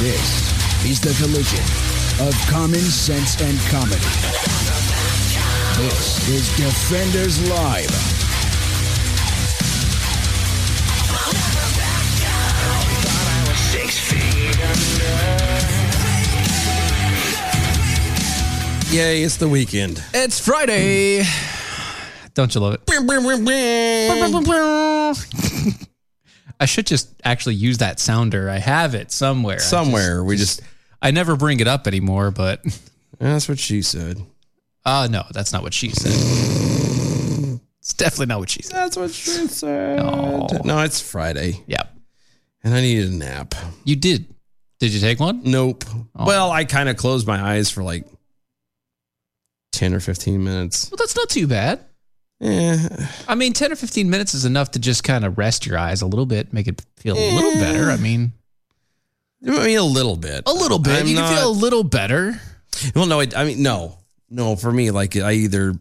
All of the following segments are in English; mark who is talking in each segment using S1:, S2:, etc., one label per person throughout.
S1: This is the collision of common sense and comedy. This is Defenders Live.
S2: Yay, it's the weekend.
S3: It's Friday. Don't you love it? I should just actually use that sounder. I have it somewhere. I just-
S2: Somewhere we just
S3: I never bring it up anymore, but
S2: that's what she said.
S3: uh no, that's not what she said. It's definitely not what she said.
S2: That's what she said.
S3: No.
S2: No, it's Friday
S3: Yeah.
S2: and I needed a nap.
S3: You did. Did you take one?
S2: Nope. Well, I kind of closed my eyes for like 10 or 15 minutes.
S3: Well, that's not too bad.
S2: Yeah.
S3: I mean, 10 or 15 minutes is enough to just kind of rest your eyes a little bit, make it feel a little better. I mean,
S2: I mean, a little bit.
S3: Mm. a little bit.
S2: I'm
S3: you
S2: not-
S3: can feel a little better.
S2: Well, no, I, I mean, no, no. For me, like I either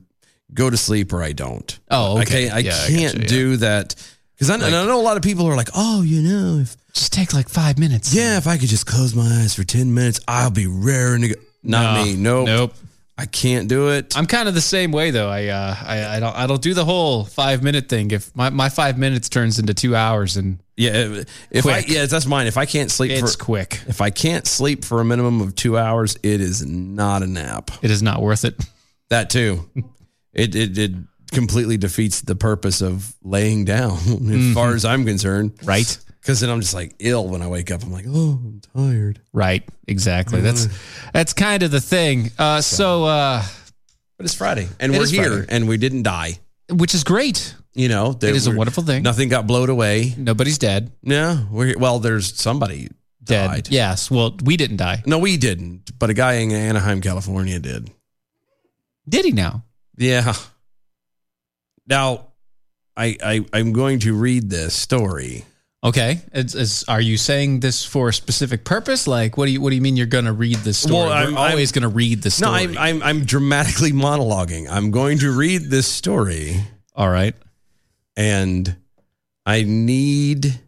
S2: go to sleep or I don't.
S3: Oh, okay.
S2: I can't, I
S3: Yeah, I
S2: can't
S3: gotcha,
S2: do that because I, and I know a lot of people are like, oh, you know, if
S3: Just take like five minutes.
S2: yeah, if I could just close my eyes for ten minutes, I'll be raring to go. Not
S3: No,
S2: me. Nope.
S3: Ah, Nope.
S2: I can't do it.
S3: I'm kind of the same way though. I uh, I, I don't I don't do the whole five minute thing. If my, my five minutes turns into two hours and
S2: yeah. If I
S3: Quick.
S2: yeah, that's mine. If I can't sleep
S3: it's
S2: for
S3: quick,
S2: if I can't sleep for a minimum of two hours, it is not a nap.
S3: it is not worth it.
S2: That too. It it it completely defeats the purpose of laying down, as far as I'm concerned.
S3: Mm-hmm. Right.
S2: Because then I'm just like ill when I wake up. I'm like, oh, I'm tired.
S3: Right. Exactly. That's
S2: Mm.
S3: that's kind of the thing. Uh, so uh,
S2: But it's Friday, and
S3: It
S2: we're
S3: is
S2: here,
S3: Friday.
S2: and we didn't die.
S3: which is great.
S2: You know, there,
S3: It is a
S2: we're-
S3: wonderful thing.
S2: Nothing got blown away.
S3: Nobody's dead.
S2: No, we're well. There's somebody
S3: Dead.
S2: died.
S3: Yes. Well, we didn't die.
S2: No, we didn't. But a guy in Anaheim, California, did.
S3: Did he now?
S2: Yeah. Now, I, I I'm going to read this story.
S3: Okay. It's, it's, are you saying this for a specific purpose? Like, what do you what do you mean you're going to read the story?
S2: Well,
S3: We're
S2: I'm- I'm-
S3: always going to read the story.
S2: No, I'm, I'm I'm dramatically monologuing. I'm going to read this story,
S3: All right.
S2: and I need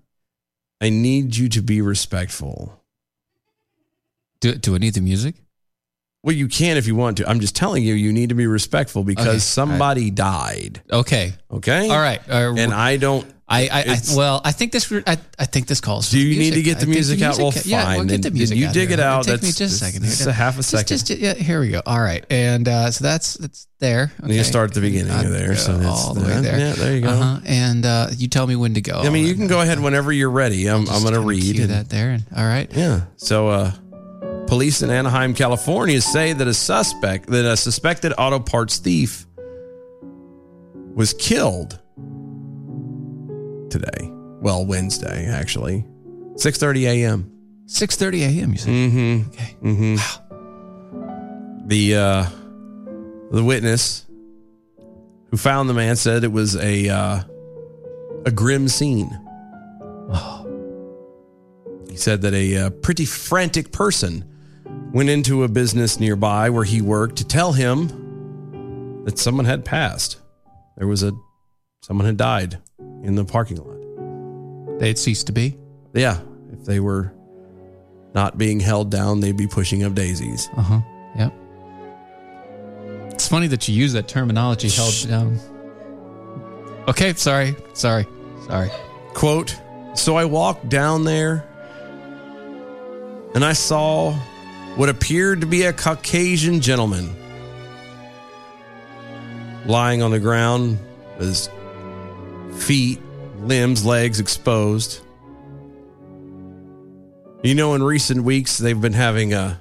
S2: I need you to be respectful.
S3: Do do I need the music?
S2: Well, you can if you want to. I'm just telling you, you need to be respectful because
S3: Okay.
S2: somebody died.
S3: Okay.
S2: Okay.
S3: All right. Uh,
S2: And I don't.
S3: I, I, I
S2: It's-
S3: well, I think this. re- I, I think this calls.
S2: Do
S3: for
S2: you need to get the
S3: I think
S2: music out? Well,
S3: Yeah,
S2: fine.
S3: we'll get
S2: Then-
S3: the
S2: then
S3: music
S2: you
S3: out
S2: dig
S3: here.
S2: it out.
S3: Take me
S2: That's-
S3: just a
S2: this-
S3: second.
S2: this
S3: here.
S2: is a half a
S3: Just-
S2: second.
S3: Just, yeah, here we go. All right, and uh, so that's that's there.
S2: You can start at the beginning
S3: Not
S2: of there, so
S3: go
S2: that's
S3: all the way
S2: that.
S3: there.
S2: Yeah, there you go.
S3: Uh-huh. And uh, you tell me when to go.
S2: I mean, you
S3: And
S2: can go ahead whenever you're ready. I'm I'm
S3: just
S2: going to
S3: kinda
S2: read.
S3: cue
S2: and-
S3: that there. And, all right.
S2: Yeah. So, uh, police in Anaheim, California say that a suspect, that a suspected auto parts thief was killed today. Well, Wednesday, actually. 6.30 a.m.
S3: Six thirty a.m. You said.
S2: Mm-hmm.
S3: Okay.
S2: Mm-hmm. The, uh, the witness who found the man said it was a, uh, a grim scene.
S3: Oh.
S2: He said that a uh, pretty frantic person went into a business nearby where he worked to tell him that someone had passed. There was a someone had died in the parking lot. Mm.
S3: They had ceased to be.
S2: Yeah, if they were not being held down, they'd be pushing up daisies.
S3: Uh huh. Yep. It's funny that you use that terminology. Held down. Okay. Sorry. Sorry. Sorry.
S2: Quote, so I walked down there and I saw what appeared to be a Caucasian gentleman lying on the ground, with his feet, limbs, legs exposed. You know, in recent weeks, they've been having a,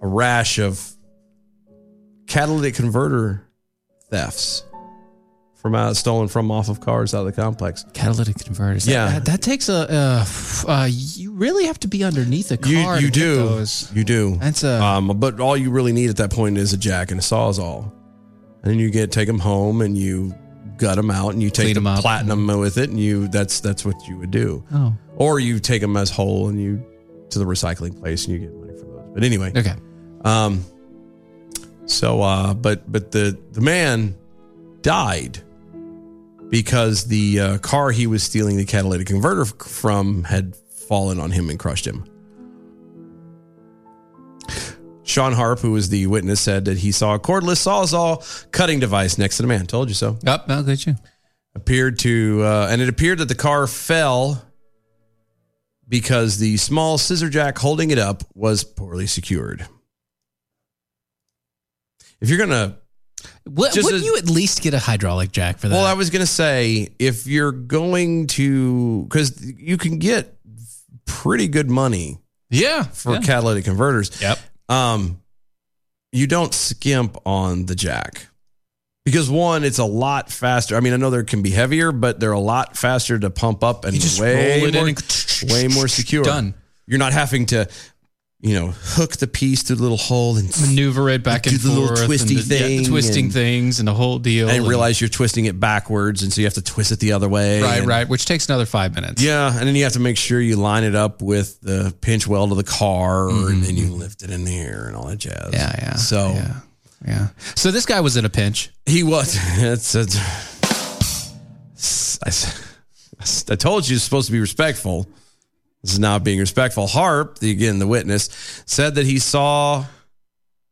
S2: a rash of catalytic converter thefts from out, stolen from off of cars out of the complex.
S3: catalytic converters.
S2: Yeah.
S3: that, that takes a. Uh, f- uh, you really have to be underneath a car.
S2: You,
S3: to
S2: you
S3: get
S2: do.
S3: Those.
S2: You do.
S3: That's a-
S2: Um, but all you really need at that point is a jack and a sawzall, and then you get take them home and you gut them out and you take
S3: Clean
S2: the
S3: 'em up.
S2: platinum with it and you that's that's what you would do,
S3: Oh,
S2: or you take them as whole and you to the recycling place and you get money for those. But anyway,
S3: okay.
S2: um, So, uh, but but the the man died because the uh, car he was stealing the catalytic converter f- from had fallen on him and crushed him. Sean Harp, who was the witness, said that he saw a cordless sawzall cutting device next to the man. Told you so
S3: Up, oh, good you.
S2: appeared to, uh, and it appeared that the car fell because the small scissor jack holding it up was poorly secured. If you're gonna,
S4: What,
S2: Just
S4: wouldn't
S2: a-
S4: you at least get a hydraulic jack for that?
S2: well, I was gonna say if you're going to, because you can get pretty good money
S3: Yeah.
S2: for
S3: yeah.
S2: catalytic converters.
S3: Yep.
S2: Um, you don't skimp on the jack because one, it's a lot faster. I mean, I know there can be heavier, but they're a lot faster to pump up and
S3: You just
S2: way
S3: roll it
S2: more,
S3: in and
S2: way more secure.
S3: Done.
S2: You're not having to, you know, hook the piece through the little hole and
S3: Maneuver it back
S2: Do
S3: and
S2: the
S3: forth.
S2: little twisty
S3: and the, yeah, the
S2: thing
S3: twisting
S2: and-
S3: things and the whole deal.
S2: and
S3: and-
S2: realize you're twisting it backwards, and so you have to twist it the other way.
S3: Right,
S2: and-
S3: right. Which takes another five minutes.
S2: Yeah, and then you have to make sure you line it up with the pinch weld of the car, and then you lift it in the air and all that jazz.
S3: Mm-hmm. Yeah, yeah.
S2: So
S3: yeah, yeah. So this guy was in a pinch.
S2: He was. It's, it's, I, s- I told you it's supposed to be respectful. This is not being respectful. Harp, the, again, the witness, said that he saw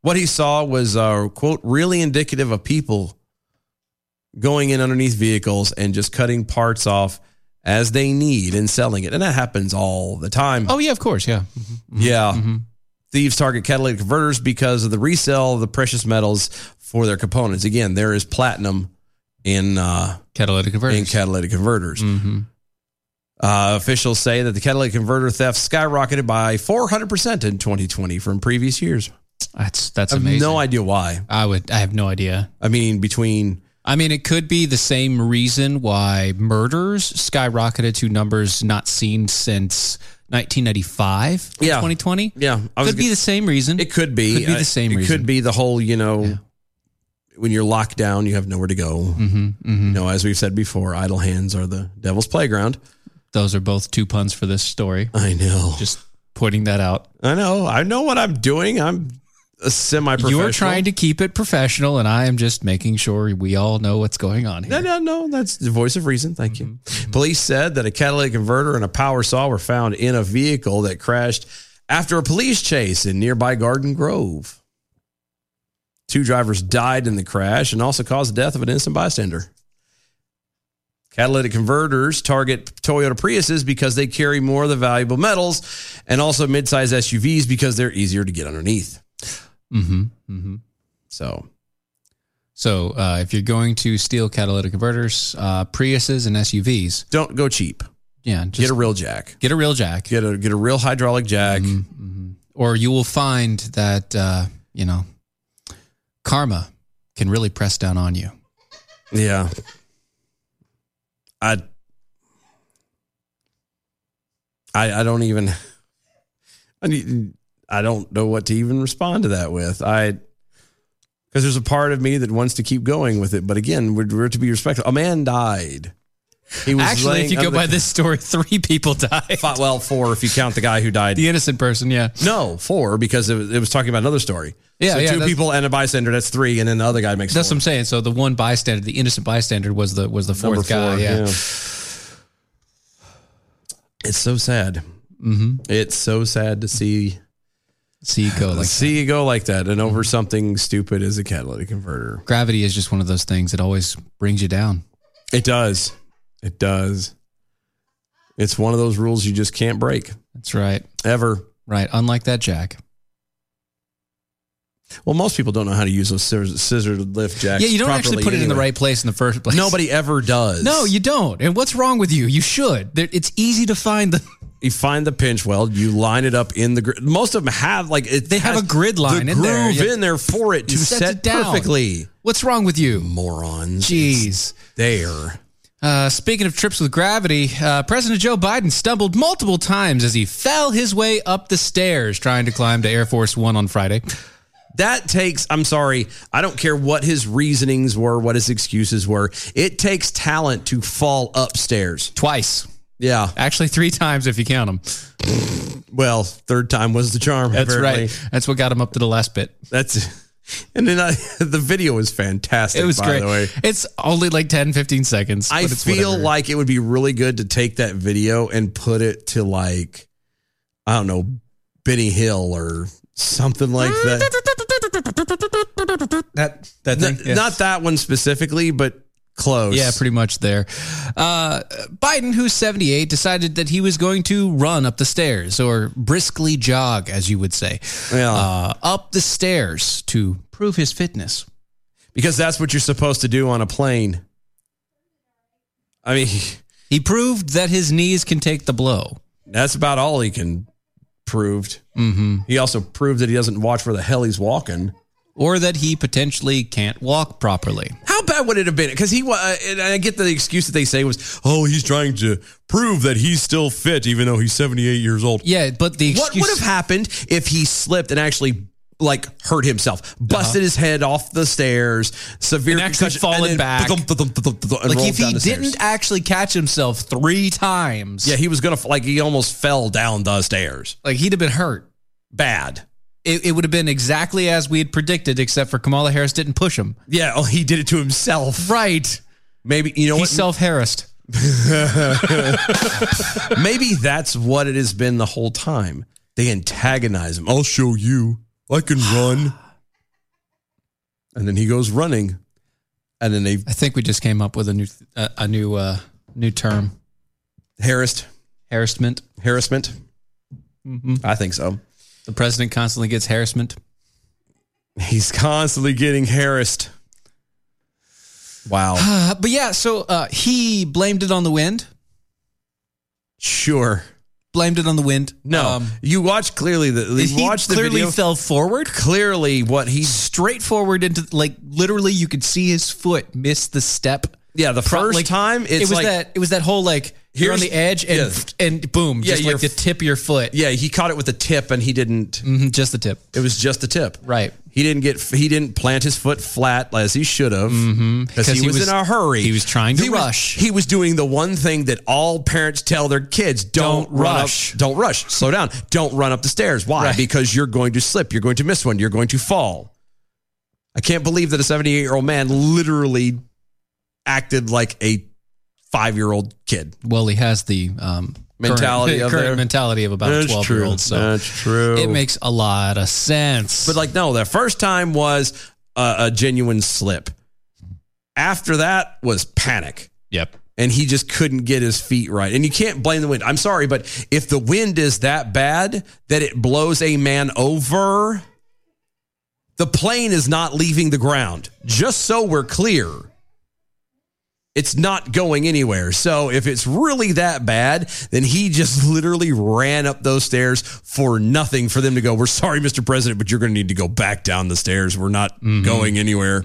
S2: what he saw was, uh, quote, really indicative of people going in underneath vehicles and just cutting parts off as they need and selling it. And that happens all the time.
S3: Oh yeah, of course, yeah.
S2: Yeah.
S3: Mm-hmm.
S2: Thieves target catalytic converters because of the resale of the precious metals for their components. Again, there is platinum in uh,
S3: Catalytic
S2: in
S3: converters.
S2: catalytic converters.
S3: mm-hmm.
S2: Uh, officials say that the catalytic converter theft skyrocketed by 400% in 2020 from previous years.
S3: That's that's
S2: I have
S3: amazing.
S2: no idea why.
S3: I would. I have no idea.
S2: I mean, between
S3: I mean, it could be the same reason why murders skyrocketed to numbers not seen since 1995. in
S2: Yeah.
S3: 2020.
S2: yeah, I was
S3: could be the same reason.
S2: It could be. Uh,
S3: Could be the same
S2: It
S3: reason.
S2: could be the whole, you know, when you're locked down, you have nowhere to go.
S3: Mm-hmm,
S2: You know, as we've said before, idle hands are the devil's playground.
S3: Those are both two puns for this story.
S2: I know.
S3: Just pointing that out.
S2: I know. I know what I'm doing. I'm a semi-professional.
S3: You're trying to keep it professional, and I am just making sure we all know what's going on
S2: No,
S3: here.
S2: no, no. That's the voice of reason. Thank you.
S3: Mm-hmm.
S2: Police said that a catalytic converter and a power saw were found in a vehicle that crashed after a police chase in nearby Garden Grove. Two drivers died in the crash and also caused the death of an innocent bystander. Catalytic converters target Toyota Priuses because they carry more of the valuable metals and also midsize SUVs because they're easier to get underneath.
S3: Mm-hmm. Mm-hmm.
S2: So
S3: So uh, if you're going to steal catalytic converters, uh, Priuses, and SUVs,
S2: don't go cheap.
S3: yeah,
S2: Get
S3: just
S2: a real jack.
S3: get a real jack.
S2: Get a get a real hydraulic jack.
S3: Mm-hmm. or you will find that uh, you know karma can really press down on you.
S2: Yeah. I I I don't even I need I don't know what to even respond to that with. I because there's a part of me that wants to keep going with it, but again, we're, we're to be respectful. A man died. He was
S3: Actually, if
S2: laying
S3: you go
S2: under
S3: by
S2: the,
S3: this story, three people died.
S2: fi- well, four if you count the guy who died.
S3: The innocent person, yeah.
S2: No, four because it was, it was talking about another story.
S3: Yeah,
S2: so
S3: yeah,
S2: two
S3: that's-
S2: people and a bystander. That's three, and then the other guy makes
S3: That's what
S2: four.
S3: I'm saying. So the one bystander, the innocent bystander, was the was the fourth guy. Yeah.
S2: It's so sad.
S3: Mm-hmm.
S2: It's so sad to see
S3: See you go. Like
S2: see you go like that and
S3: Mm-hmm.
S2: over something stupid as a catalytic converter.
S3: gravity is just one of those things. It always brings you down.
S2: It does. It does. It's one of those rules you just can't break
S3: That's right.
S2: ever.
S3: Right. Unlike that jack.
S2: Well, most people don't know how to use those scissor, scissor lift jacks.
S3: yeah, you don't
S2: properly
S3: actually put it in the
S2: anyway.
S3: right place in the first place.
S2: Nobody ever does.
S3: No, you don't. And what's wrong with you? You should. There- It's easy to find the
S2: you find the pinch weld, you line it up in the grid. Most of them have like it
S3: They have
S2: has
S3: a grid line
S2: the
S3: in there.
S2: groove
S3: Yeah.
S2: in there for it to
S3: sets
S2: set
S3: it down.
S2: perfectly.
S3: What's wrong with you?
S2: Morons, It's
S3: Jeez.
S2: there.
S3: Uh, speaking of trips with gravity, uh, President Joe Biden stumbled multiple times as he fell his way up the stairs trying to climb to Air Force One on Friday.
S2: That takes, I'm sorry, I don't care what his reasonings were, what his excuses were. It takes talent to fall upstairs.
S3: Twice.
S2: Yeah.
S3: Actually, three times if you count them.
S2: Well, third time was the charm.
S3: That's
S2: apparently.
S3: right. That's what got him up to the last bit.
S2: That's And then I, the video is fantastic.
S3: It was
S2: by
S3: great.
S2: The way.
S3: It's only like 10, 15 seconds.
S2: I
S3: but it's
S2: feel
S3: whatever.
S2: like it would be really good to take that video and put it to like, I don't know, Benny Hill or something like
S3: Mm.
S2: that.
S3: that that thing.
S2: N-
S3: yeah.
S2: Not that one specifically, but close.
S3: Yeah, pretty much there. Uh, Biden, who's 78, decided that he was going to run up the stairs or briskly jog, as you would say,
S2: Yeah.
S3: uh, up the stairs to prove his fitness.
S2: because that's what you're supposed to do on a plane. I mean,
S3: He proved that his knees can take the blow.
S2: that's about all he can proved. Mm-hmm. He also proved that he doesn't watch where the hell he's walking.
S3: Or that he potentially can't walk properly.
S2: How bad would it have been? Because he wa- uh, and I get the excuse that they say was, "Oh, he's trying to prove that he's still fit, even though he's seventy-eight years old."
S3: Yeah, but the
S2: What
S3: excuse
S2: would have happened if he slipped and actually like hurt himself, busted his head off the stairs, severe
S3: Uh-huh. And actually
S2: concussion,
S3: fallen
S2: and then
S3: back.
S2: thump, thump, thump, thump, thump, and
S3: like
S2: rolled
S3: if he
S2: down the
S3: didn't
S2: stairs.
S3: actually catch himself three times,
S2: yeah, he was gonna f- like he almost fell down the stairs.
S3: like he'd have been hurt.
S2: Bad.
S3: It, it would have been exactly as we had predicted, except for Kamala Harris didn't push him.
S2: Yeah, oh, he did it to himself.
S3: Right.
S2: Maybe you know
S3: He's
S2: what?
S3: self harassed.
S2: Maybe that's what it has been the whole time. They antagonize him. I'll show you. I can run. And then he goes running. And then they
S3: I think we just came up with a new uh, a new uh, new term.
S2: harassed,
S3: Harassment.
S2: harassment.
S3: Mm-hmm.
S2: I think so.
S3: The president constantly gets harassment.
S2: He's constantly getting harassed. Wow.
S3: Uh, but yeah, so uh, he blamed it on the wind.
S2: sure.
S3: Blamed it on the wind.
S2: No,
S3: Um,
S2: you watch clearly the you
S3: he
S2: watch the
S3: clearly
S2: video.
S3: fell forward,
S2: clearly, what he
S3: straight forward into like literally, you could see his foot miss the step.
S2: yeah the
S3: Pro-
S2: first
S3: like,
S2: time it's
S3: it was
S2: like
S3: that it was that whole like you're on
S2: Here's-
S3: the edge and
S2: yeah.
S3: and boom,
S2: Yeah,
S3: just like
S2: your
S3: the
S2: f-
S3: tip of your foot,
S2: yeah he caught it with a tip and he didn't
S3: Mhm, just the tip,
S2: It was just the tip.
S3: right?
S2: He didn't get. He didn't plant his foot flat as he should have because he, was, in a hurry.
S3: he Mm-hmm. was trying to
S2: was-
S3: rush.
S2: he was doing the one thing that all parents tell their kids: don't,
S3: Don't
S2: run
S3: rush.
S2: Up, don't rush. Slow down. Don't run up the stairs. Why?
S3: Right.
S2: Because you're going to slip. You're going to miss one. You're going to fall. I can't believe that a 78 year old man literally acted like a five year old kid.
S3: Well, he has the um,
S2: Mentality
S3: current,
S2: of
S3: current
S2: their-
S3: mentality of about a twelve year old. So
S2: true.
S3: it makes a lot of sense.
S2: But like, no, the first time was a, a genuine slip. After that was panic,
S3: yep,
S2: and he just couldn't get his feet right. And you can't blame the wind. I'm sorry, but if the wind is that bad that it blows a man over, the plane is not leaving the ground. Just so we're clear. It's not going anywhere. So if it's really that bad, then he just literally ran up those stairs for nothing for them to go, We're sorry, Mr. President, but you're going to need to go back down the stairs. We're not
S3: Mm-hmm.
S2: going anywhere.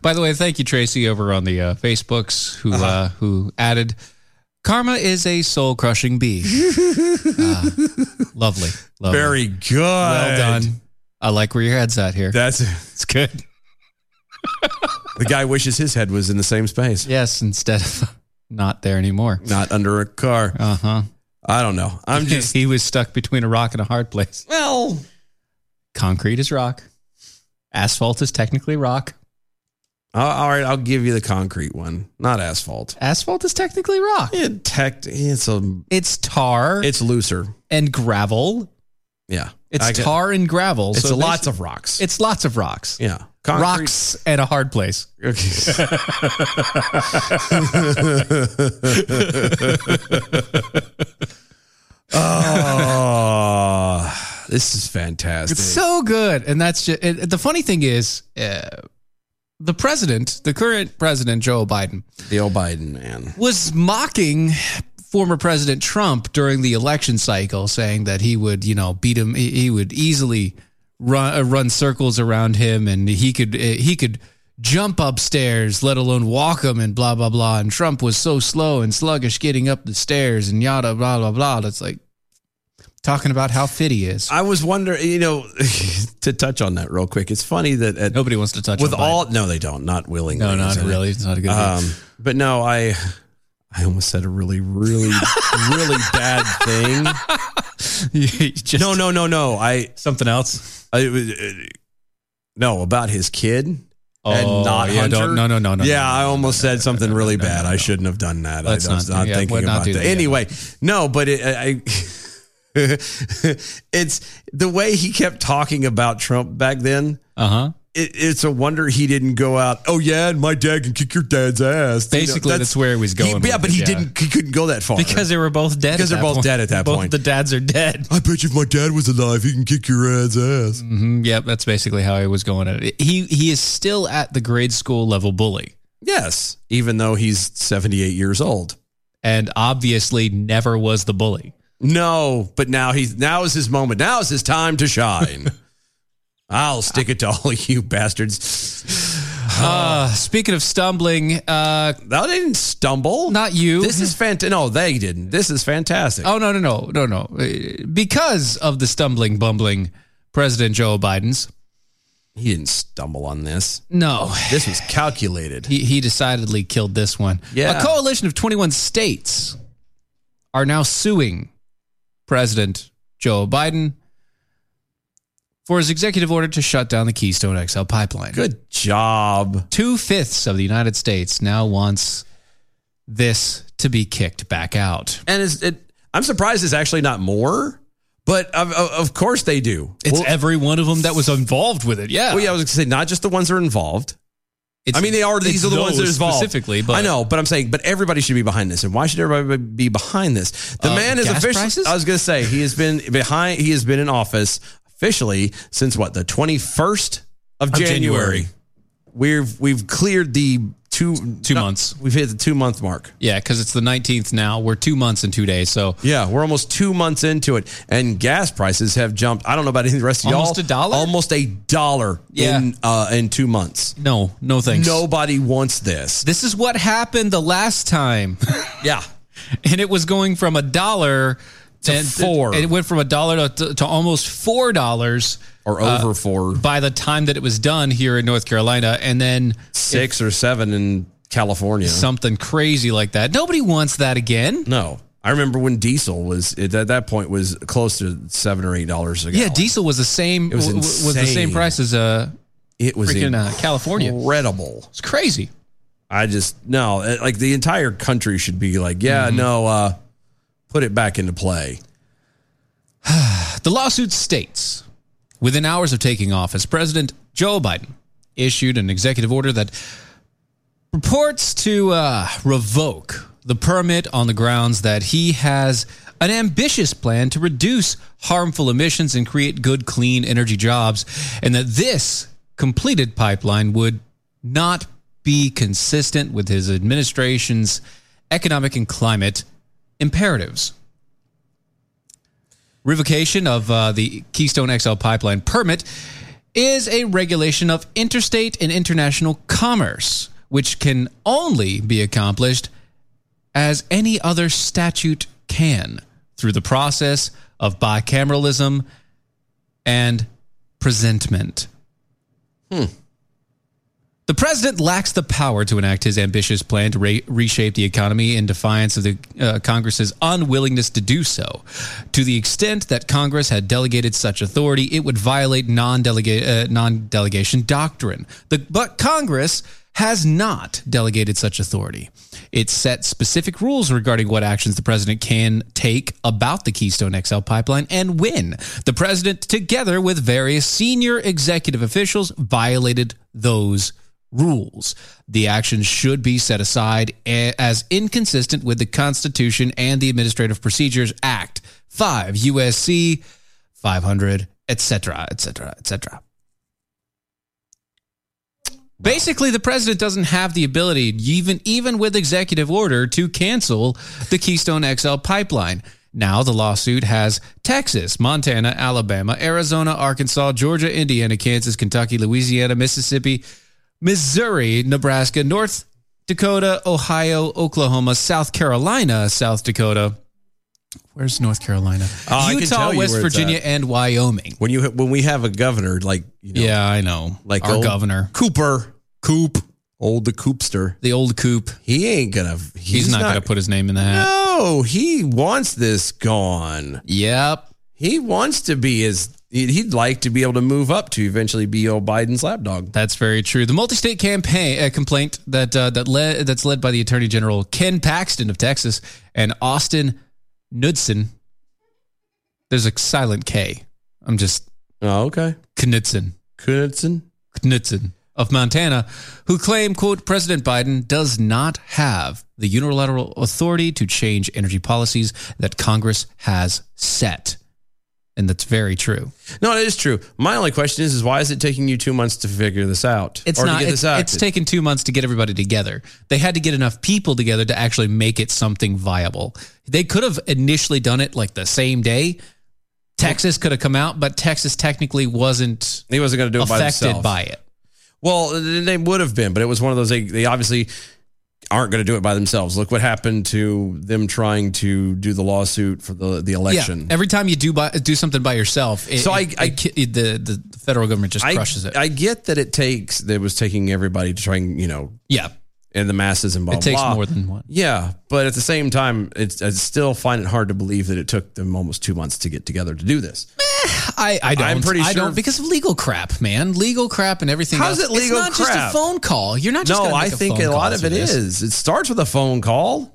S3: By the way, thank you, Tracy, over on the uh, Facebooks who
S2: Uh-huh.
S3: uh who added, "Karma is a soul crushing bee." Ah, lovely, lovely,
S2: Very good.
S3: well done. I like where your head's at here.
S2: That's
S3: That's good.
S2: the guy wishes his head was in the same space,
S3: Yes, instead of not there anymore.
S2: not under a car.
S3: Uh huh.
S2: I don't know. I'm just
S3: he was stuck between a rock and a hard place.
S2: well.
S3: Concrete is rock. Asphalt is technically rock.
S2: All right, I'll give you the concrete one, not asphalt.
S3: Asphalt is technically rock.
S2: It tech, it's a,
S3: It's tar
S2: it's looser.
S3: and gravel.
S2: Yeah,
S3: It's
S2: I get-
S3: tar and gravel.
S2: It's
S3: so
S2: lots
S3: basi-
S2: of rocks.
S3: It's lots of rocks.
S2: yeah,
S3: Rocks and a hard place.
S2: Okay. oh, this is fantastic.
S3: It's so good, and that's just it, the funny thing is, uh, the president, the current president Joe Biden,
S2: the old Biden man.
S3: was mocking former President Trump during the election cycle, saying that he would, you know, beat him. He he would easily run uh, run circles around him, and he could uh, he could jump upstairs, let alone walk him, and blah blah blah. And Trump was so slow and sluggish getting up the stairs, and yada blah blah blah. That's like talking about how fit he is.
S2: I was wondering, you know, to touch on that real quick. It's funny that at,
S3: Nobody wants to touch
S2: with
S3: on Biden.
S2: all no, they don't. Not willingly.
S3: No,
S2: is
S3: not
S2: it?
S3: really. It's not a good.
S2: Um, but no, I I almost said a really, really, really bad thing.
S3: just
S2: No, no, no, no. I Uh,
S3: something else.
S2: I, it was- it- No, about his kid and
S3: Oh,
S2: not
S3: yeah,
S2: Hunter.
S3: don't- no, no, no, no,
S2: Yeah,
S3: no,
S2: I
S3: no,
S2: almost
S3: no, no,
S2: said
S3: no,
S2: something
S3: no, no,
S2: really
S3: no,
S2: bad.
S3: no,
S2: I
S3: no.
S2: shouldn't have done that.
S3: Let's
S2: I was
S3: not-
S2: not,
S3: yeah,
S2: thinking
S3: we'll not
S2: about
S3: do
S2: that.
S3: that, yeah.
S2: Anyway, no, but it, I. I- it's the way he kept talking about Trump back then.
S3: Uh huh.
S2: It, it's a wonder he didn't go out. Oh yeah, and my dad can kick your dad's ass. You know,
S3: Basically, that's where he was going
S2: yeah,
S3: with
S2: but
S3: it,
S2: he
S3: yeah.
S2: didn't. He couldn't go that far
S4: because they were both dead.
S2: Because
S4: at
S2: they're
S4: that
S2: both
S4: point.
S2: dead at that
S4: both
S2: point.
S4: the dads are dead.
S2: I bet you if my dad was alive, he can kick your dad's ass.
S3: Mm, Yep, that's basically how he was going at it. He he is still at the grade school level bully,
S2: Yes, even though he's seventy-eight years old.
S3: and obviously never was the bully.
S2: No, but now he's now is his moment. Now is his time to shine. I'll stick it to all you bastards.
S3: Uh, speaking of stumbling, uh,
S2: No, they didn't stumble.
S3: not you.
S2: This is fantastic. No, they didn't. This is fantastic.
S3: oh no no no no no Uh, because of the stumbling bumbling President Joe Biden's.
S2: He didn't stumble on this.
S3: No,
S2: This was calculated.
S3: he he decidedly killed this one.
S2: Yeah.
S3: a coalition of twenty one states are now suing President Joe Biden for his executive order to shut down the Keystone XL pipeline.
S2: Good job.
S3: Two fifths of the United States now wants this to be kicked back out.
S2: And is it? I'm surprised it's actually not more. But of, of of course they do.
S3: It's
S2: well,
S3: every one of them that was involved with it. Yeah.
S2: well, yeah, I was going to say not just the ones that are involved.
S3: It's-
S2: I mean, they are. These
S3: it's
S2: are the ones that are
S3: those
S2: involved
S3: specifically. But
S2: I know, but I'm saying, but everybody should be behind this. And why should everybody be behind this? The
S3: Uh,
S2: man is
S3: gas
S2: officially.
S3: prices?
S2: I was going to say he has been behind. He has been in office officially since what the 21st of, January.
S3: January.
S2: We've we've cleared the two
S3: Two months.
S2: We've hit the two month mark.
S3: Yeah, because it's the nineteenth now. We're two months and two days, so
S2: Yeah, we're almost two months into it, and gas prices have jumped. I don't know about any of the rest of
S3: Almost
S2: y'all.
S3: a dollar?
S2: Almost a dollar
S3: Yeah.
S2: in uh, in two months.
S3: no, no thanks.
S2: Nobody wants this.
S3: This is what happened the last time.
S2: Yeah.
S3: and it was going from a dollar
S2: To
S3: and-
S2: four.
S3: and It, went from a dollar to, to almost four dollars
S2: Or
S3: Uh,
S2: over for
S3: by the time that it was done here in North Carolina, and then
S2: six or seven in California.
S3: something crazy like that. Nobody wants that again.
S2: no, I remember when diesel was it, at that point was close to seven or eight dollars a
S3: Yeah,
S2: gallon.
S3: diesel was the same.
S2: was
S3: w- w- was the
S2: insane.
S3: same price as uh,
S2: it was
S3: freaking uh, California.
S2: incredible.
S3: It's crazy.
S2: I just no, it- like the entire country should be like, yeah,
S3: Mm-hmm.
S2: no, uh, put it back into play.
S3: The lawsuit states within hours of taking office, President Joe Biden issued an executive order that purports to uh, revoke the permit on the grounds that he has an ambitious plan to reduce harmful emissions and create good, clean energy jobs, and that this completed pipeline would not be consistent with his administration's economic and climate imperatives. Revocation of uh, the Keystone XL pipeline permit is a regulation of interstate and international commerce, which can only be accomplished as any other statute can through the process of bicameralism and presentment. The president lacks the power to enact his ambitious plan to re- reshape the economy in defiance of the uh, Congress's unwillingness to do so. To the extent that Congress had delegated such authority, it would violate non-delega- uh, non-delegation doctrine. The, but Congress has not delegated such authority. It set specific rules regarding what actions the president can take about the Keystone XL pipeline and when. The president, together with various senior executive officials, violated those rules. The actions should be set aside a- as inconsistent with the Constitution and the Administrative Procedures Act 5 USC 500, etc., etc., etc. Basically, the president doesn't have the ability, even even with executive order, to cancel the Keystone XL pipeline. Now the lawsuit has Texas, Montana, Alabama, Arizona, Arkansas, Georgia, Indiana, Kansas, Kentucky, Louisiana, Mississippi, Missouri, Nebraska, North Dakota, Ohio, Oklahoma, South Carolina, South Dakota. Where's North Carolina?
S2: Oh, I can
S3: Utah,
S2: tell you
S3: West
S2: where it's
S3: Virginia, and Wyoming.
S2: When you ha- when we have a governor like you know,
S3: Yeah, I know.
S2: like
S3: our
S2: old
S3: governor,
S2: Cooper Coop old the Coopster,
S3: the old coop.
S2: he ain't gonna
S3: He's, not, going to put his name in the hat.
S2: No, he wants this gone.
S3: Yep.
S2: He wants to be as He'd he'd like to be able to move up to eventually be old Biden's lapdog.
S3: That's very true. The multi-state campaign uh, complaint that uh, that led that's led by the Attorney General Ken Paxton of Texas and Austin Knudsen. There's a silent K. I'm just
S2: Oh, okay.
S3: Knudsen.
S2: Knudsen.
S3: Knudsen of Montana, who claim, quote, President Biden does not have the unilateral authority to change energy policies that Congress has set. And that's very true.
S2: No, it is true. My only question is, is why is it taking you two months to figure this out?
S3: It's
S2: or to
S3: not.
S2: get
S3: It's,
S2: this out?
S3: it's taken two months to get everybody together. They had to get enough people together to actually make it something viable. They could have initially done it like the same day. Texas could have come out, but Texas technically wasn't
S2: he wasn't going to do it by
S3: affected
S2: himself.
S3: by it.
S2: Well, they would have been, but it was one of those. They, they obviously aren't going to do it by themselves. Look what happened to them trying to do the lawsuit for the the election.
S3: Yeah, every time you do by, do something by yourself, it,
S2: So I-
S3: it-
S2: I-
S3: it ki- it- the, the the federal government just
S2: I,
S3: crushes it.
S2: I get that it takes. That it was taking everybody to try and you know,
S3: yeah,
S2: and the masses and blah
S3: it takes
S2: blah.
S3: more than one.
S2: Yeah, but at the same time, it's I still find it hard to believe that it took them almost two months to get together to do this.
S3: I, I don't.
S2: I'm pretty
S3: I
S2: sure-
S3: don't because of legal crap, man. Legal crap and everything.
S2: How's
S3: else.
S2: it legal
S3: It's not
S2: crap?
S3: just a phone call. You're not. Just
S2: no,
S3: gonna make
S2: I
S3: a
S2: think
S3: phone
S2: a lot
S3: call
S2: of
S3: to
S2: it
S3: this.
S2: is. It starts with a phone call.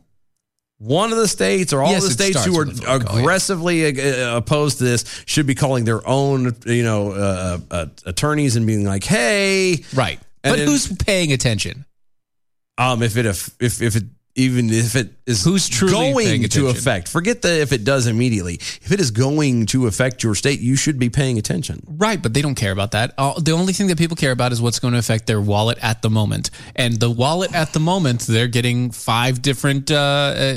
S2: One of the states or all
S3: Yes,
S2: the
S3: it
S2: states
S3: starts
S2: who are
S3: with a phone call, yeah.
S2: aggressively uh, opposed to this should be calling their own, you know, uh, uh, attorneys and being like, "Hey,
S3: right.
S2: And
S3: But
S2: then-
S3: who's paying attention?
S2: um, if it if if, if it even if it is
S3: Who's truly
S2: going
S3: paying
S2: to
S3: attention?
S2: affect, forget the if it does immediately. If it is going to affect your state, you should be paying attention.
S3: Right, but they don't care about that. All, the only thing that people care about is what's going to affect their wallet at the moment. And the wallet at the moment, they're getting five different uh,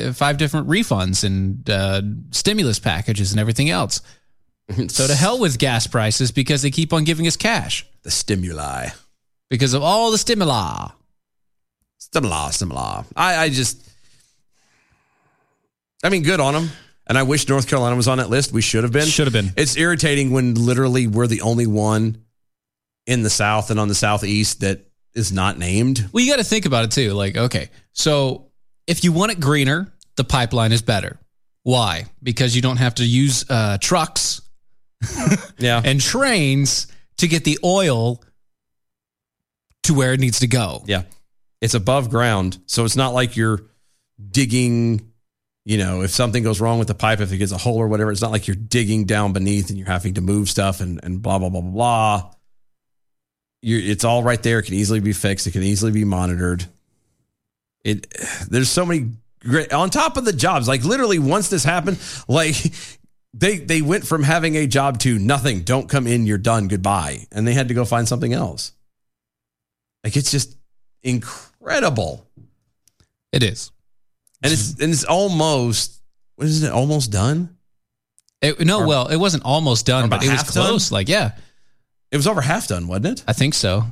S3: uh, five different refunds and uh, stimulus packages and everything else. So to hell with gas prices because they keep on giving us cash
S2: The stimuli.
S3: because of all the stimuli.
S2: Stimuli, stimuli. I, I just, I mean, good on them. And I wish North Carolina was on that list. We should have been.
S4: Should have been.
S2: It's irritating when literally we're the only one in the South and on the Southeast that is not named.
S3: Well, you got to think about it too. Like, okay, so if you want it greener, the pipeline is better. Why? Because you don't have to use uh, trucks
S2: Yeah.
S3: and trains to get the oil to where it needs to go.
S2: yeah. It's above ground. So it's not like you're digging, you know, if something goes wrong with the pipe, if it gets a hole or whatever, it's not like you're digging down beneath and you're having to move stuff and, and blah, blah, blah, blah, blah. You're, it's all right there. It can easily be fixed. It can easily be monitored. It there's so many great on top of the jobs. Like literally, once this happened, like they they went from having a job to nothing. Don't come in. You're done. Goodbye. And they had to go find something else. Like it's just incredible,
S3: It is.
S2: and it's and it's almost what is it? Almost done.
S3: It, no,
S2: Or-
S3: well, it wasn't almost
S2: or
S3: done,
S2: about
S3: but it was
S2: half done?
S3: close. Like, yeah,
S2: It was over half done, wasn't it?
S3: I think so.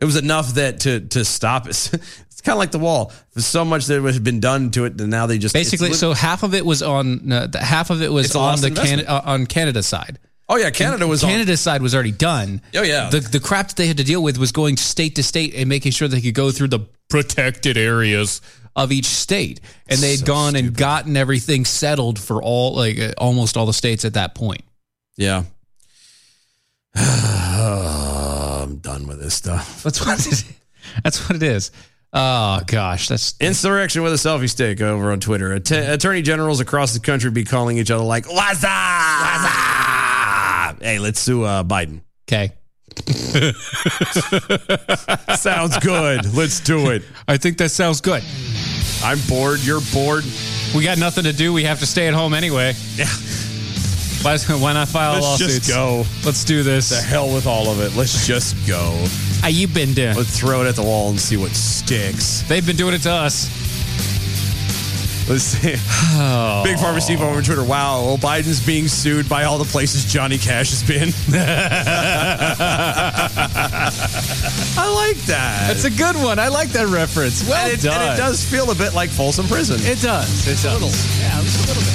S2: It was enough that to to stop it. It's kind of like the wall. There's so much that had been done to it, and now they just it's
S3: Basically,
S2: lit-
S3: so half of it was on no, the, half of it
S2: It's
S3: was
S2: a
S3: on
S2: lost
S3: the
S2: investment.
S3: Can, uh, on Canada side.
S2: oh yeah, Canada was on-
S3: Canada's side was already done.
S2: Oh, yeah.
S3: The the crap that they had to deal with was going state to state and making sure they could go through the protected areas of each state, and they had gone and gotten everything settled for all like uh, almost all the states at that point.
S2: Yeah. I'm done with this stuff.
S3: That's what it, that's what it is. Oh gosh, that's
S2: Insurrection with a selfie stick over on Twitter. Att- attorney generals across the country be calling each other like, "What's up? What's up? Hey, let's sue uh, Biden.
S3: okay.
S2: Sounds good. let's do it.
S3: I think that sounds good.
S2: I'm bored. You're bored.
S3: We got nothing to do. We have to stay at home anyway.
S2: Yeah.
S3: Why, why not file
S2: Let's
S3: lawsuits?
S2: just go.
S3: Let's do
S2: The
S3: this.
S2: hell with all of it. Let's just go.
S3: How you been doing?
S2: Let's throw it at the wall and see what sticks.
S3: They've been doing it to us.
S2: Let's see. Big Pharma Steve over on Twitter. Wow, well, Biden's being sued by all the places Johnny Cash has been. I like that.
S3: That's a good one. I like that reference. Well
S2: and, it,
S3: done.
S2: and it does feel a bit like Folsom Prison.
S3: It does. It does. Yeah, just a little bit.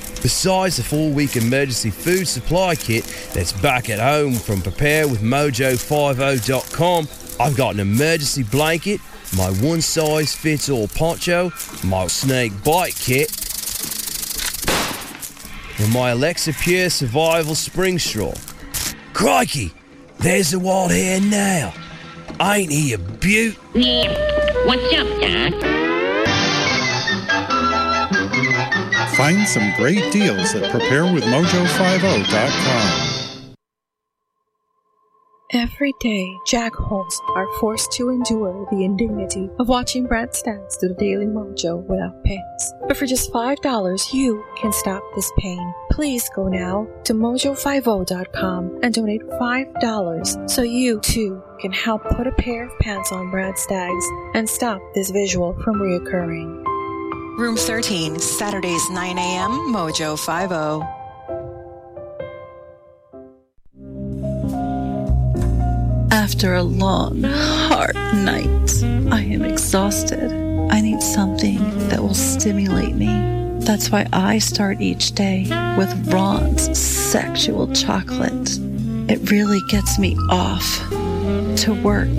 S5: Besides the four week emergency food supply kit that's back at home from preparewithmojo50.com, I've got an emergency blanket, my one size fits all poncho, my snake bite kit, and my Alexa Pure survival spring straw. Crikey, there's the wild hare now. Ain't he a beaut?
S6: Yeah. What's up, Doc?
S7: Find some great deals at preparewithmojo50.com.
S8: Every day, Jack Holmes are forced to endure the indignity of watching Brad Stance do the Daily Mojo without pants. But for just $5, you can stop this pain. Please go now to mojo50.com and donate $5 so you too can help put a pair of pants on Brad Staggs and stop this visual from reoccurring.
S9: Room 13, Saturdays 9 a.m. Mojo 50.
S10: After a long, hard night, I am exhausted. I need something that will stimulate me. That's why I start each day with Ron's sexual chocolate. It really gets me off to work.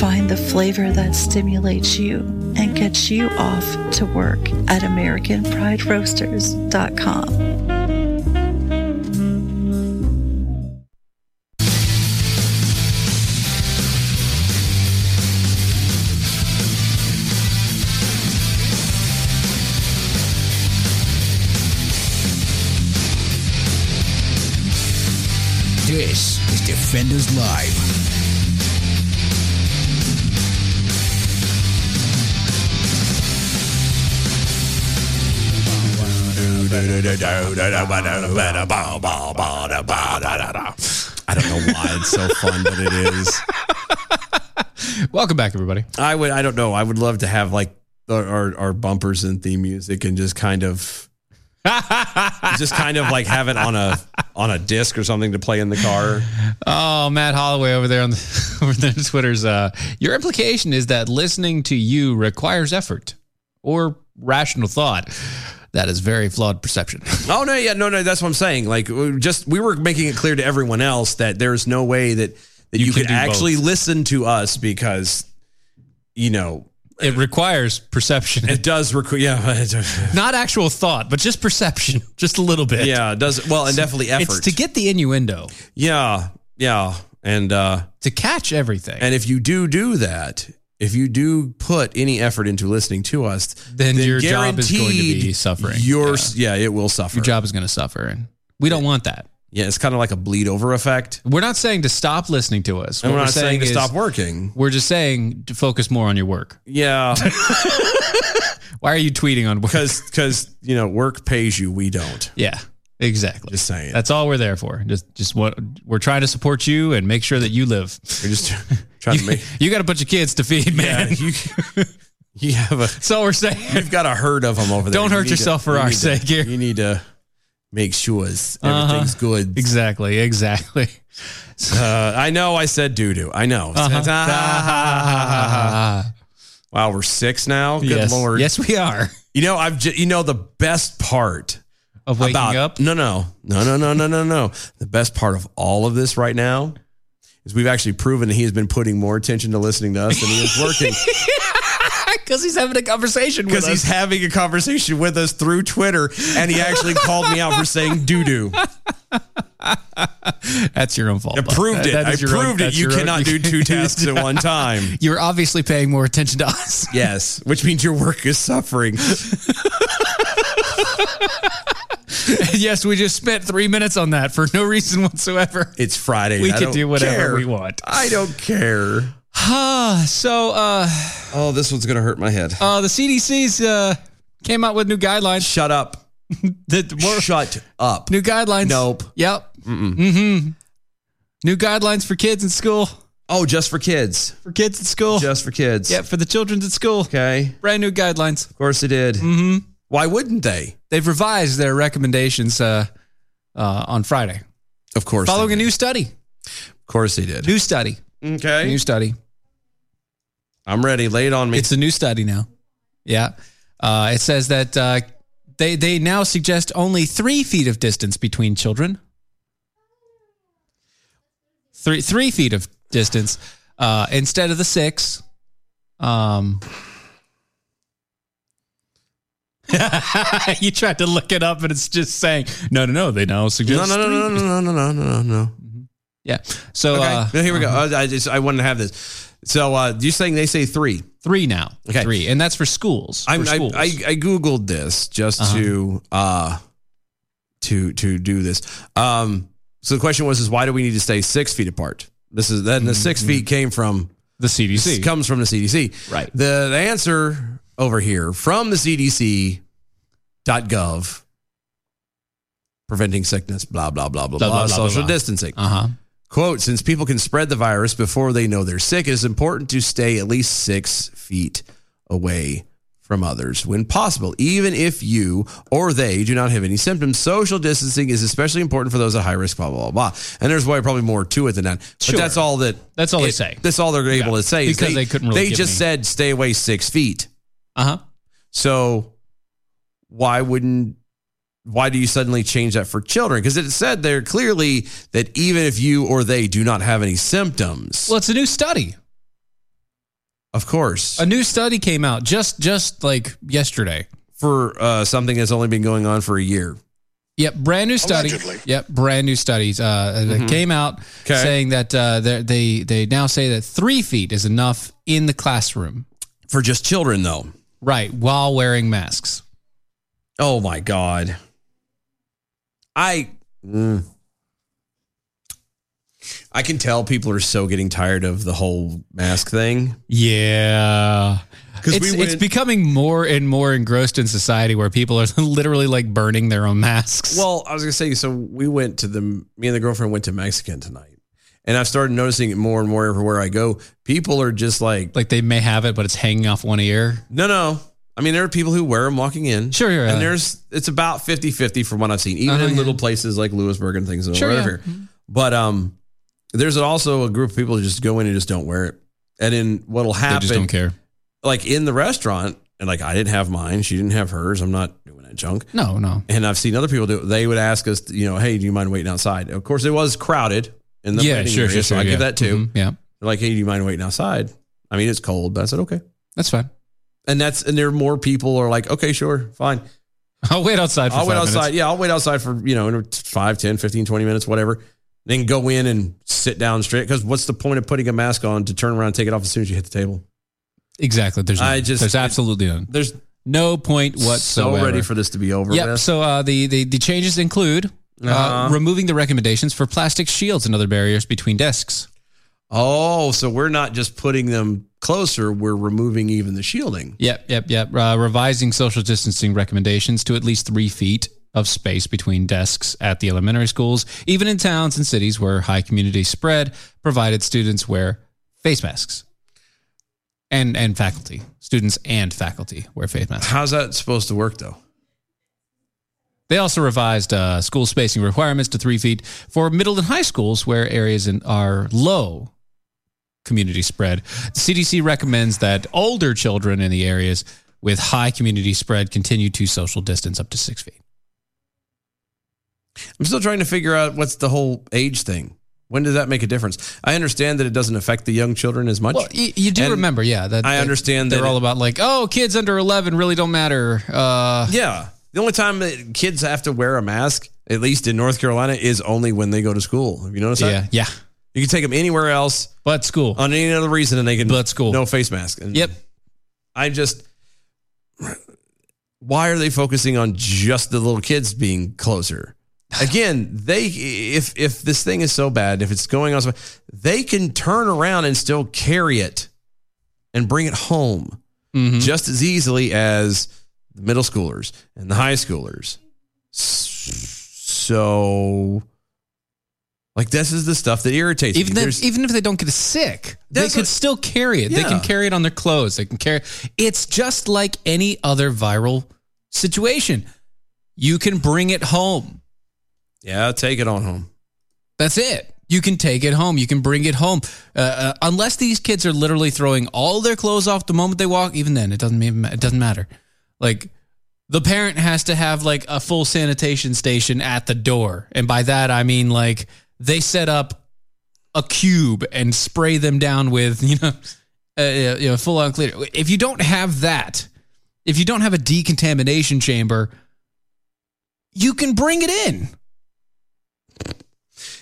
S10: Find the flavor that stimulates you and gets you off to work at AmericanPrideRoasters.com.
S1: This is Defenders Live.
S2: I don't know why it's so fun, but it is.
S3: Welcome back, everybody.
S2: I would. I don't know. I would love to have like our our, our bumpers and theme music, and just kind of, just kind of like have it on a on a disc or something to play in the car.
S3: Oh, Matt Holloway over there on the, over there on Twitter's. Uh, your implication is that listening to you requires effort or rational thought. That is very flawed perception.
S2: Oh no, yeah, no, no. That's what I'm saying. Like, we just we were making it clear to everyone else that there's no way that that you,
S3: You can
S2: could
S3: do
S2: actually
S3: both.
S2: listen to us because, you know,
S3: It requires perception,
S2: it does require. Yeah,
S3: not actual thought, but just perception, just a little bit.
S2: yeah, it does. Well, and definitely effort.
S3: It's to get the innuendo,
S2: yeah, yeah, and uh,
S3: to catch everything.
S2: and if you do do that. If you do put any effort into listening to us,
S3: Then your job is going to be
S2: guaranteed
S3: suffering.
S2: Your yeah, it will suffer.
S3: your job is going to suffer, and we don't want that.
S2: yeah, it's kind of like a bleed over effect.
S3: We're not saying to stop listening to us.
S2: And
S3: What
S2: we're not saying, to
S3: is-
S2: stop working.
S3: We're just saying to focus more on your work.
S2: Yeah,
S3: Why are you tweeting on work?
S2: because because you know work pays you, we don't.
S3: Yeah, exactly.
S2: Just saying.
S3: That's all we're there for. Just, just what we're trying to support you and make sure that you live.
S2: We're just trying to
S3: You,
S2: make.
S3: you got a bunch of kids to feed,
S2: Yeah,
S3: man.
S2: you, you have a
S3: That's all we're saying.
S2: you've got a herd of them over there.
S3: Don't
S2: You
S3: hurt
S2: need
S3: yourself for
S2: you
S3: our
S2: need to-
S3: sake here.
S2: You need to make sure everything's
S3: Uh-huh.
S2: good.
S3: Exactly, exactly.
S2: Uh, I know. I said doo doo. I know.
S3: Uh-huh.
S2: "Ah, wow, we're six now. Good
S3: yes.
S2: lord.
S3: Yes, we are.
S2: You know, I've ju- you know the best part
S3: Of waking
S2: about
S3: up.
S2: no no no no no no no no the best part of all of this right now is we've actually proven that he has been putting more attention to listening to us than he is working
S3: Because he's having a conversation
S2: because he's having a conversation with us through Twitter, and he actually called me out for saying doo doo.
S3: That's your own fault.
S2: I
S3: bud.
S2: proved it.
S3: That- that
S2: I
S3: is your own-
S2: proved it.
S3: that's
S2: You
S3: your own-
S2: cannot do two tasks at one time.
S3: You're obviously paying more attention to us.
S2: Yes, which means your work is suffering.
S3: yes, we just spent three minutes on that for no reason whatsoever.
S2: It's Friday.
S3: We
S2: I
S3: can
S2: don't
S3: do whatever
S2: care.
S3: we want.
S2: I don't care.
S3: Ah, so uh,
S2: Oh, this one's gonna hurt my head.
S3: uh, the CDC's uh, came out with new guidelines.
S2: Shut up.
S3: The,
S2: Shut up.
S3: new guidelines.
S2: Nope.
S3: Yep. Mm-hmm. New guidelines for kids in school.
S2: Oh, just for kids.
S3: For kids in school.
S2: Just for kids.
S3: Yeah, for the children's Oh. at school.
S2: Okay.
S3: Brand new guidelines.
S2: Of course they did.
S3: Mm-hmm.
S2: Why wouldn't they?
S3: They've revised their recommendations uh, uh, on Friday,
S2: Of course. they
S3: following a
S2: did.
S3: new study.
S2: Of course they did.
S3: New study.
S2: okay.
S3: New study.
S2: I'm ready. Lay it on me.
S3: It's a new study now. Yeah. Uh, it says that uh, they, they now suggest only three feet of distance between children. Three, three feet of distance uh, instead of the six. Um, you tried to look it up and it's just saying, no, no, no. They now
S2: no,
S3: suggest.
S2: no, no, no, no, no, no, no, no, no, no.
S3: Yeah. So
S2: Okay.
S3: uh,
S2: No, here we go. I- I just I wanted to have this. So uh, you're saying they say three.
S3: three now.
S2: Okay.
S3: Three. And that's for schools.
S2: I'm,
S3: for
S2: I,
S3: schools. Uh-huh.
S2: I I googled this just to uh to to do this. Um. So the question was: Is why do we need to stay six feet apart? This is then the
S3: Mm-hmm.
S2: six feet came from
S3: the CDC.
S2: This comes from the CDC.
S3: Right.
S2: The, the answer over here from the CDC.gov preventing sickness, blah, blah, blah, blah, blah,
S3: Blah, blah, blah, blah,
S2: social
S3: blah.
S2: distancing.
S3: uh huh.
S2: Quote, since people can spread the virus before they know they're sick, it is important to stay at least six feet away from others when possible, even if you or they do not have any symptoms. Social distancing is especially important for those at high risk, blah, blah, blah, blah. And there's way probably more to it than that. But
S3: Sure.
S2: that's all that
S3: That's all they
S2: it-
S3: say.
S2: That's all they're able to say. is
S3: because they couldn't really
S2: They
S3: give
S2: just
S3: any-
S2: said stay away six feet.
S3: Uh huh.
S2: So why wouldn't? Why do you suddenly change that for children? Because it said there clearly that even if you or they do not have any symptoms,
S3: Well, it's a new study.
S2: of course,
S3: A new study came out just just like yesterday.
S2: for uh, something that's only been going on for a year.
S3: Yep, brand new study.
S7: Allegedly.
S3: Yep, brand new studies uh,
S2: Mm-hmm.
S3: that came out
S2: 'Kay.
S3: saying that uh, they're- they they now say that three feet is enough in the classroom,
S2: For just children, though.
S3: right? While wearing masks.
S2: Oh my God. I. mm. I can tell people are so getting tired of the whole mask thing.
S3: Yeah,
S2: 'Cause
S3: it's,
S2: we
S3: it's
S2: went-
S3: becoming more and more engrossed in society where people are literally like burning their own masks.
S2: Well, I was gonna say, so we went to the me and the girlfriend went to Mexican tonight, and I've started noticing it more and more everywhere I go. People are just like,
S3: like they may have it, but it's hanging off one ear.
S2: no, no. I mean, there are people who wear them walking in.
S3: Sure, yeah.
S2: And there's it's about 50-50 from what I've seen, even
S3: Uh-huh,
S2: in
S3: yeah.
S2: little places like Lewisburg and things.
S3: Sure,
S2: over
S3: yeah.
S2: here. But um, there's also a group of people who just go in and just don't wear it, and then what'll
S3: They
S2: happen?
S3: just don't care.
S2: Like in the restaurant, and like I didn't have mine, she didn't have hers. I'm not doing that junk.
S3: No, no.
S2: and I've seen other people do it. They would ask us, you know, hey, do you mind waiting outside? Of course, it was crowded in the
S3: yeah,
S2: waiting
S3: sure,
S2: area,
S3: sure,
S2: so
S3: sure.
S2: I
S3: yeah.
S2: give that too.
S3: Mhm, Yeah,
S2: They're like, hey, do you mind waiting outside? I mean, it's cold, but I said okay.
S3: that's fine.
S2: And that's and there are more people are like, okay, sure, fine.
S3: I'll wait outside. For
S2: I'll wait
S3: five
S2: outside.
S3: minutes.
S2: Yeah, I'll wait outside for, you know, in 5, 10, 15, 20 minutes, whatever. Then go in and sit down straight. Because what's the point of putting a mask on to turn around and take it off as soon as you hit the table?
S3: Exactly. There's.
S2: I
S3: no-
S2: just-
S3: There's absolutely none.
S2: There's
S3: no point
S2: so
S3: whatsoever.
S2: ready for this to be over
S3: Yep.
S2: with.
S3: So uh, the, the the changes include uh,
S2: Uh-huh.
S3: removing the recommendations for plastic shields and other barriers between desks.
S2: oh, so we're not just putting them closer, we're removing even the shielding.
S3: Yep. Yep. Yep. Uh, revising social distancing recommendations to at least three feet of space between desks at the elementary schools, even in towns and cities where high community spread, provided students wear face masks. And and faculty, students and faculty wear face masks.
S2: How's that supposed to work though?
S3: They also revised uh, school spacing requirements to three feet for middle and high schools where areas in, are low community spread. The CDC recommends that older children in the areas with high community spread continue to social distance up to six feet.
S2: I'm still trying to figure out what's the whole age thing. When does that make a difference? I understand that it doesn't affect the young children as much.
S3: Well, you, you do
S2: And
S3: remember, yeah. That
S2: I
S3: that
S2: understand
S3: they're
S2: that
S3: all
S2: it-
S3: about like, oh, kids under eleven really don't matter. Uh,
S2: yeah. The only time that kids have to wear a mask, at least in North Carolina, is only when they go to school. Have you noticed
S3: yeah,
S2: that?
S3: yeah.
S2: You can take them anywhere else
S3: But school,
S2: on any other reason and they can
S3: But school.
S2: No face mask. And
S3: Yep.
S2: I just why are they focusing on just the little kids being closer? Again, they if if this thing is so bad, if it's going on, so they can turn around and still carry it and bring it home
S3: Mhm.
S2: just as easily as the middle schoolers and the high schoolers. S- So Like this is the stuff that irritates
S3: Even
S2: me.
S3: if,
S2: There's-
S3: even if they don't get sick, they
S2: That's
S3: could
S2: what-
S3: still carry it. They
S2: Yeah.
S3: can carry it on their clothes. They can carry. It's just like any other viral situation. You can bring it home.
S2: yeah, take it on home.
S3: That's it. You can take it home. You can bring it home. Uh, uh, unless these kids are literally throwing all their clothes off the moment they walk, even then it doesn't even ma- it doesn't matter. Like the parent has to have like a full sanitation station at the door, and by that I mean like they set up a cube and spray them down with you know uh, you know full on cleaner. If you don't have that, if you don't have a decontamination chamber, you can bring it in.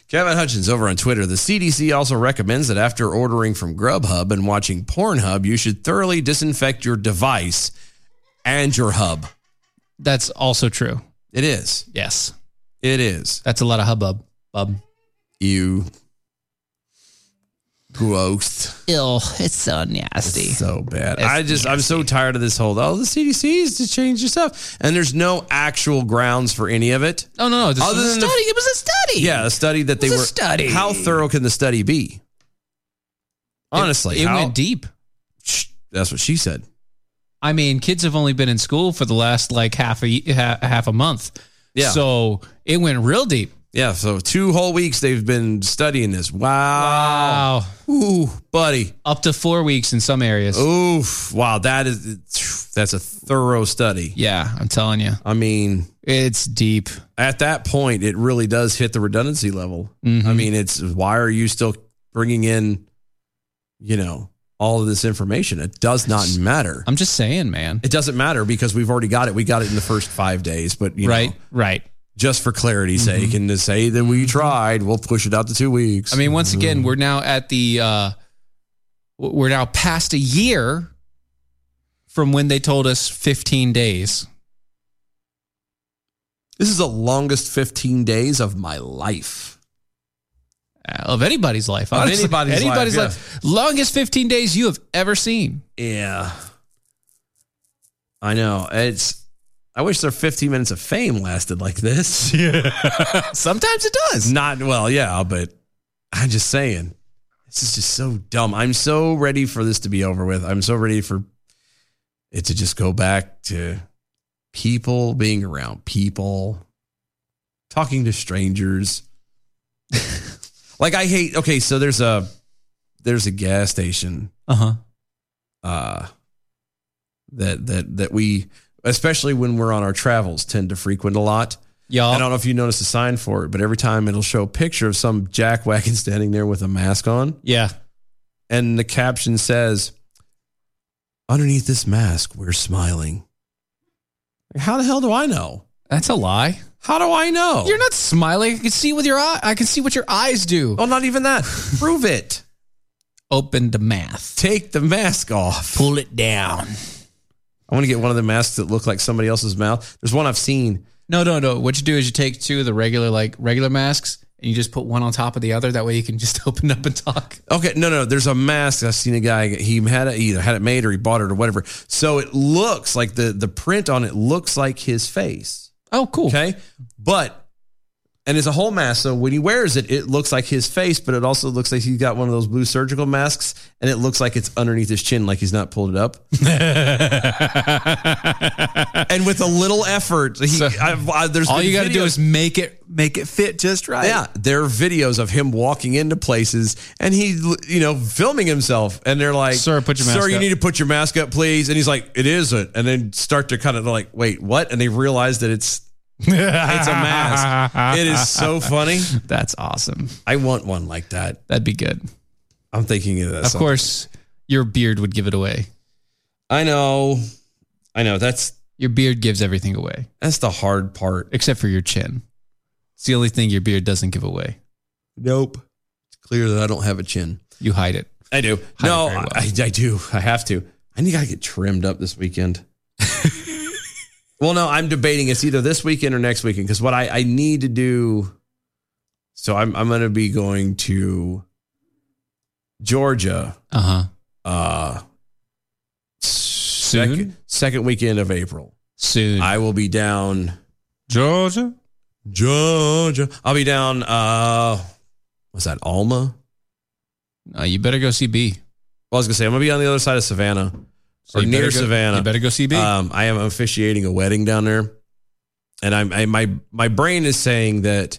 S2: Kevin Hutchins over on Twitter. The CDC also recommends that after ordering from Grubhub and watching Pornhub, you should thoroughly disinfect your device and your hub.
S3: That's also true.
S2: It is.
S3: Yes.
S2: It is.
S3: That's a lot of hubbub. Bub.
S2: You gross.
S3: Ill. It's so nasty.
S2: So bad.
S3: It's
S2: I just I'm so tired of this whole oh the CDC is to change your stuff. And there's no actual grounds for any of it.
S3: oh no, no. This
S2: Other
S3: was
S2: than
S3: a
S2: the-
S3: study. it was a study.
S2: Yeah, a study that they
S3: It was
S2: were
S3: a study.
S2: How thorough can the study be? Honestly,
S3: it, it
S2: how-
S3: went deep.
S2: Shh, That's what she said.
S3: I mean, kids have only been in school for the last like half a ye- ha- half a month.
S2: Yeah.
S3: So it went real deep.
S2: Yeah, so two whole weeks they've been studying this. Wow.
S3: Wow.
S2: Ooh, buddy.
S3: Up to four weeks in some areas.
S2: Oof. Wow, that is that's a thorough study.
S3: Yeah, I'm telling you,
S2: I mean,
S3: it's deep.
S2: at that point it really does hit the redundancy level.
S3: Mm-hmm.
S2: I mean, it's why are you still bringing in you know, all of this information? It does not matter.
S3: I'm just saying, man.
S2: It doesn't matter because we've already got it. We got it in the first 5 days, but you
S3: right,
S2: know,
S3: right.
S2: just for clarity's sake and to say that we tried, we'll push it out to 2 weeks.
S3: I mean, once again, we're now at the uh, w- we're now past a year from when they told us 15 days.
S2: This is the longest 15 days of my life.
S3: Uh, of anybody's life.
S2: Of
S3: honestly.
S2: anybody's life, yeah.
S3: Longest 15 days you have ever seen.
S2: Yeah. I know. It's I wish their 15 minutes of fame lasted like this.
S3: Sometimes it does.
S2: Not well, yeah, but I'm just saying. This is just so dumb. I'm so ready for this to be over with. I'm so ready for it to just go back to people being around people, talking to strangers. like I hate okay, so there's a there's a gas station
S3: Uh huh.
S2: uh, that that that we, especially when we're on our travels, tend to frequent a lot. I don't
S3: Y'all.
S2: know if you noticed the sign for it, but every time it'll show a picture of some jackwagon standing there with a mask on,
S3: Yeah.
S2: and the caption says, "Underneath this mask, we're smiling." Like, How the hell do I know?
S3: That's a lie.
S2: How do I know?
S3: You're not smiling. I can see with your eye. I can see what your eyes do.
S2: Oh, not even that. Prove it.
S3: Open the math.
S2: Take the mask off.
S3: Pull it down.
S2: I want to get one of the masks that look like somebody else's mouth. There's one I've seen.
S3: No, no, no. What you do is you take two of the regular, like regular masks, and you just put one on top of the other. That way you can just open up and talk.
S2: Okay, no, no. There's a mask. I've seen a guy. He had it, either had it made or he bought it or whatever. So it looks like the the print on it looks like his face.
S3: Oh, cool.
S2: Okay, but and it's a whole mask. So when he wears it, it looks like his face, but it also looks like he's got one of those blue surgical masks, and it looks like it's underneath his chin, like he's not pulled it up. and with a little effort, he,
S3: So,
S2: I've, I, there's
S3: All
S2: been
S3: you got to do
S2: videos-
S3: is make it make it fit just right.
S2: yeah, there are videos of him walking into places and he, you know, filming himself. And they're like,
S3: Sir, put your mask
S2: Sir, you
S3: up."
S2: need to put your mask up, please. And he's like, It isn't. And then start to kind of like, Wait, what? And they realize that it's it's a mask. it is so funny.
S3: That's awesome.
S2: I want one like that.
S3: That'd be good.
S2: I'm thinking of that.
S3: of course, your beard would give it away.
S2: I know. I know. That's
S3: Your beard gives everything away,
S2: that's the hard part.
S3: except for your chin. It's the only thing your beard doesn't give away.
S2: Nope. It's clear that I don't have a chin.
S3: You hide it.
S2: I do.
S3: Hide
S2: no,
S3: it very well.
S2: I, I do. I have to. I need to get trimmed up this weekend. well, no, I'm debating. It's either this weekend or next weekend because what I, I need to do. So I'm I'm going to be going to Georgia.
S3: Uh huh.
S2: Uh,
S3: Soon?
S2: Second, second weekend of April.
S3: Soon.
S2: I will be down
S3: Georgia.
S2: Georgia. I'll be down. Uh, was that Alma?
S3: No, Uh, you better go see B.
S2: Well, I was gonna say I'm gonna be on the other side of Savannah
S3: So
S2: or
S3: you
S2: near
S3: better go-
S2: Savannah.
S3: you better go see B.
S2: Um, I am officiating a wedding down there, and I'm I, my my brain is saying that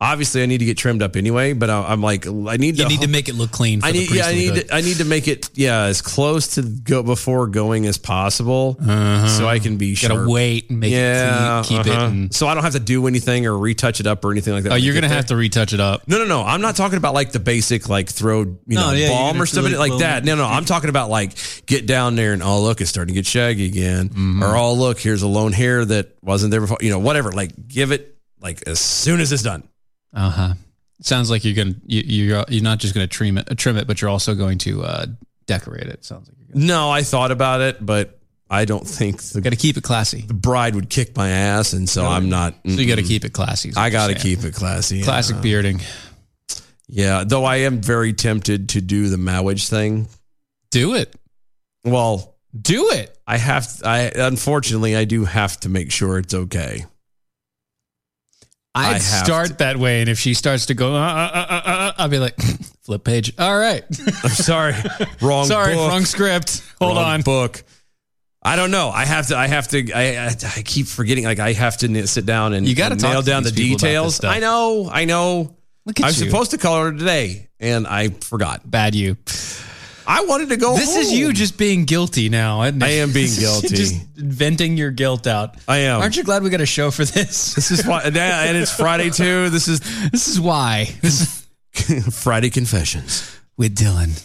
S2: obviously I need to get trimmed up anyway, but I, I'm like I need
S3: You
S2: to
S3: need to make it look clean. For
S2: I need
S3: The
S2: yeah I
S3: priestly
S2: need
S3: hood.
S2: to, I need to make it yeah as close to go before going as possible
S3: Uh-huh.
S2: so I can be
S3: gotta
S2: sharp.
S3: wait and make it clean, keep
S2: uh-huh.
S3: it. And,
S2: so I don't have to do anything or retouch it up or anything like that.
S3: oh,
S2: when I
S3: you're
S2: get
S3: gonna
S2: there.
S3: have to retouch it up.
S2: No, no, no. I'm not talking about like the basic, like throw, you
S3: No,
S2: know,
S3: yeah, you're
S2: balm
S3: gonna
S2: or something
S3: do,
S2: like
S3: like,
S2: that. No, no. I'm talking about like get down there and oh, look, it's starting to get shaggy again.
S3: Mm-hmm.
S2: Or oh, look, here's a lone hair that wasn't there before. You know, whatever. Like give it like as soon as it's done.
S3: Uh huh. Sounds like you're gonna you, you're you're not just gonna trim it trim it, but you're also going to uh, decorate it. Sounds like you're gonna,
S2: No, I thought about it, but I don't think the,
S3: gotta keep it classy.
S2: the bride would kick my ass. And so I'm not.
S3: So you gotta
S2: mm-mm.
S3: keep it classy. is what
S2: I
S3: you're
S2: got to
S3: saying.
S2: keep it classy.
S3: classic
S2: yeah.
S3: bearding,
S2: Yeah. Though I am very tempted to do the Mowage thing.
S3: do it,
S2: Well,
S3: do it.
S2: I have, I unfortunately, I do have to make sure it's okay. I
S3: I'd
S2: have
S3: start
S2: to-
S3: that way, and if she starts to go, uh, uh, uh, uh, uh, I'll be like, flip page. All right,
S2: I'm sorry. Wrong
S3: sorry,
S2: book.
S3: wrong script. Hold
S2: Wrong
S3: on.
S2: Book. I don't know. I have to. I have to. I. I, I keep forgetting. Like I have to n- sit down and
S3: You gotta
S2: and
S3: talk
S2: nail
S3: to
S2: down the
S3: these people about
S2: details.
S3: this stuff.
S2: I know. I know.
S3: Look at
S2: I'm
S3: you.
S2: supposed to call her today, and I forgot.
S3: bad you.
S2: I wanted to go.
S3: This is you
S2: home.
S3: just being guilty now. Isn't it?
S2: Oh. I am being
S3: just
S2: guilty.
S3: venting your guilt out.
S2: I am.
S3: Aren't you glad we got a show for this?
S2: This is why, yeah, and it's Friday too. This is
S3: this is why. This is
S2: Friday confessions.
S3: with Dylan.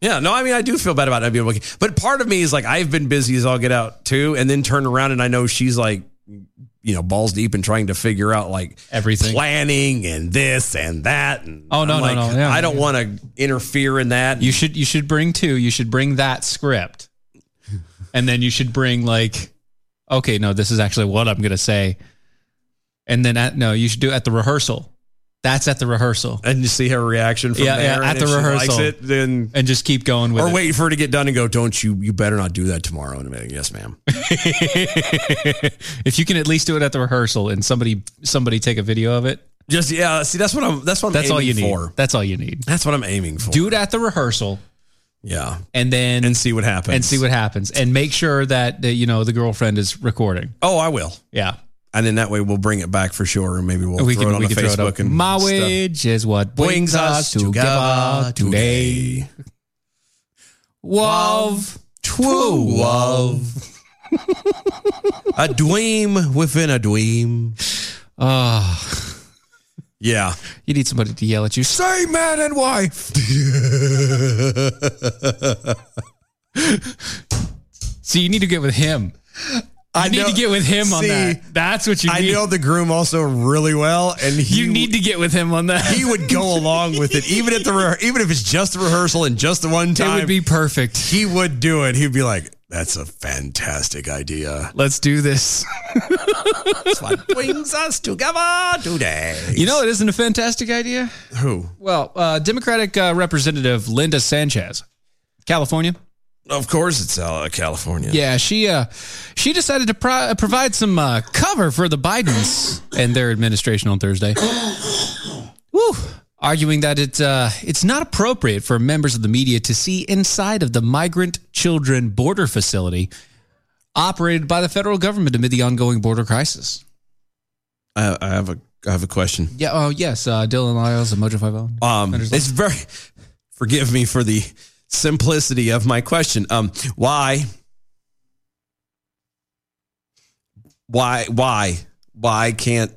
S2: Yeah, no, I mean I do feel bad about not being able to- but part of me is like I've been busy as I'll get out too, and then turn around and I know she's like, you know, balls deep and trying to figure out like
S3: Everything.
S2: planning and this and that. And
S3: Oh, no,
S2: I'm
S3: no,
S2: like,
S3: no, yeah.
S2: I don't want to interfere in that.
S3: You should you should bring two. You should bring that script, and then you should bring like, okay, no, this is actually what I'm gonna say, and then at, no, you should do it at the rehearsal. That's at the rehearsal,
S2: and you see her reaction from
S3: Yeah,
S2: there.
S3: yeah,
S2: and
S3: at
S2: if
S3: the
S2: she
S3: rehearsal.
S2: likes it, then
S3: and just keep going with
S2: or
S3: it.
S2: wait for her to get done and go. Don't you? You better not do that tomorrow. And I'm like, yes, ma'am.
S3: if you can at least do it at the rehearsal, and somebody somebody take a video of it,
S2: Just yeah. See, that's what I'm. That's what I'm.
S3: that's all you
S2: aiming
S3: need.
S2: for.
S3: That's all you need.
S2: That's what I'm aiming for.
S3: Do it at the rehearsal,
S2: yeah,
S3: and then
S2: and see what happens.
S3: and see what happens, and make sure that, that you know the girlfriend is recording.
S2: Oh, I will.
S3: Yeah,
S2: and then that way we'll bring it back for sure, and maybe we'll
S3: we
S2: throw
S3: can
S2: it on
S3: we
S2: the
S3: can throw it
S2: Facebook
S3: up.
S2: and
S3: My
S2: stuff.
S3: wage is what brings us together today. Love,
S2: True love, a dream within a dream.
S3: ah,
S2: Yeah,
S3: you need somebody to yell at you.
S2: say man and wife.
S3: See, you need to get with him. I need
S2: know-
S3: to get with him on
S2: See,
S3: that. That's what you
S2: I
S3: need.
S2: know the groom also really well, and he
S3: you need to get with him on that.
S2: he would go along with it, even at the re- even if it's just the rehearsal and just the one
S3: it
S2: time.
S3: would be perfect.
S2: he would do it. He'd be like, "That's a fantastic idea."
S3: Let's do this.
S2: That's what brings us together today.
S3: You know, it isn't a fantastic idea.
S2: Who?
S3: Well, uh, Democratic uh, Representative Linda Sanchez, California.
S2: Of course, it's uh, California.
S3: Yeah, she uh, she decided to pro- provide some uh, cover for the Bidens and their administration on Thursday. Woo! Arguing that it uh, it's not appropriate for members of the media to see inside of the migrant children border facility operated by the federal government amid the ongoing border crisis.
S2: I, I have a I have a question.
S3: Yeah. Oh, yes. Uh, Dylan Lyles and Mojo Five oh. O.
S2: Um, it's very. Forgive me for the simplicity of my question. Um, why? Why? Why? Why can't?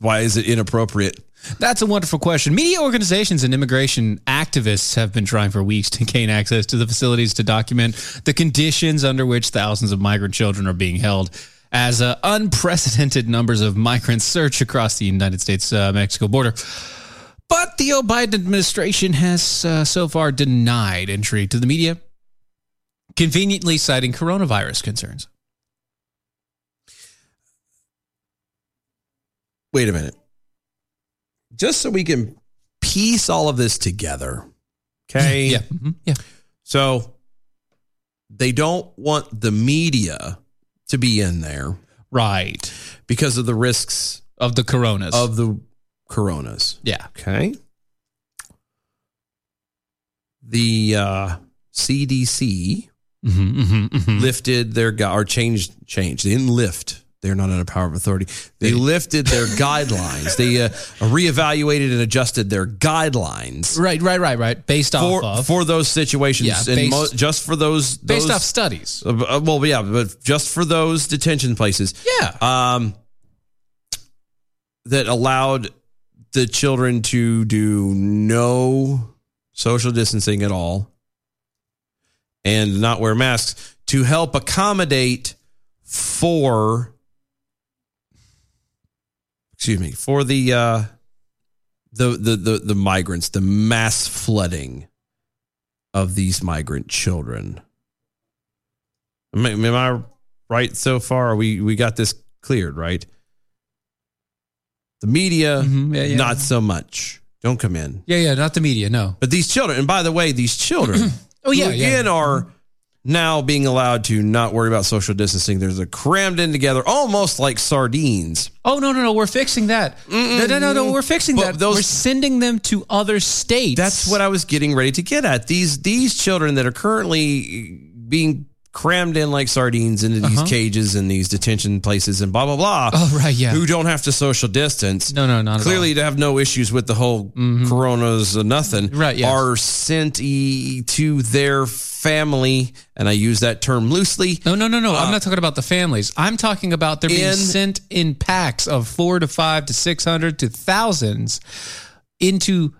S2: Why is it inappropriate?
S3: That's a wonderful question. Media organizations and immigration activists have been trying for weeks to gain access to the facilities to document the conditions under which thousands of migrant children are being held. As uh, unprecedented numbers of migrants search across the United States uh, Mexico border. But the Biden administration has uh, so far denied entry to the media, conveniently citing coronavirus concerns.
S2: Wait a minute. Just so we can piece all of this together. Okay.
S3: Yeah. mhm, Yeah.
S2: So they don't want the media to be in there
S3: Right.
S2: because of the risks
S3: Of the coronas.
S2: of the Coronas.
S3: Yeah.
S2: Okay. The uh, CDC mm-hmm.
S3: Mm-hmm.
S2: lifted their gu- or changed changed. They didn't lift. They're not under power of authority. They lifted their guidelines. They uh, reevaluated and adjusted their guidelines
S3: Right, right, right, right. Based
S2: for
S3: off of
S2: for those situations
S3: Yeah,
S2: and
S3: based-
S2: mo- just for those, those
S3: based off studies.
S2: Uh, uh, well, yeah, but just for those detention places
S3: Yeah.
S2: um, that allowed the children to do no social distancing at all and not wear masks to help accommodate for excuse me for the uh the the the, the migrants the mass flooding of these migrant children am, I- am i right so far we we got this cleared right the media
S3: Mhm, yeah, yeah.
S2: not so much don't come in
S3: Yeah, yeah, not the media, no.
S2: but these children, and by the way, these children,
S3: Oh, yeah,
S2: who again are now being allowed to not worry about social distancing. There's a crammed in together, almost like sardines.
S3: Oh no, no, no, we're fixing that. No, no, no, no, we're fixing
S2: But
S3: that.
S2: those-
S3: we're sending them to other states.
S2: That's what I was getting ready to get at. These these children that are currently being crammed in like sardines into these
S3: Uh-huh.
S2: cages and these detention places and blah blah blah.
S3: Oh right, yeah.
S2: Who don't have to social distance?
S3: no, no, not Mm-hmm.
S2: clearly to have no issues with the whole coronas or nothing
S3: Right, yes.
S2: are sent e- to their family and i use that term loosely
S3: At all. No, no, no, no. I'm not talking about the families. I'm talking about they're being
S2: Uh, In-
S3: sent in packs of four to five to six hundred to thousands into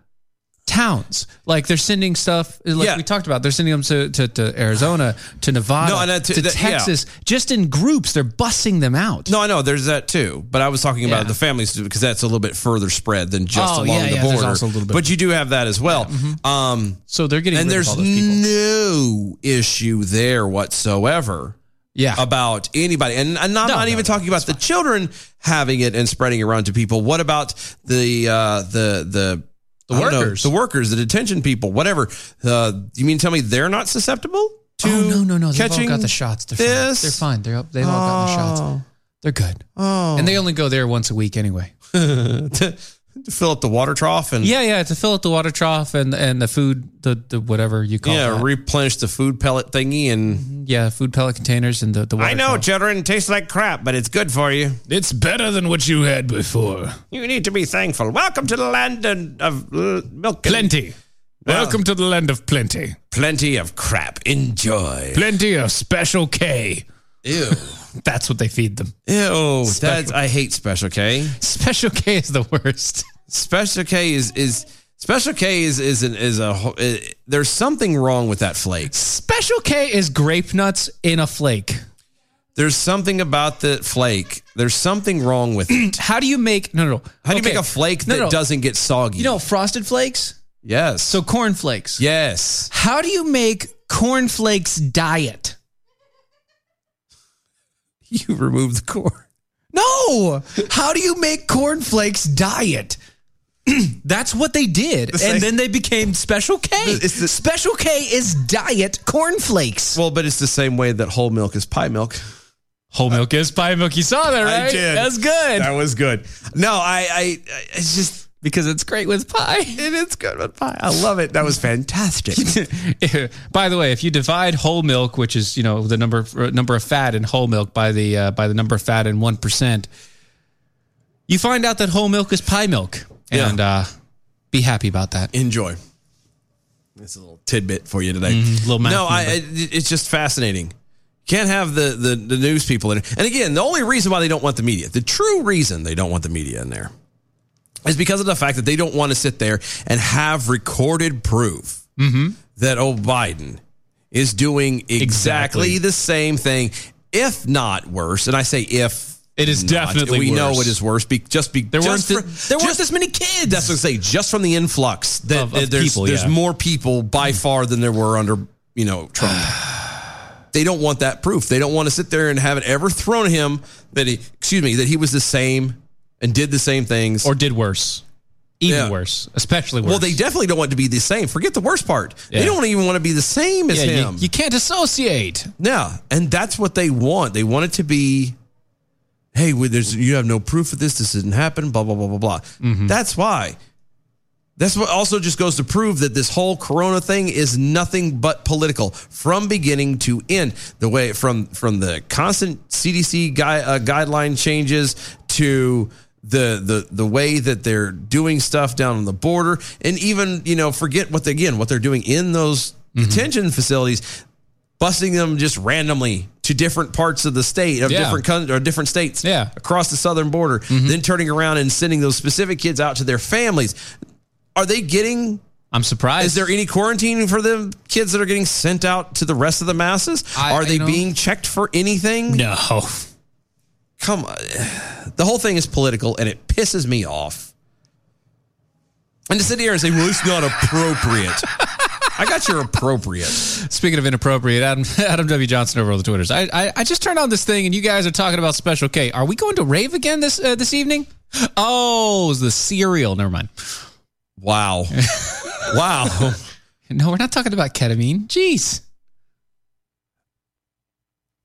S3: towns. Like they're sending stuff. Like
S2: Yeah.
S3: we talked about, they're sending them to, to, to Arizona, to Nevada,
S2: No, and that-
S3: to,
S2: that- yeah.
S3: Texas, just in groups. They're bussing them out.
S2: no i know there's that too but i was talking about
S3: Yeah.
S2: the families because that's a little bit further spread than just
S3: Oh,
S2: along
S3: yeah,
S2: the
S3: yeah, there's
S2: border
S3: also a little bit-
S2: but you do have that as well um,
S3: So they're getting
S2: and
S3: rid
S2: there's
S3: of all those people.
S2: no issue there whatsoever
S3: yeah.
S2: about anybody. And, and I'm
S3: No,
S2: not
S3: no,
S2: even
S3: no,
S2: talking about the children having it and spreading it around to people. What about the uh, the the
S3: The
S2: I don't know,
S3: workers.
S2: the workers, the detention people, whatever? Uh, you mean to tell me they're not susceptible to?
S3: oh no no no! They've all
S2: catching
S3: got the shots. They're
S2: this?
S3: fine. They're fine. They're up. They've all gotten the shots.
S2: Oh.
S3: They're good.
S2: Oh,
S3: And they only go there once a week anyway.
S2: to, to fill up the water trough and
S3: Yeah, yeah, to fill up the water trough and and the food, the, the whatever you call
S2: yeah,
S3: that.
S2: replenish the food pellet thingy and.
S3: yeah, food pellet containers and the, the water
S2: I know,
S3: trough.
S2: children, tastes like crap, but it's good for you.
S4: It's better than what you had before.
S2: You need to be thankful. Welcome to the land of, of uh, milk. and-
S4: Plenty. Welcome to the land of plenty.
S2: Plenty of crap. Enjoy.
S4: Plenty of special K.
S2: Ew.
S4: That's what they feed them.
S2: Ew, that's I hate Special K.
S3: Special K is the worst.
S2: Special K is is Special K is is an, is a ho- uh, there's something wrong with that flake.
S3: Special K is grape nuts in a flake.
S2: There's something about the flake. There's something wrong with it.
S3: How do you make no no? no.
S2: How do you
S3: Okay.
S2: make a flake
S3: No,
S2: that
S3: no.
S2: doesn't get soggy?
S3: You know frosted flakes.
S2: yes.
S3: So corn flakes.
S2: yes.
S3: How do you make corn flakes diet?
S2: You remove the core.
S3: No. How do you make cornflakes diet? That's what they did.
S2: same-
S3: and then they became Special K.
S2: It's the-
S3: Special K is diet cornflakes.
S2: Well, but it's the same way that whole milk is pie milk.
S3: Whole milk is pie milk. You saw that, right? That's good.
S2: was good. No, I, I, I it's just
S3: because it's great with pie.
S2: it is good with pie. I love it. That was fantastic.
S3: by the way, if you divide whole milk, which is you know the number uh, number of fat in whole milk by the uh, by the number of fat in one percent, you find out that whole milk is pie milk,
S2: Yeah.
S3: and uh, be happy about that.
S2: enjoy. It's a little tidbit for you today.
S3: little math
S2: no, I, I, it's just fascinating. Can't have the, the, the news people in. And again, the only reason why they don't want the media, the true reason they don't want the media in there, is because of the fact that they don't want to sit there and have recorded proof that oh Biden is doing exactly,
S3: Exactly.
S2: the same thing, if not worse. And I say if.
S4: It is
S2: not.
S4: definitely
S2: we know
S4: worse.
S2: it is worse. Be, just be
S3: There
S2: just
S3: weren't
S2: fr-
S3: th- there weren't
S2: just as many kids. That's what I say. Just from the influx that
S3: Of- of
S2: there's,
S3: people,
S2: there's
S3: yeah.
S2: more people by far than there were under you know Trump. they don't want that proof. They don't want to sit there and have it ever thrown at him that he excuse me that he was the same and did the same things.
S3: or did worse, even
S2: Yeah.
S3: worse, especially worse.
S2: well, they definitely don't want to be the same. Forget the worst part. They
S3: Yeah.
S2: don't even want to be the same as
S3: yeah, you-
S2: him.
S3: You, can't associate.
S2: yeah, and that's what they want. They want it to be. hey, we, there's you have no proof of this. This didn't happen. Blah blah blah blah blah. That's why. That's what also just goes to prove that this whole Corona thing is nothing but political from beginning to end. The way from from the constant CDC guy, uh, guideline changes to the the the way that they're doing stuff down on the border, and even you know forget what they, again what they're doing in those detention facilities, busting them just randomly to different parts of the state of
S3: Yeah.
S2: different coun- or different states
S3: Yeah. Mm-hmm.
S2: across the southern border, then turning around and sending those specific kids out to their families. Are they getting?
S3: I'm surprised.
S2: Is there any quarantine for the kids that are getting sent out to the rest of the masses?
S3: I-
S2: are they
S3: you know-
S2: being checked for anything?
S4: No.
S2: Come on. The whole thing is political and it pisses me off. And to sit here and say, well, it's not appropriate. I got your appropriate.
S3: Speaking of inappropriate, Adam Adam W Johnson over on the Twitters. I, I I just turned on this thing and you guys are talking about Special K. Are we going to rave again this uh, this evening? Oh, it's the cereal. Never mind.
S2: Wow. wow.
S3: No, we're not talking about ketamine. Jeez,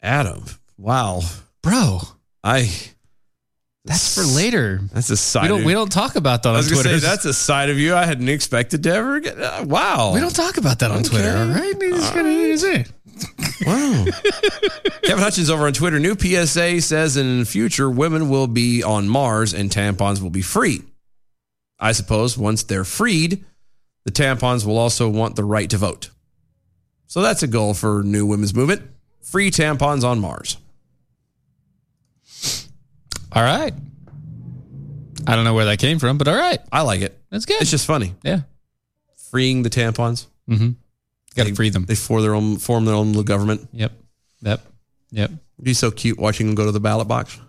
S2: Adam. Wow.
S3: bro,
S2: I
S3: that's for later.
S2: that's a side
S3: We don't
S2: of-
S3: we don't talk about that on
S2: I was gonna
S3: Twitter.
S2: say that's a side of you I hadn't expected to ever get uh, wow.
S3: we don't talk about that on
S2: Okay.
S3: Twitter. All right, It's gonna- it's it.
S2: Wow. Kevin Hutchins over on Twitter. New PSA says in future women will be on Mars and tampons will be free. I suppose once they're freed, the tampons will also want the right to vote. So that's a goal for new women's movement. Free tampons on Mars.
S3: All right. I don't know where that came from, but all right,
S2: I like it.
S3: that's good.
S2: It's just funny.
S3: yeah,
S2: Freeing the tampons.
S3: got to free them.
S2: They for their own form their own little government.
S3: Yep, yep, yep.
S2: It'd be so cute watching them go to the ballot box.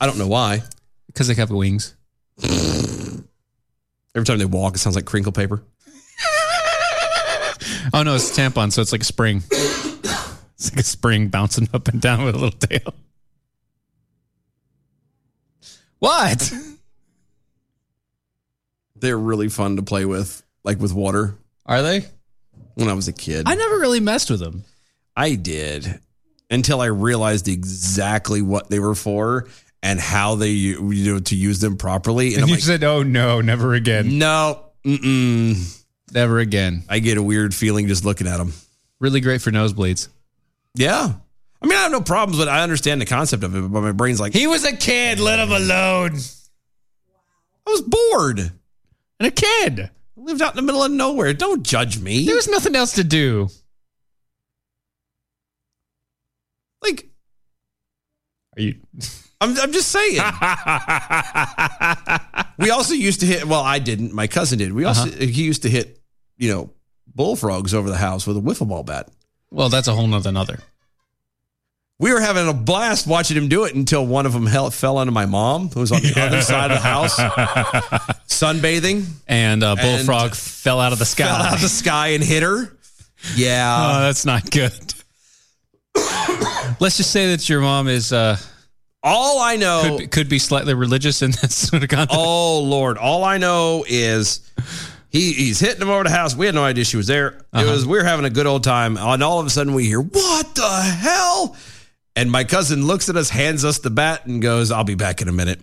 S2: I don't know why.
S3: Because they have wings.
S2: Every time they walk, it sounds like crinkle paper.
S3: Oh no, it's a tampon, so it's like a spring. it's like a spring bouncing up and down with a little tail. What?
S2: They're really fun to play with, like with water.
S3: Are they?
S2: when I was a kid.
S3: I never really messed with them.
S2: I did until I realized exactly what they were for and how they u- you know to use them properly. And, I'm like,
S3: said, "Oh no, never again,
S2: no, mm-mm.
S3: never again."
S2: I get a weird feeling just looking at them.
S3: Really great for nosebleeds.
S2: Yeah, I mean, I have no problems, but I understand the concept of it. But my brain's like,
S4: He was a kid. Let him alone.
S2: I was bored. I
S3: And a kid.
S2: lived out in the middle of nowhere. Don't judge me.
S3: There was nothing else to do.
S2: like,
S3: Are you?
S2: I'm, I'm just saying. we also used to hit. Well, I didn't. My cousin did. We also
S3: Uh-huh.
S2: he used to hit, you know, bullfrogs over the house with a wiffle ball bat.
S3: Well, that's a whole nother another.
S2: we were having a blast watching him do it until one of them hell, fell onto my mom, who was on the other side of the house, sunbathing,
S3: And uh,
S2: And-
S3: bullfrog fell out of the sky.
S2: fell out of the sky and hit her.
S3: oh,
S2: Yeah,
S3: that's not good. Let's just say that your mom is. Uh,
S2: all I know,
S3: could be, could be slightly religious in that sort of context.
S2: oh Lord, all I know is he he's hitting him over the house. We had no idea she was there.
S3: Uh-huh.
S2: It was we were having a good old time, and all of a sudden we hear what the hell, and my cousin looks at us, hands us the bat, and goes, "I'll be back in a minute."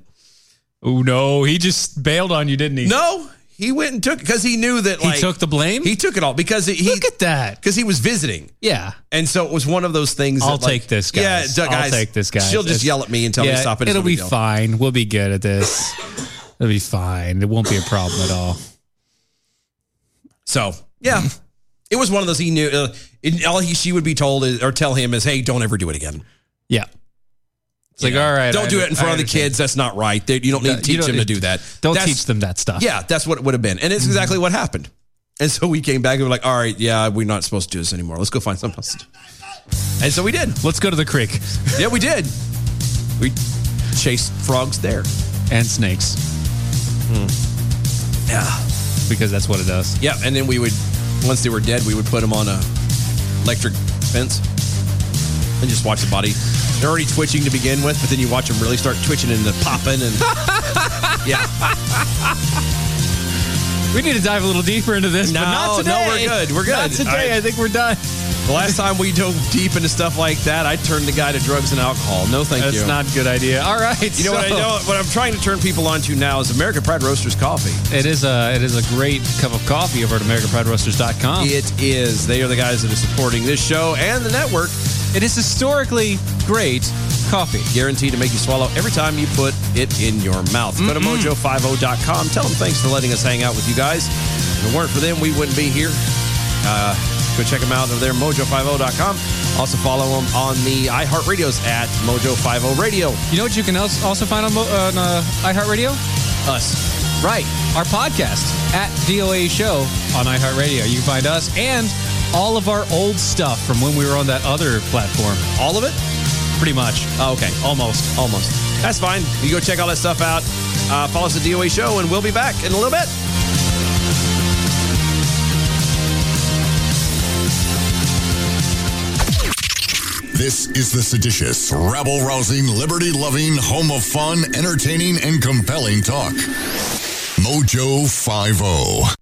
S3: Oh no, he just bailed on you, didn't he?
S2: No, he went and took because he knew that
S3: he
S2: like,
S3: took the blame.
S2: he took it all because he
S3: Look at that.
S2: because he was visiting.
S3: Yeah,
S2: And so it was one of those things.
S3: I'll
S2: that, like-
S3: take this, guys.
S2: Yeah, d-
S3: I'll
S2: guys,
S3: take this, guys.
S2: She'll just
S3: It's-
S2: yell at me and tell me
S3: yeah.
S2: to stop it. It's
S3: It'll
S2: no
S3: be
S2: big deal.
S3: fine. We'll be good at this. It'll be fine. It won't be a problem at all.
S2: So yeah, it was one of those. He knew uh, it, all he she would be told is, or tell him is, hey, don't ever do it again.
S3: Yeah. It's like all right.
S2: Don't
S3: I
S2: do
S3: under-
S2: it in front
S3: I
S2: of the
S3: understand.
S2: kids. That's not right. They, you don't need
S3: No,
S2: to
S3: you
S2: teach
S3: don't-
S2: them to do that.
S3: Don't
S2: That's-
S3: teach them Mm-hmm. that stuff.
S2: Yeah, that's what it would have been, and it's exactly what happened. And so we came back and we're like, all right, yeah, we're not supposed to do this anymore. Let's go find something else. to do. And so we did.
S3: Let's go to the creek
S2: Yeah, we did. We chased frogs there.
S3: and snakes
S2: Hmm. Yeah.
S3: because that's what it does.
S2: Yeah, and then we would, once they were dead, we would put them on a electric fence and just watch the body. They're already twitching to begin with, but then you watch them really start twitching and then popping and yeah.
S3: We need to dive a little deeper into this, but not
S2: No,
S3: today.
S2: no, we're good. We're good.
S3: Not today.
S2: I-
S3: I think we're done.
S2: The last time we dove deep into stuff like that, I turned the guy to drugs and alcohol. No, thank
S3: That's
S2: you.
S3: not a good idea. All right.
S2: You know what I
S3: so-
S2: know? What I'm trying to turn people on to now is American Pride Roasters coffee.
S3: It is a it is a great cup of coffee over at AmericanPrideRoasters.com.
S2: It is. They are the guys that are supporting this show and the network.
S3: It is historically great coffee.
S2: Guaranteed to make you swallow every time you put it in your mouth. Go to mojo50.com. Tell them thanks for letting us hang out with you guys. If it weren't for them, we wouldn't be here. Uh, go check them out over there, mojo50.com. Also follow them on the iHeartRadios at Mojo50 Radio.
S3: You know what you can als- also find on, Mo- on uh, iHeartRadio?
S2: Us.
S3: Right, our podcast at DOA Show on iHeartRadio. You can find us and all of our old stuff from when we were on that other platform.
S2: All of it?
S3: Pretty much.
S2: Oh, okay.
S3: Almost.
S2: Almost. That's fine. You go check all that stuff out. Uh, follow us at DOA Show, and we'll be back in a little bit.
S11: This is the seditious, rabble rousing, liberty loving, home of fun, entertaining, and compelling talk. Mojo 50.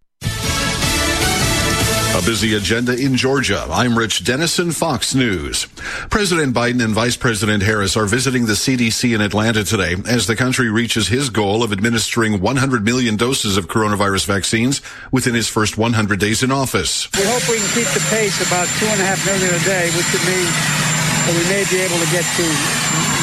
S12: A busy agenda in Georgia. I'm Rich Dennison, Fox News. President Biden and Vice President Harris are visiting the CDC in Atlanta today as the country reaches his goal of administering 100 million doses of coronavirus vaccines within his first 100 days in office.
S13: We hope we can keep the pace about two and a half million a day, which would mean that we may be able to get to,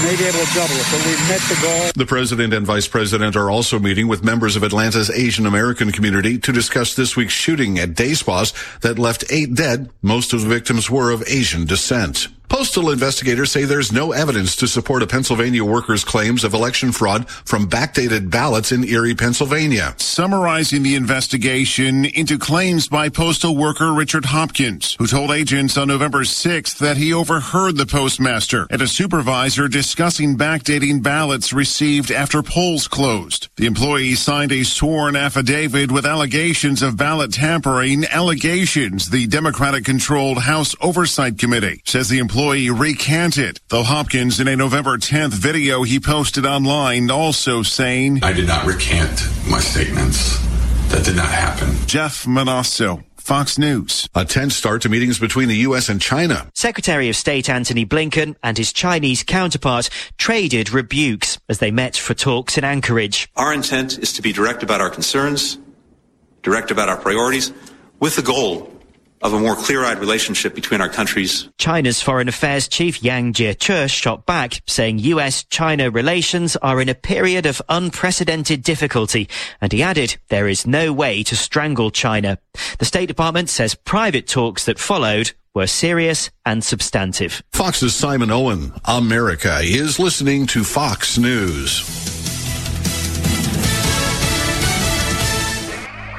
S13: may be able to double it, but we've met the goal.
S12: The president and vice president are also meeting with members of Atlanta's Asian American community to discuss this week's shooting at day spas that left eight dead. Most of the victims were of Asian descent. Postal investigators say there's no evidence to support a Pennsylvania worker's claims of election fraud from backdated ballots in Erie, Pennsylvania.
S14: summarizing the investigation into claims by postal worker Richard Hopkins, who told agents on November 6th that he overheard the postmaster and a supervisor discussing backdating ballots received after polls closed. The employee signed a sworn affidavit with allegations of ballot tampering, allegations the Democratic controlled House Oversight Committee says the employee recanted, though Hopkins, in a November 10th video he posted online, also saying,
S15: I did not recant my statements. That did not happen.
S14: Jeff Manasso, Fox News.
S12: A tense start to meetings between the U.S. and China.
S16: Secretary of State Antony Blinken and his Chinese counterpart traded rebukes as they met for talks in Anchorage.
S17: Our intent is to be direct about our concerns, direct about our priorities, with the goal of a more clear-eyed relationship between our countries.
S16: China's Foreign Affairs Chief Yang Jiechi shot back, saying US-China relations are in a period of unprecedented difficulty, and he added, there is no way to strangle China. The State Department says private talks that followed were serious and substantive.
S12: Fox's Simon Owen, America, is listening to Fox News.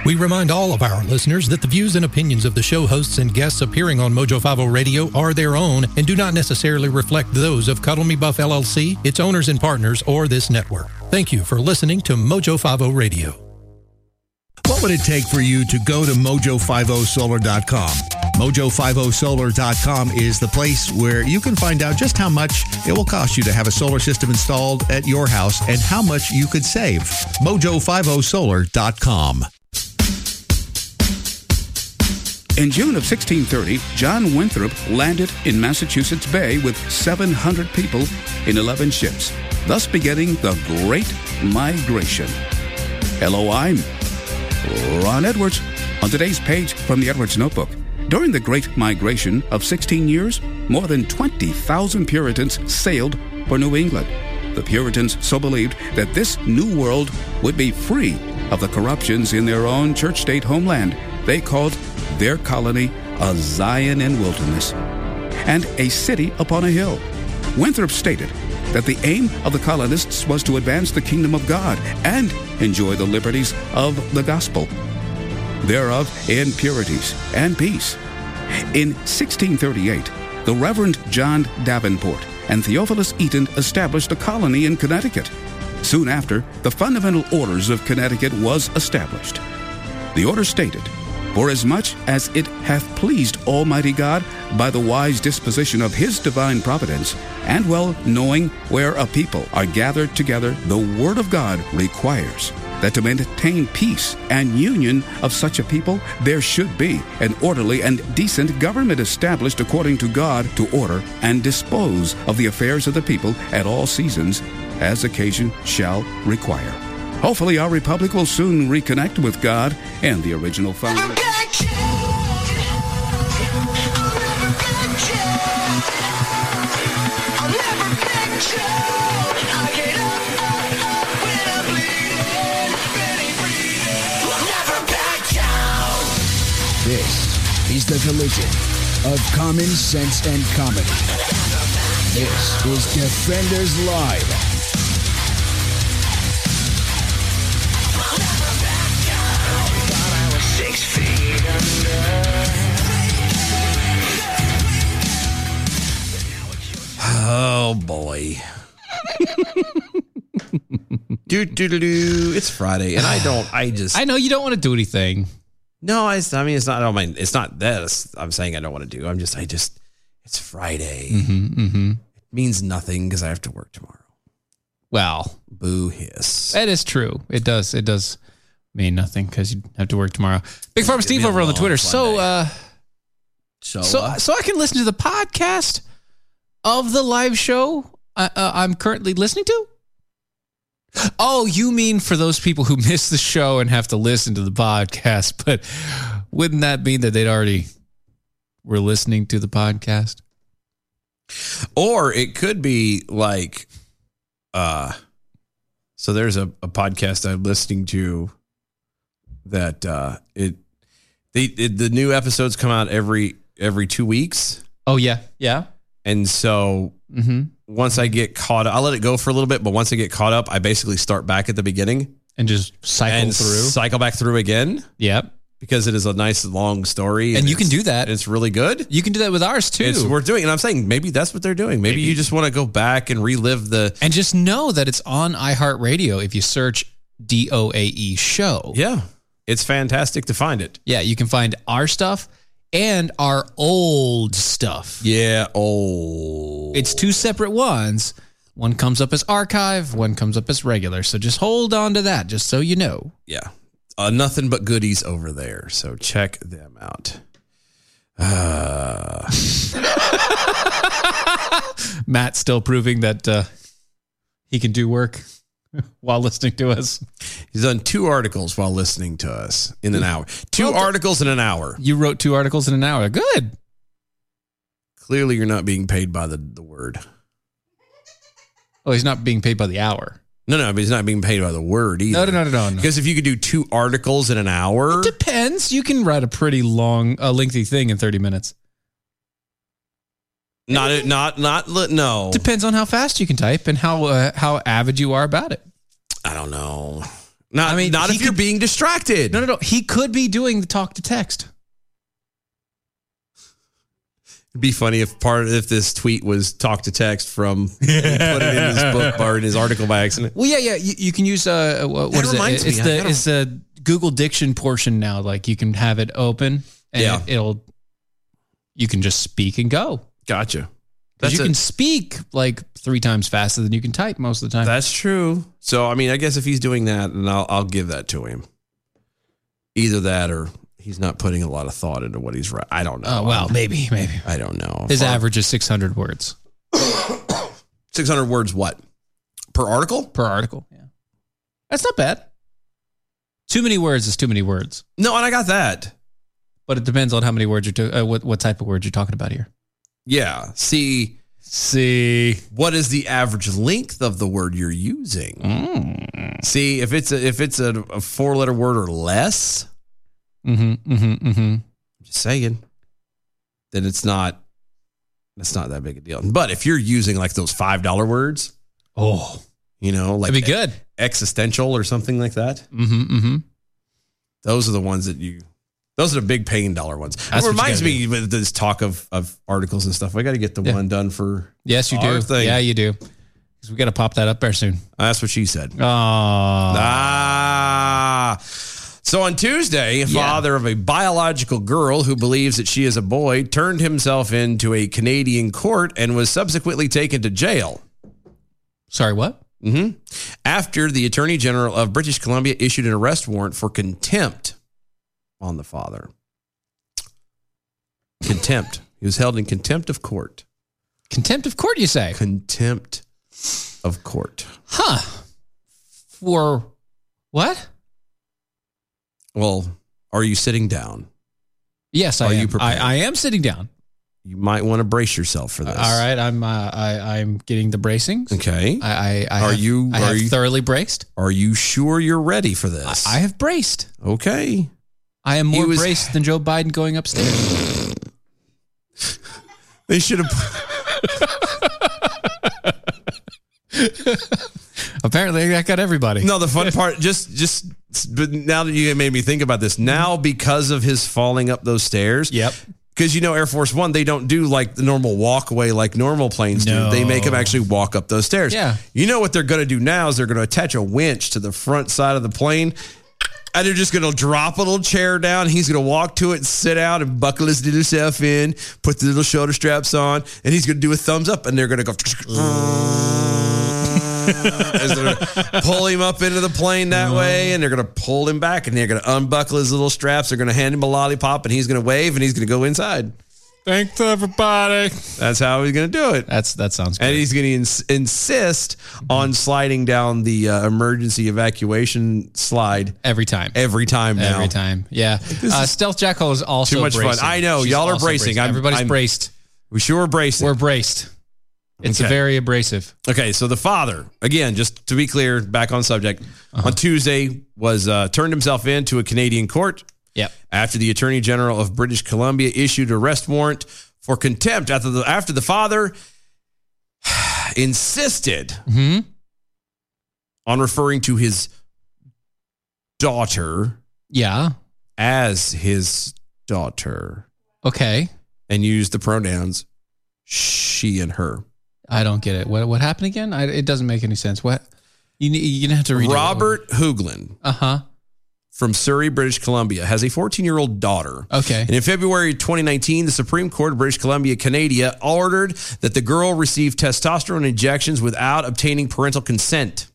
S18: We remind all of our listeners that the views and opinions of the show hosts and guests appearing on Mojo 50 Radio are their own and do not necessarily reflect those of Cuddle Me Buff LLC, its owners and partners, or this network. Thank you for listening to Mojo 50 Radio.
S19: What would it take for you to go to mojo50solar.com? Mojo50solar.com is the place where you can find out just how much it will cost you to have a solar system installed at your house and how much you could save. Mojo50solar.com.
S20: In June of 1630, John Winthrop landed in Massachusetts Bay with 700 people in 11 ships, thus beginning the Great Migration. Hello, I'm Ron Edwards. On today's page from the Edwards Notebook, during the Great Migration of 16 years, more than 20,000 Puritans sailed for New England. The Puritans so believed that this new world would be free of the corruptions in their own church state homeland. They called their colony a Zion and wilderness and a city upon a hill. Winthrop stated that the aim of the colonists was to advance the kingdom of God and enjoy the liberties of the gospel, thereof in purities and peace. In 1638, the Reverend John Davenport and Theophilus Eaton established a colony in Connecticut. Soon after, the Fundamental Orders of Connecticut was established. The order stated, For as much as it hath pleased Almighty God by the wise disposition of his divine providence, and well knowing where a people are gathered together, the word of God requires that to maintain peace and union of such a people, there should be an orderly and decent government established according to God to order and dispose of the affairs of the people at all seasons, as occasion shall require. Hopefully, our republic will soon reconnect with God and the original founder.
S1: This is the collision of common sense and comedy. This is Defenders Live.
S2: Oh boy. do do do do. It's Friday, and I don't. I just.
S3: I know you don't want to do anything.
S2: No, I. I mean, it's not. I don't mind. It's not this. I'm saying I don't want to do. I'm just. I just. It's Friday.
S3: Mm-hmm,
S2: It means nothing because I have to work tomorrow.
S3: Well,
S2: boo hiss.
S3: That is true. It does. It does mean nothing because you have to work tomorrow. Big Farm Steve over on the Twitter. So, uh,
S2: so,
S3: so,
S2: uh,
S3: so I can listen to the podcast of the live show I, uh, I'm currently listening to. Oh, you mean for those people who miss the show and have to listen to the podcast? But wouldn't that mean that they'd already were listening to the podcast?
S2: Or it could be like, uh, so there's a, a podcast I'm listening to that uh, it they it, the new episodes come out every every two weeks,
S3: Oh yeah, yeah.
S2: and so
S3: Mm-hmm.
S2: once I get caught, I let it go for a little bit, but once I get caught up, I basically start back at the beginning
S3: and just cycle
S2: and
S3: through.
S2: cycle back through again.
S3: Yep,
S2: because it is a nice long story,
S3: And you can
S2: it's-
S3: do that.
S2: It's really good.
S3: You can do that with ours too.
S2: It's worth doing, and I'm saying maybe that's what they're doing. Maybe, you just want to go back and relive the.
S3: And just know that it's on iHeartRadio if you search DOAE E show.
S2: Yeah. It's fantastic to find it.
S3: Yeah, you can find our stuff and our old stuff.
S2: Yeah, Oh, old.
S3: It's two separate ones. One comes up as archive, one comes up as regular. So just hold on to that just so you know.
S2: Yeah, uh, nothing but goodies over there. So check them out. Uh,
S3: Matt's still proving that uh, he can do work while listening to us.
S2: he's done two articles while listening to us in an hour. Two articles in an hour.
S3: You wrote two articles in an hour. Good.
S2: Clearly, you're not being paid by the, the word.
S3: Oh, he's not being paid by the hour.
S2: No, no, but he's not being paid by the word either.
S3: No, no, no, no, no, no.
S2: Because if you could do two articles in an hour,
S3: Depends. You can write a pretty long, uh, lengthy thing in 30 minutes.
S2: not, not, not, li- no.
S3: Depends on how fast you can type and how uh, how avid you are about it.
S2: I don't know. Not,
S3: I mean,
S2: not
S3: he
S2: if you're
S3: could-
S2: being distracted.
S3: No, no, no. He could be doing the talk to text.
S2: It'd be funny if part if this tweet was talk to text from he put it in his book or in his article by accident.
S3: Well, yeah, yeah. You, you can use uh, what,
S2: That
S3: what is
S2: reminds
S3: it? It's
S2: me, I
S3: the
S2: gotta-
S3: it's the Google Diction portion now. Like you can have it open, and
S2: Yeah.
S3: it, will You can just speak and go.
S2: Gotcha.
S3: 'Cause
S2: That's
S3: you
S2: a-
S3: can speak like three times faster than you can type most of the time.
S2: That's true. So I mean, I guess if he's doing that, then I'll I'll give that to him. Either that or he's not putting a lot of thought into what he's right. I don't know.
S3: oh well, maybe, maybe.
S2: I don't know.
S3: His average is six hundred words
S2: six hundred words what per article?
S3: per article. Yeah, that's not bad. Too many words is too many words,
S2: No, and I got that.
S3: but it depends on how many words you're to, uh, what what type of words you're talking about here.
S2: Yeah. See,
S3: See,
S2: what is the average length of the word you're using?
S3: Mm.
S2: See if it's a, if it's a, a four letter word or less.
S3: mm-hmm, mm-hmm, mm-hmm.
S2: Just saying. Then it's not it's not that big a deal. But if you're using like those five dollar words,
S3: Oh,
S2: you know, like
S3: that'd be good.
S2: existential or something like that,
S3: Mm-hmm, mm-hmm.
S2: those are the ones that you those are the big paying dollar ones.
S3: That's what
S2: it
S3: you
S2: reminds
S3: gotta
S2: me with this talk of of articles and stuff. I gotta get the
S3: Yeah.
S2: one done for
S3: Yes, you
S2: Our
S3: do.
S2: thing.
S3: Yeah, you do. Because we got to pop that up there soon.
S2: that's what she said.
S3: Oh,
S2: Ah. So on Tuesday, a
S3: Yeah.
S2: father of a biological girl who believes that she is a boy turned himself into a Canadian court and was subsequently taken to jail.
S3: sorry. What?
S2: hmm After the Attorney General of British Columbia issued an arrest warrant for contempt on the father. Contempt. he was held in contempt of court.
S3: Contempt of court, you say?
S2: Contempt of court.
S3: Huh. For what?
S2: Well, are you sitting down?
S3: Yes, I
S2: Are
S3: am.
S2: you prepared?
S3: I, I am sitting down.
S2: You might want to brace yourself for this.
S3: All right, I'm uh, I, I'm getting the bracings.
S2: Okay.
S3: I, I, I
S2: Are
S3: have-
S2: you-
S3: I
S2: are
S3: have
S2: you-
S3: thoroughly braced?
S2: Are you sure you're ready for this?
S3: I have braced.
S2: okay.
S3: I am
S2: He
S3: more
S2: was-
S3: braced than Joe Biden going upstairs.
S2: They should have.
S3: Apparently, that got everybody.
S2: No, the fun part, just just but now that you made me think about this, now because of his falling up those stairs.
S3: Yep.
S2: Because you know Air Force One, they don't do like the normal walkway like normal planes
S3: No.
S2: do. They make them actually walk up those stairs.
S3: Yeah.
S2: You know what they're going to do now is they're going to attach a winch to the front side of the plane, and they're just going to drop a little chair down. He's going to walk to it, sit out, and buckle his little self in, put the little shoulder straps on, and he's going to do a thumbs up, and they're going to go. as they're gonna pull him up into the plane that way, and they're gonna pull him back, and they're gonna unbuckle his little straps. They're gonna hand him a lollipop, and he's gonna wave, and he's gonna go inside.
S3: Thanks everybody.
S2: That's how he's gonna do it.
S3: That's that sounds.
S2: And he's gonna ins- insist on sliding down the uh, emergency evacuation slide
S3: every time.
S2: Every time now.
S3: Every time, yeah. Uh, Stealth Jackal is also
S2: Too much fun.
S3: bracing.
S2: I know.
S3: She's
S2: Y'all are
S3: also
S2: bracing. I'm-
S3: Everybody's
S2: I'm-
S3: braced.
S2: We sure are bracing.
S3: We're braced. It's
S2: Okay.
S3: very abrasive.
S2: Okay, so the father, again, just to be clear, back on subject,
S3: Uh-huh.
S2: on Tuesday was uh, turned himself in to a Canadian court.
S3: Yep.
S2: After the Attorney General of British Columbia issued arrest warrant for contempt after the after the father insisted on referring to his daughter
S3: Yeah.
S2: as his daughter
S3: Okay.
S2: and used the pronouns she and her.
S3: I don't get it. What what happened again? I, it doesn't make any sense. What you ne- you're gonna have to read
S2: Robert Hooglin
S3: Uh huh.
S2: from Surrey, British Columbia, has a 14 year old daughter.
S3: Okay.
S2: And in February 2019, the Supreme Court of British Columbia, Canada, ordered that the girl receive testosterone injections without obtaining parental consent.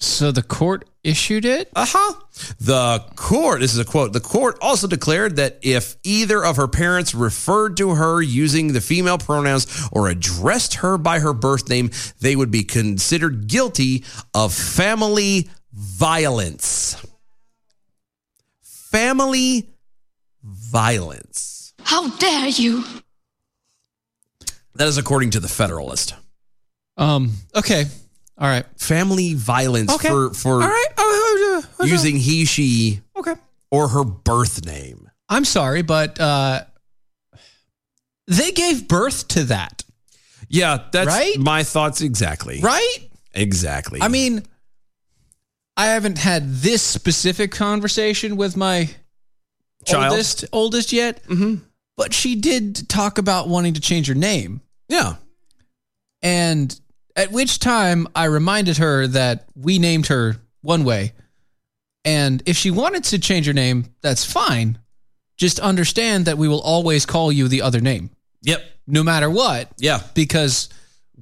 S3: So the court issued it.
S2: Uh huh. The court, this is a quote, the court also declared that if either of her parents referred to her using the female pronouns or addressed her by her birth name, they would be considered guilty of family violence. Family violence.
S21: How dare you!
S2: That is according to the Federalist.
S3: Um. Okay. All right. Oh,
S2: Family violence for, for using he, she,
S3: Okay.
S2: or her birth name.
S3: I'm sorry, but uh, they gave birth to that,
S2: Yeah, that's
S3: Right?
S2: my thoughts exactly.
S3: right?
S2: Exactly.
S3: I mean, I haven't had this specific conversation with my
S2: Child?
S3: oldest oldest yet, mm-hmm. but she did talk about wanting to change her name.
S2: yeah.
S3: And at which time I reminded her that we named her one way. And if she wanted to change her name, that's fine. Just understand that we will always call you the other name,
S2: Yep.
S3: no matter what,
S2: Yeah.
S3: because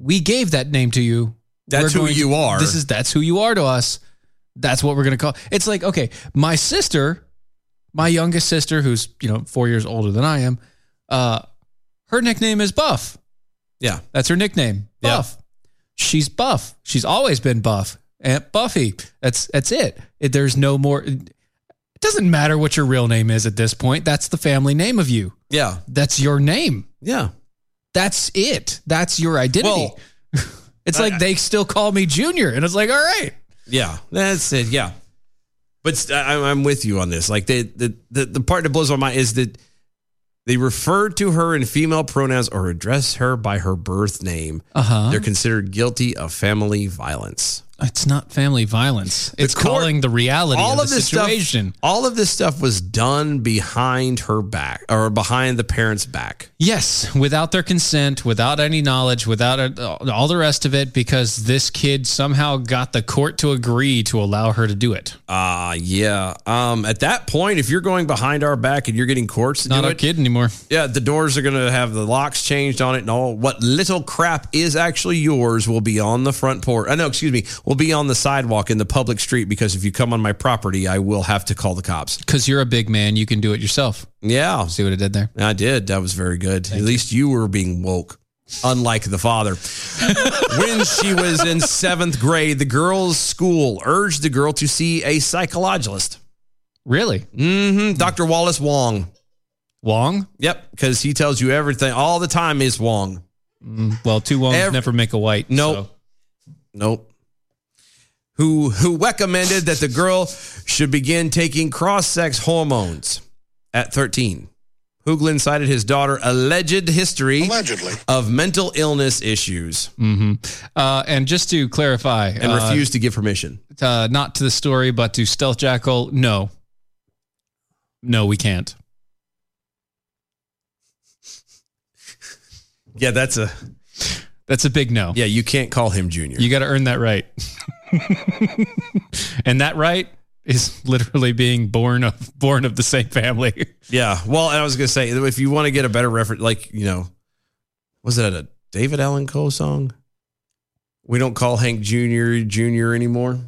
S3: we gave that name to you.
S2: That's
S3: We're
S2: who
S3: going to-
S2: you are.
S3: This is that's who you are to us. That's what we're going to call. It's like, okay, my sister, my youngest sister who's, you know, 4 years older than I am, uh her nickname is Buff.
S2: Yeah.
S3: That's her nickname,
S2: Yeah.
S3: Buff. She's Buff. She's always been Buff. Aunt Buffy. That's that's it. It- There's no more. It doesn't matter what your real name is at this point. That's the family name of you.
S2: Yeah.
S3: That's your name.
S2: Yeah.
S3: That's it. That's your identity.
S2: Well,
S3: it's like they still call me Junior, and it's like, all right,
S2: Yeah. That's it. Yeah. But s- I- I'm I'm with you on this. Like the, the the the part that blows my mind is that they refer to her in female pronouns or address her by her birth name.
S3: uh huh.
S2: They're considered guilty of family violence.
S3: It's not family violence. It's
S2: court-
S3: calling the reality
S2: all
S3: of,
S2: of
S3: the
S2: this
S3: situation.
S2: stuff. All of this stuff was done behind her back or behind the parents' back.
S3: Yes, without their consent, without any knowledge, without uh, all the rest of it, because this kid somehow got the court to agree to allow her to do it.
S2: Ah, yeah. Um, at that point, if you're going behind our back and you're getting courts to
S3: Not
S2: do
S3: a
S2: it,
S3: kid anymore.
S2: Yeah, the doors are going to have the locks changed on it and all. What little crap is actually yours will be on the front porch. I know, uh, excuse me, will be on the sidewalk in the public street because if you come on my property, I will have to call the cops.
S3: Because you're a big man, you can do it yourself.
S2: Yeah.
S3: See what I did there?
S2: I did. That was very good. At least you were being woke, unlike the father. when she was in seventh grade, the girls' school urged the girl to see a psychologist.
S3: Really?
S2: hmm Dr. Wallace Wong.
S3: Wong?
S2: Yep, because he tells you everything all the time is Wong.
S3: Mm, Well, two Wongs
S2: Every-
S3: never make a white.
S2: Nope. Nope. Who who recommended that the girl should begin taking cross-sex hormones at 13. Hooglin cited his daughter alleged history allegedly of mental illness issues
S3: hmm Uh, and just to clarify,
S2: and
S3: uh,
S2: refused to give permission.
S3: uh, not to the story, but to Stealth Jackal. No, no, we can't.
S2: Yeah, that's a
S3: That's a big no.
S2: Yeah, you can't call him junior.
S3: You got to earn that right, and that right is literally being born of born of the same family.
S2: Yeah. Well, and I was gonna say if you want to get a better reference, like you know, was it a David Allen Coe song? We don't call Hank Junior Junior anymore.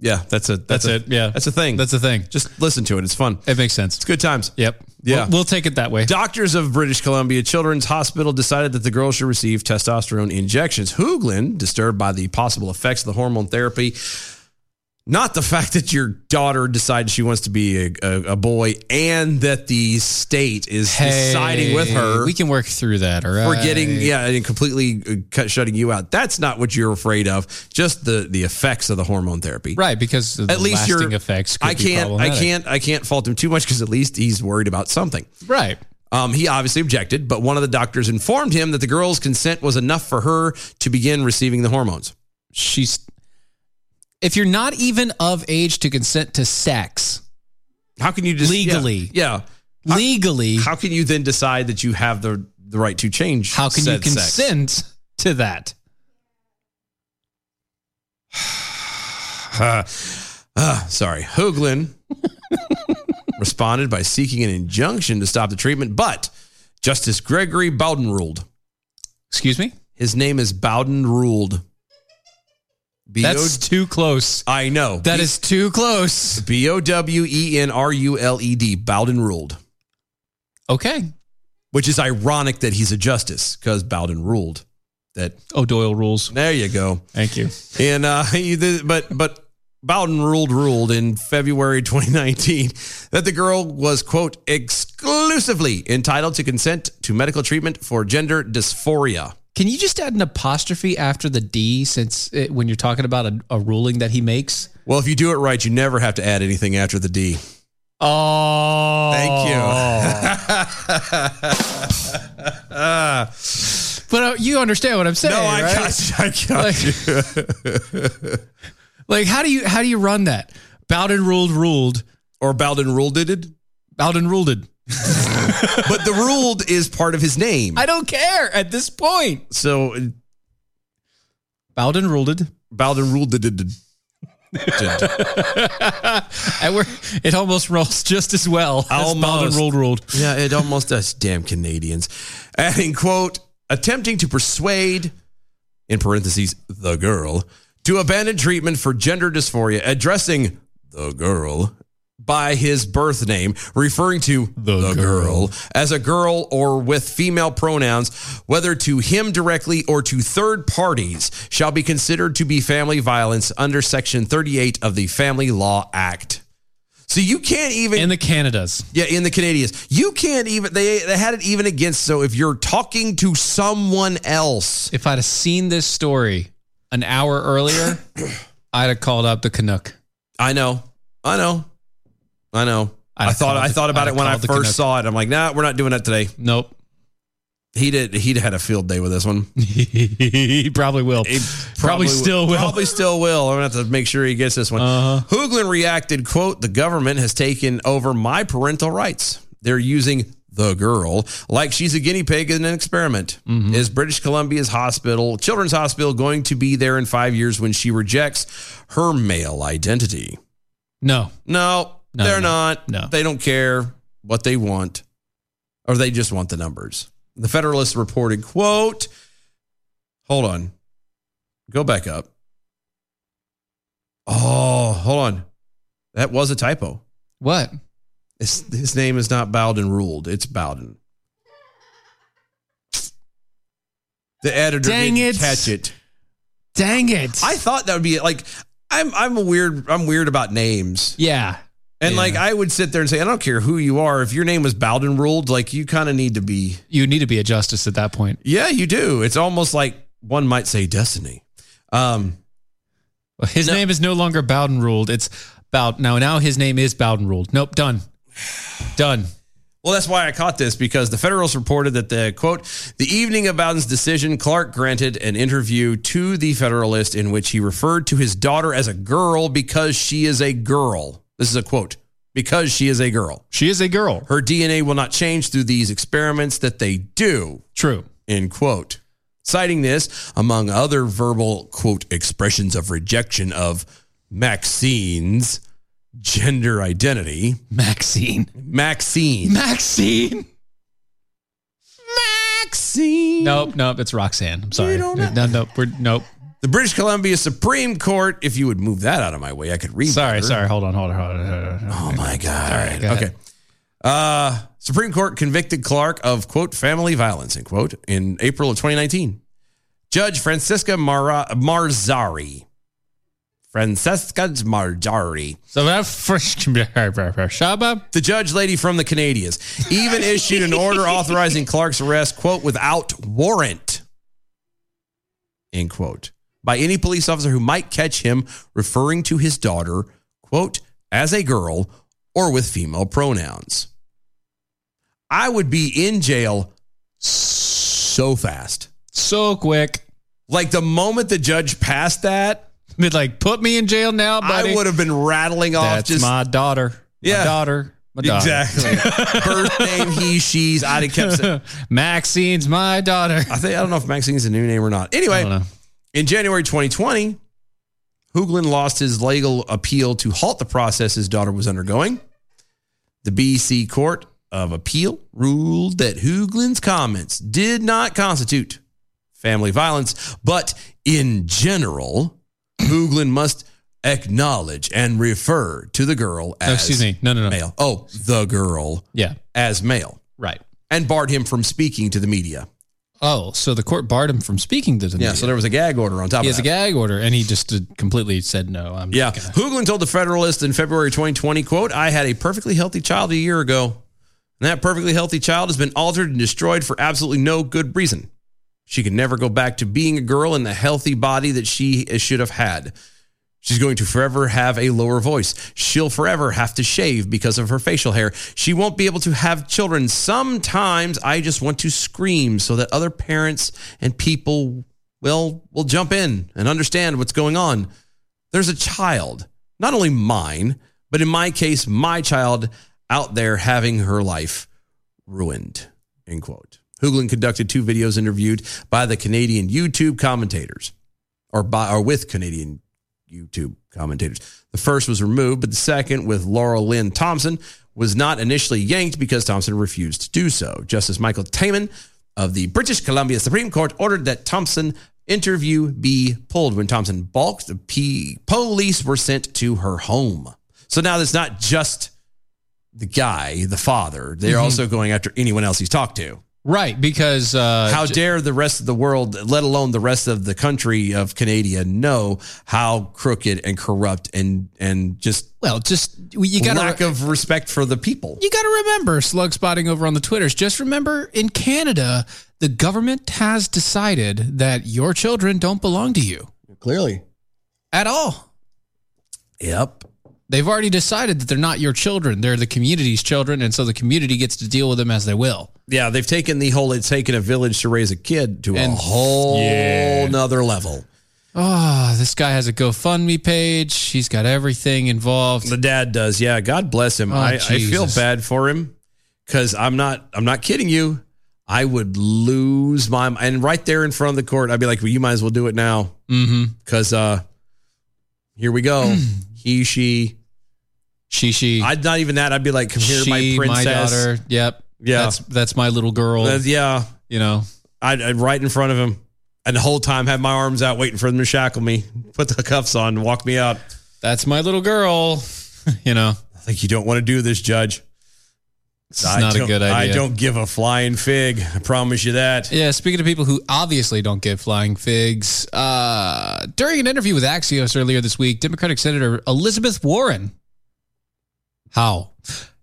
S2: Yeah, that's a that's,
S3: That's,
S2: a,
S3: it. Yeah,
S2: that's a thing.
S3: That's a thing.
S2: Just listen to it; it's fun.
S3: It makes sense.
S2: It's good times.
S3: Yep.
S2: Yeah.
S3: We'll, we'll take it that way.
S2: Doctors of British Columbia Children's Hospital decided that the girl should receive testosterone injections. Hooglin, disturbed by the possible effects of the hormone therapy, not the fact that your daughter decides she wants to be a, a, a boy and that the state is siding with her
S3: We can work through that. All right.
S2: for getting yeah and completely uh, cut, shutting you out. That's not what you're afraid of. Just the the effects of the hormone therapy.
S3: Right, because of the
S2: At least
S3: lasting
S2: your
S3: effects. Could
S2: I can't.
S3: Be
S2: I
S3: problematic.
S2: can't. I can't fault him too much because at least he's worried about something.
S3: Right.
S2: Um, he obviously objected, but one of the doctors informed him that the girl's consent was enough for her to begin receiving the hormones.
S3: She's. If you're not even of age to consent to sex,
S2: How can you just
S3: Legally.
S2: Yeah. yeah.
S3: legally,
S2: How, how can you then decide that you have the the right to change?
S3: how can you
S2: said sex?
S3: consent to that?
S2: Uh, uh, sorry, Hooglin responded by seeking an injunction to stop the treatment, but Justice Gregory Bowden ruled.
S3: Excuse me?
S2: His name is Bowden ruled.
S3: That's too close.
S2: I know.
S3: That is too close.
S2: B O W E N R U L E D, Bowden ruled,
S3: Okay.
S2: which is ironic that he's a justice because Bowden ruled that.
S3: Oh, Doyle rules.
S2: There you go.
S3: Thank you.
S2: And, uh, he did- but, but Bowden ruled, ruled in February 2019 that the girl was, quote, exclusively entitled to consent to medical treatment for gender dysphoria.
S3: Can you just add an apostrophe after the D since it, when you're talking about a, a ruling that he makes?
S2: Well, if you do it right, you never have to add anything after the D.
S3: Oh.
S2: Thank you.
S3: But uh, you understand what I'm saying,
S2: no, I
S3: right?
S2: got you. I got
S3: Like-
S2: you.
S3: Like how do you how do you run that? Bowden ruled ruled.
S2: Or Bowden ruled it.
S3: Bowden ruled it.
S2: but the ruled is part of his name.
S3: I don't care at this point.
S2: so
S3: Bowden ruled it.
S2: Bowden ruled it.
S3: And we're, it almost rolls just as well. As Bowden
S2: Almost.
S3: ruled ruled.
S2: yeah, it almost us damn Canadians. Adding quote, attempting to persuade, in parentheses, the girl, to abandon treatment for gender dysphoria, addressing the girl by his birth name, referring to the, girl. as a girl or with female pronouns, whether to him directly or to third parties, shall be considered to be family violence under Section 38 of the Family Law Act. So you can't even
S3: In the Canadas.
S2: yeah, in the Canadians. You can't even they they had it even against so if you're talking to someone else.
S3: If I'd have seen this story an hour earlier, I'd have called up the Canuck.
S2: I know. I know. I know.
S3: I'd
S2: I
S3: have
S2: thought
S3: called
S2: I
S3: the-
S2: thought
S3: I'd
S2: about it
S3: have
S2: when I
S3: called the
S2: first
S3: Canuck.
S2: saw it. I'm like, nah, we're not doing that today.
S3: Nope.
S2: He did he'd had a field day with this one.
S3: he probably will.
S2: He
S3: probably, still will.
S2: Probably still will. I'm gonna have to make sure he gets this one.
S3: Uh-huh.
S2: Hooglin reacted, quote, the government has taken over my parental rights. They're using the girl like she's a guinea pig in an experiment.
S3: Mm-hmm.
S2: Is British Columbia's hospital, children's hospital, going to be there in five years when she rejects her male identity?
S3: No.
S2: No,
S3: No,
S2: they're
S3: no,
S2: not.
S3: no.
S2: They don't care what they want, or they just want the numbers. The Federalist reported, quote, Hold on. Go back up. Oh, hold on. That was a typo.
S3: What?
S2: His, his name is not Bowden ruled. It's Bowden. The editor
S3: Dang
S2: didn't
S3: it.
S2: catch it.
S3: Dang it.
S2: I thought that would be like I'm I'm a weird I'm weird about names.
S3: Yeah.
S2: And
S3: Yeah.
S2: like I would sit there and say, I don't care who you are, if your name was Bowden ruled, like you kind of need to be
S3: You need to be a justice at that point.
S2: Yeah, you do. It's almost like one might say destiny. Um
S3: His name is no longer Bowden ruled. It's Bowden. Now, now his name is Bowden ruled. Nope. Done. Done.
S2: Well, that's why I caught this because the Federalists reported that the quote, the evening of Bowden's decision, Clark granted an interview to the Federalist in which he referred to his daughter as a girl because she is a girl. This is a quote because she is a girl.
S3: She is a girl.
S2: Her DNA will not change through these experiments that they do.
S3: True.
S2: End quote. Citing this, among other verbal quote expressions of rejection of Maxine's gender identity.
S3: Maxine.
S2: Maxine.
S3: Maxine.
S2: Maxine.
S3: Nope. Nope. It's Roxanne. I'm sorry. No, nope. We're, nope.
S2: The British Columbia Supreme Court, if you would move that out of my way, I could read.
S3: Sorry.
S2: better.
S3: Sorry. Hold on. Hold on. Hold on. Hold on, hold on.
S2: Oh my God.
S3: All right, go ahead.
S2: okay. Uh, Supreme Court convicted Clark of quote family violence end quote in April of 2019. Judge Francisca Mara, Marzari. Francesca Marzari.
S3: So that first can be Shaba.
S2: The judge lady from the Canadians even issued an order authorizing Clark's arrest, quote, without warrant, end quote, by any police officer who might catch him referring to his daughter, quote, as a girl or with female pronouns. I would be in jail so fast.
S3: So quick.
S2: Like the moment the judge passed that,
S3: They'd like put me in jail now, buddy.
S2: I would have been rattling off
S3: That's
S2: just
S3: my daughter.
S2: Yeah.
S3: My daughter. My daughter.
S2: Exactly. Birth name, he, she's. I'd have kept. sa-
S3: Maxine's my daughter.
S2: I think I don't know if Maxine's a new name or not. Anyway, in January 2020, Hooglin lost his legal appeal to halt the process his daughter was undergoing. The BC Court of Appeal ruled that Hooglin's comments did not constitute family violence, but in general, Hooglin must acknowledge and refer to the girl as
S3: Oh, excuse me. No, no, no.
S2: male. Oh, the girl
S3: Yeah.
S2: as male,
S3: Right.
S2: and barred him from speaking to the media.
S3: Oh, so the court barred him from speaking to the
S2: Yeah,
S3: media.
S2: so there was a gag order on top
S3: he
S2: of
S3: has
S2: that.
S3: a gag order, and he just did- completely said no. I'm
S2: Yeah.
S3: not gonna-
S2: Hooglin told the Federalist in February 2020, quote, I had a perfectly healthy child a year ago, and that perfectly healthy child has been altered and destroyed for absolutely no good reason. She can never go back to being a girl in the healthy body that she should have had. She's going to forever have a lower voice. She'll forever have to shave because of her facial hair. She won't be able to have children. Sometimes I just want to scream so that other parents and people well will jump in and understand what's going on. There's a child, not only mine, but in my case, my child out there having her life ruined. End quote. Hooglin conducted two videos interviewed by the Canadian YouTube commentators, or by or with Canadian YouTube commentators. The first was removed, but the second with Laura Lynn Thompson was not initially yanked because Thompson refused to do so. Justice Michael Taman of the British Columbia Supreme Court ordered that Thompson interview be pulled. When Thompson balked, the P- police were sent to her home. So now it's not just the guy, the father. They're also going after anyone else he's talked to.
S3: Right, because uh,
S2: How
S3: j-
S2: dare the rest of the world, let alone the rest of the country of Canada, know how crooked and corrupt and and just
S3: well, just you got
S2: lack
S3: to
S2: of respect for the people.
S3: you got to remember slug spotting over on the Twitters. Just remember, in Canada, the government has decided that your children don't belong to you
S2: Clearly,
S3: at all.
S2: yep.
S3: They've already decided that they're not your children; they're the community's children, and so the community gets to deal with them as they will.
S2: Yeah, they've taken the whole it's taken a village to raise a kid to a
S3: And-
S2: whole
S3: Yeah.
S2: nother level.
S3: Oh, this guy has a GoFundMe page. He's got everything involved.
S2: The dad does, yeah. God bless him.
S3: Oh,
S2: I, I feel
S3: Jesus.
S2: bad for him because I'm not I'm not kidding you. I would lose my and right there in front of the court, I'd be like, well, you might as well do it now.
S3: Mm-hmm.
S2: Cause uh here we go. he, she.
S3: She, she,
S2: I'd not even that. I'd be like, come here, my
S3: she,
S2: princess.
S3: daughter. Yep.
S2: Yeah.
S3: That's that's my little girl.
S2: Uh, yeah.
S3: you know.
S2: I'd, I'd right in front of him. and the whole time had my arms out waiting for them to shackle me, put the cuffs on, and walk me out.
S3: That's my little girl. you know,
S2: I think you don't want to do this, Judge.
S3: It's not a
S2: don't-
S3: good idea.
S2: I don't give a flying fig. I promise you that.
S3: Yeah, speaking of people who obviously don't get flying figs, uh, during an interview with Axios earlier this week, Democratic Senator Elizabeth Warren, how,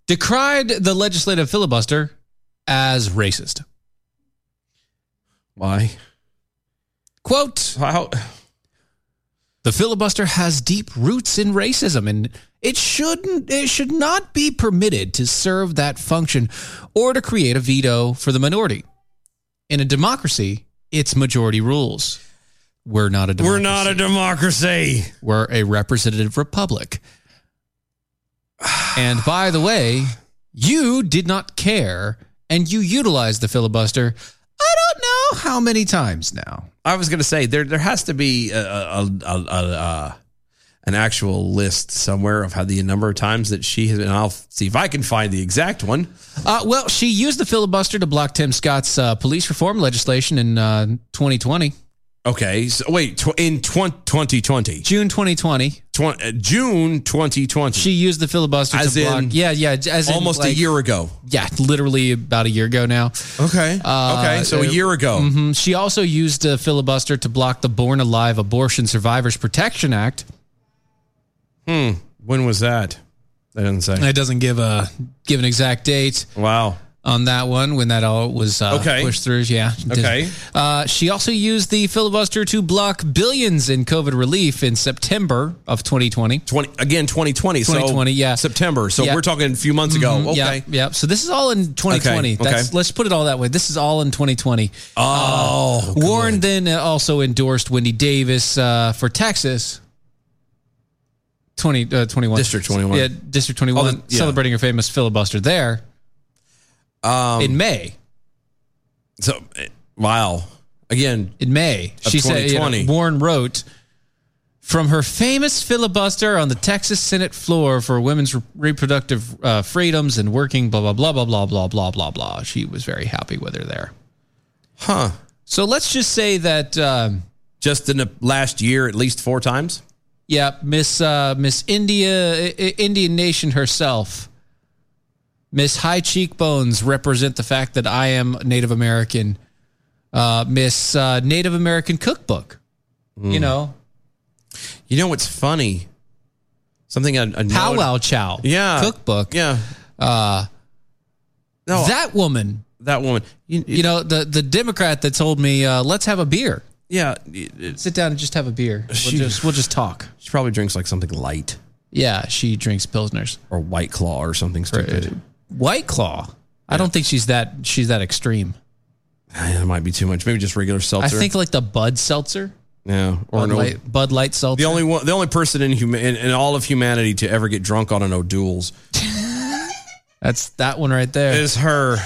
S3: decried the legislative filibuster as racist.
S2: Why?
S3: Quote The filibuster has deep roots in racism and it shouldn't it should not be permitted to serve that function or to create a veto for the minority. In a democracy, it's majority rules. We're not a democracy.
S2: We're not a democracy.
S3: We're a representative republic. And by the way, you did not care and you utilized the filibuster. I don't know how many times now.
S2: I was going to say there there has to be a, a, a, a, a, a- an actual list somewhere of how the number of times that she has, and I'll see if I can find the exact one.
S3: Uh, well, she used the filibuster to block Tim Scott's uh, police reform legislation in uh, 2020.
S2: Okay, so wait, tw- in twen- 2020,
S3: June 2020,
S2: Twen- uh, June 2020,
S3: she used the filibuster
S2: As
S3: to block.
S2: in-
S3: yeah, yeah, as in,
S2: almost a
S3: like-
S2: year ago.
S3: Yeah, literally about a year ago now.
S2: Okay,
S3: Uh,
S2: okay, so a year ago.
S3: hmm She also used a filibuster to block the Born Alive Abortion Survivors Protection Act.
S2: Hmm. When was that? That doesn't say.
S3: It doesn't give a give an exact date.
S2: Wow.
S3: On that one, when that all was uh,
S2: Okay.
S3: pushed through, yeah.
S2: Okay.
S3: Uh, she also used the filibuster to block billions in COVID relief in September of 2020.
S2: 20 again, 2020.
S3: 2020,
S2: so
S3: yeah.
S2: September. So
S3: Yeah.
S2: we're talking a few months ago.
S3: Mhm,
S2: Okay.
S3: Yeah, yeah. So this is all in 2020.
S2: Okay,
S3: That's,
S2: okay.
S3: Let's put it all that way. This is all in 2020.
S2: Oh,
S3: Uh, Warren then also endorsed Wendy Davis uh, for Texas. 20, uh, 21.
S2: District 21.
S3: Yeah, District 21.
S2: Oh, the- yeah.
S3: Celebrating her famous filibuster there
S2: Um,
S3: in May.
S2: So, eh, wow. Again,
S3: in May.
S2: Of
S3: She said, you know,
S2: 2020.
S3: Warren wrote from her famous filibuster on the Texas Senate floor for women's re- reproductive uh, freedoms and working, blah, blah, blah, blah, blah, blah, blah, blah, blah. She was very happy with her there.
S2: Huh.
S3: So let's just say that, um,
S2: just in the last year, at least four times.
S3: yeah, Miss, uh, Miss India, I- I- Indian Nation herself, Miss High Cheekbones represent the fact that I am Native American. Uh, Miss uh, Native American Cookbook, you
S2: Mm.
S3: know,
S2: You know what's funny? Something I, I know-
S3: Powwow Chow.
S2: Yeah.
S3: Cookbook.
S2: Yeah.
S3: Uh,
S2: No,
S3: that woman,
S2: that woman. You,
S3: you know, the, the Democrat that told me, uh, let's have a beer.
S2: Yeah. it- it-
S3: Sit down and just have a beer. We'll,
S2: She-
S3: just, we'll just talk.
S2: she probably drinks like something light
S3: Yeah, she drinks Pilsners.
S2: or White Claw or something stupid.
S3: White Claw. I don't think she's that she's that extreme.
S2: It might be too much. Maybe just regular seltzer.
S3: I think like the Bud Seltzer
S2: Yeah. Or
S3: Bud,
S2: an old,
S3: Light, Bud Light Seltzer.
S2: the only one, the only person in, hum, in in all of humanity to ever get drunk on an O'Doul's
S3: That's that one right there.
S2: is her.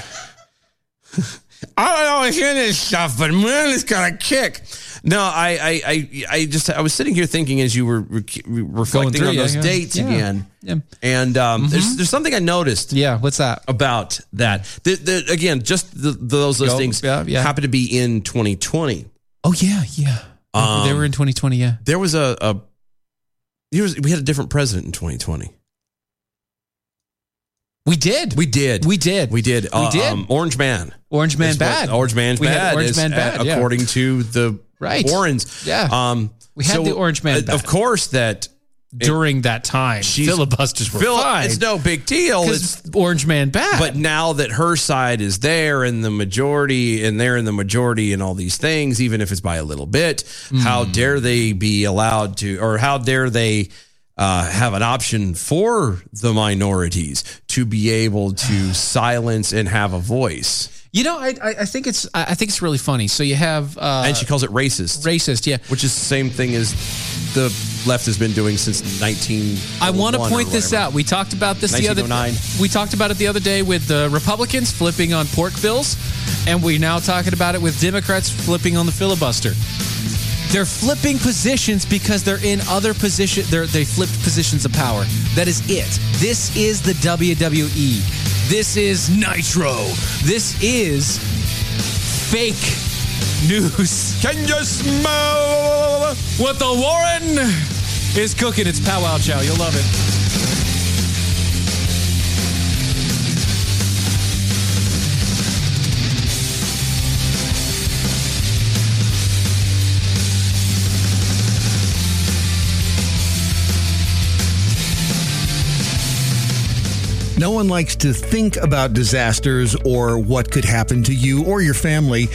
S4: I don't know if you're into this stuff, but man, it's got a kick.
S2: No, I, I, I, I just, I was sitting here thinking as you were re- reflecting
S3: through,
S2: on
S3: yeah,
S2: those
S3: yeah.
S2: dates
S3: Yeah.
S2: again,
S3: Yeah.
S2: and um, there's, there's something I noticed
S3: yeah, what's that?
S2: about that. The, the, again, just the, those
S3: Go-
S2: listings
S3: yeah, yeah.
S2: happen to be in 2020.
S3: Oh yeah, yeah.
S2: Um,
S3: they were in 2020, yeah.
S2: There was a, a there was, we had a different president in 2020.
S3: We did.
S2: We did.
S3: We did.
S2: We did. Uh, um,
S3: We did.
S2: Orange Man.
S3: Orange Man
S2: is what-
S3: Bad.
S2: Orange Man's
S3: We had
S2: Bad.
S3: Orange
S2: is,
S3: Man
S2: uh,
S3: Bad, yeah.
S2: According to the
S3: Right.
S2: Warrens.
S3: Yeah.
S2: Um,
S3: We had the Orange Man
S2: uh,
S3: Bad.
S2: Of course that
S3: During that time,
S2: She's-
S3: filibusters were
S2: Phil,
S3: fine.
S2: it's no big deal.
S3: 'Cause
S2: It's
S3: Orange Man Bad.
S2: but now that her side is there and the majority and they're in the majority and all these things, even if it's by a little bit, how
S3: Hmm.
S2: dare they be allowed to, or how dare they uh, have an option for the minorities to be able to silence and have a voice?
S3: You know, I I, I think it's I I think it's really funny. So you have uh,
S2: And she calls it racist,
S3: racist, yeah.
S2: which is the same thing as the left has been doing since 19.
S3: I want to point this out. We talked about this the other
S2: 1909.
S3: we talked about it the other day with the Republicans flipping on pork bills, and we're now talking about it with Democrats flipping on the filibuster. They're flipping positions because they're in other position. They're, they flipped positions of power. That is it. This is the E. WWE. This is Nitro. This is fake news. Can you smell what the Warren is cooking? It's powwow chow. You'll love it.
S19: No one likes to think about disasters or what could happen to you or your family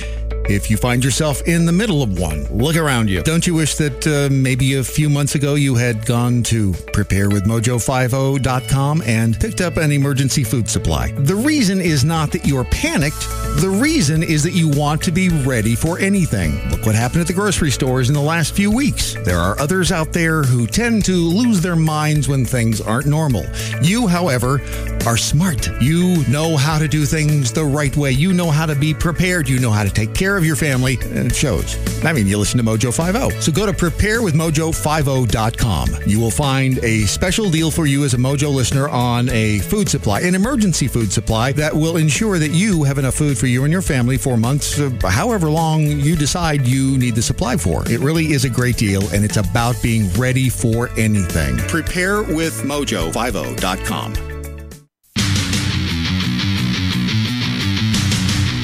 S19: if you find yourself in the middle of one. Look around you. Don't you wish that uh, maybe a few months ago you had gone to preparewithmojo50.com and picked up an emergency food supply? The reason is not that you're panicked. The reason is that you want to be ready for anything. Look what happened at the grocery stores in the last few weeks. There are others out there who tend to lose their minds when things aren't normal. You, however, are smart. You know how to do things the right way. You know how to be prepared. You know how to take care of your family. And it shows. I mean, you listen to Mojo 50. So go to preparewithmojo50.com. You will find a special deal for you as a Mojo listener on a food supply, an emergency food supply that will ensure that you have enough food for you and your family for months, uh, however long you decide you need the supply for. It really is a great deal, and it's about being ready for anything. Preparewithmojo50.com.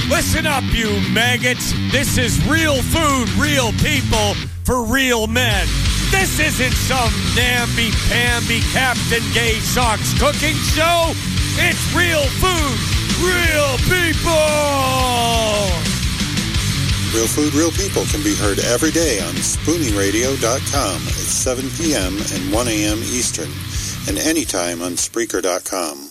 S21: Listen up, you maggots. This is real food, real people, for real men. This isn't some namby-pamby Captain Gay Socks cooking show. It's real food, real people.
S22: Real Food, Real People can be heard every day on SpooningRadio.com at 7 p.m. and 1 a.m. Eastern, and anytime on Spreaker.com.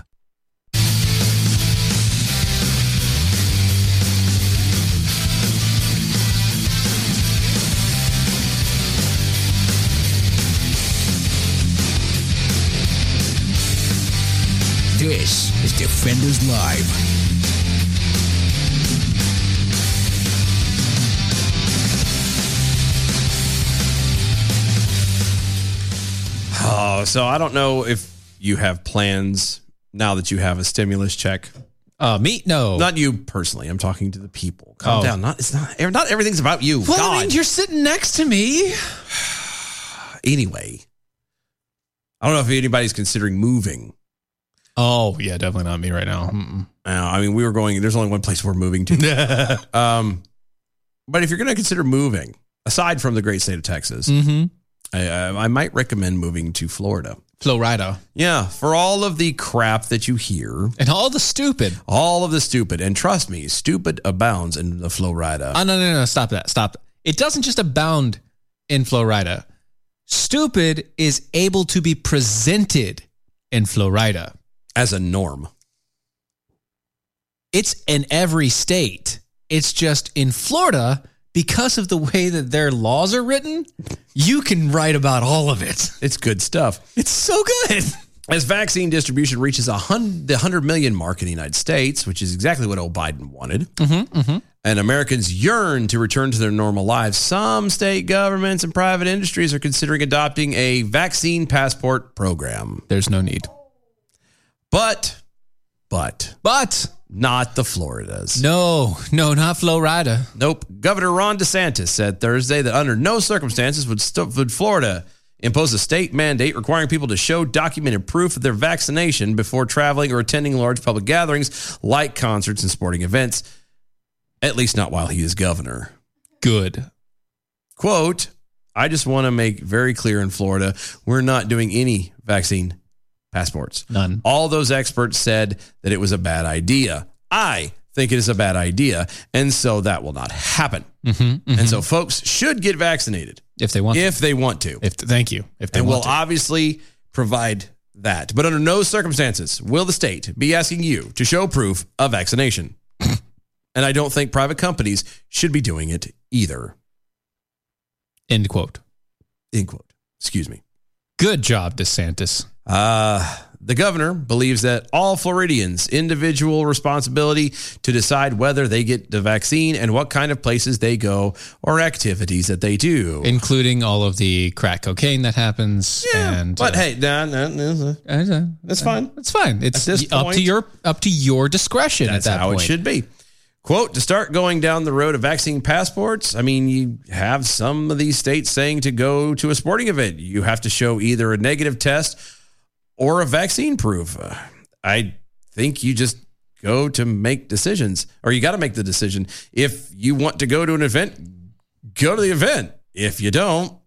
S1: This is Defenders Live.
S2: Oh, so I don't know if you have plans now that you have a stimulus check.
S3: Uh, me? No,
S2: not you personally. I'm talking to the people. Calm
S3: Oh.
S2: down. Not it's not er, not everything's about you.
S3: Well, I
S2: God.
S3: mean, you're sitting next to me.
S2: anyway. I don't know if anybody's considering moving.
S3: Oh yeah, definitely not me right now.
S2: Uh, I mean, we were going. There's only one place we're moving to. um, but if you're going to consider moving, aside from the great state of Texas,
S3: Mm-hmm.
S2: I, I, I might recommend moving to Florida.
S3: Florida.
S2: Yeah, for all of the crap that you hear
S3: and all the stupid,
S2: all of the stupid, and trust me, stupid abounds in the Florida.
S3: Oh no, no, no! Stop that! Stop. It doesn't just abound in Florida. Stupid is able to be presented in Florida
S2: as a norm.
S3: It's in every state. It's just in Florida because of the way that their laws are written. You can write about all of it.
S2: It's good stuff.
S3: It's so good.
S2: As vaccine distribution reaches a hun- the 100 million mark in the United States, which is exactly what old Biden wanted,
S3: Mm-hmm. Mm-hmm.
S2: and Americans yearn to return to their normal lives, some state governments and private industries are considering adopting a vaccine passport program.
S3: There's no need.
S2: But, but,
S3: but
S2: not the Floridas.
S3: No, no, not Florida.
S2: Nope. Governor Ron DeSantis said Thursday that under no circumstances would, st- would Florida impose a state mandate requiring people to show documented proof of their vaccination before traveling or attending large public gatherings like concerts and sporting events, at least not while he is governor.
S3: Good.
S2: Quote, I just want to make very clear in Florida, we're not doing any vaccine passports.
S3: None.
S2: All those experts said that it was a bad idea. I think it is a bad idea. And so that will not happen.
S3: Mm-hmm.
S2: And so folks should get vaccinated
S3: if they want,
S2: if they want to.
S3: if thank you, if they
S2: and
S3: want
S2: we'll obviously provide that. But under no circumstances will the state be asking you to show proof of vaccination. And I don't think private companies should be doing it either.
S3: End quote.
S2: End quote. Excuse me.
S3: Good job, DeSantis.
S2: Uh, the governor believes that all Floridians individual responsibility to decide whether they get the vaccine and what kind of places they go or activities that they do.
S3: Including all of the crack cocaine that happens. Yeah, and,
S2: but
S3: uh,
S2: hey, nah, nah, nah, nah. that's fine.
S3: It's fine. It's
S2: At this
S3: up
S2: point-
S3: to your up to your discretion
S2: That's
S3: at that
S2: how
S3: point.
S2: it should be. Quote, to start going down the road of vaccine passports, I mean, you have some of these states saying to go to a sporting event, you have to show either a negative test or a vaccine proof. Uh, I think you just go to make decisions, or you got to make the decision. If you want to go to an event, go to the event. If you don't,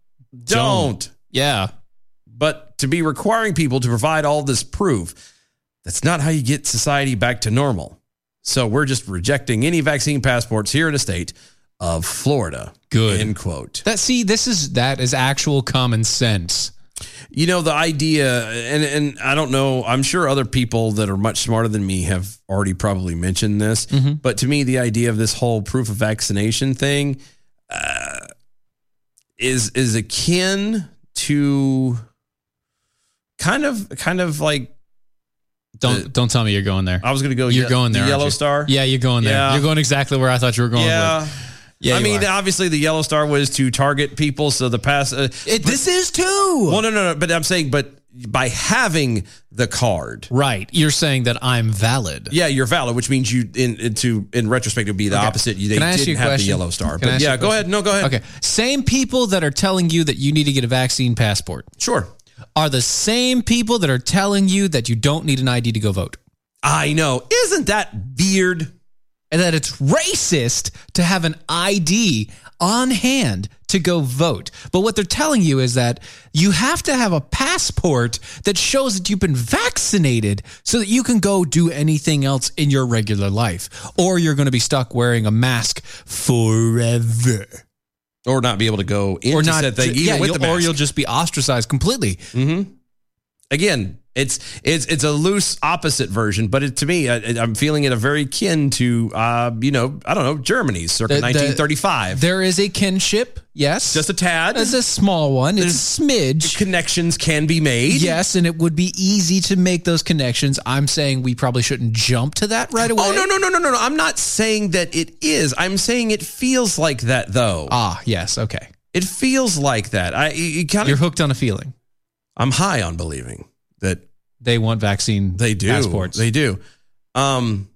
S2: don't.
S3: Yeah.
S2: But to be requiring people to provide all this proof, that's not how you get society back to normal. So we're just rejecting any vaccine passports here in the state of Florida.
S3: Good.
S2: End quote.
S3: That see, this is that is actual common sense.
S2: You know, the idea, and, and I don't know, I'm sure other people that are much smarter than me have already probably mentioned this, but to me, the idea of this whole proof of vaccination thing uh, is is akin to kind of kind of like
S3: Don't don't tell me you're going there.
S2: I was going to go.
S3: You're
S2: ye-
S3: going there.
S2: Oh, the
S3: aren't
S2: Yellow
S3: you?
S2: Star.
S3: Yeah, you're going there.
S2: Yeah.
S3: You're going exactly where I thought you were going.
S2: Yeah.
S3: With. Yeah,
S2: I
S3: you
S2: mean,
S3: are.
S2: obviously, the Yellow Star was to target people. So the pass. Uh,
S3: this is too.
S2: Well, no, no, no. But I'm saying, but by having the card,
S3: right? You're saying that I'm valid.
S2: Yeah, you're valid, which means you in into in retrospect it would be the
S3: Okay.
S2: opposite. You they
S3: Can I ask
S2: didn't
S3: you a
S2: have the
S3: question?
S2: Yellow Star.
S3: Can I
S2: But
S3: ask you
S2: yeah,
S3: a
S2: go
S3: question?
S2: ahead. No, go ahead.
S3: Okay. Same people that are telling you that you need to get a vaccine passport.
S2: Sure.
S3: Are the same people that are telling you that you don't need an ID to go vote.
S2: I know. Isn't that weird?
S3: And that it's racist to have an ID on hand to go vote. But what they're telling you is that you have to have a passport that shows that you've been vaccinated so that you can go do anything else in your regular life. Or you're going to be stuck wearing a mask forever.
S2: Or not be able to go into said thing, even
S3: yeah,
S2: with
S3: you'll-
S2: the
S3: or
S2: mask.
S3: you'll just be ostracized completely.
S2: Mm-hmm. Again, it's it's it's a loose opposite version, but it, to me, I, I'm feeling it a very kin to uh, you know I don't know Germany's circa
S3: The- the-
S2: 1935.
S3: There is a kinship, yes.
S2: Just a tad.
S3: It's a small one. It's a smidge.
S2: Connections can be made.
S3: Yes, and it would be easy to make those connections. I'm saying we probably shouldn't jump to that right away.
S2: Oh no no no no no no! I'm not saying that it is. I'm saying it feels like that though.
S3: Ah yes, okay.
S2: It feels like that. I you kind
S3: You're
S2: of
S3: hooked on a feeling.
S2: I'm high on believing that
S3: They want vaccine
S2: they do
S3: passports.
S2: They do. Um,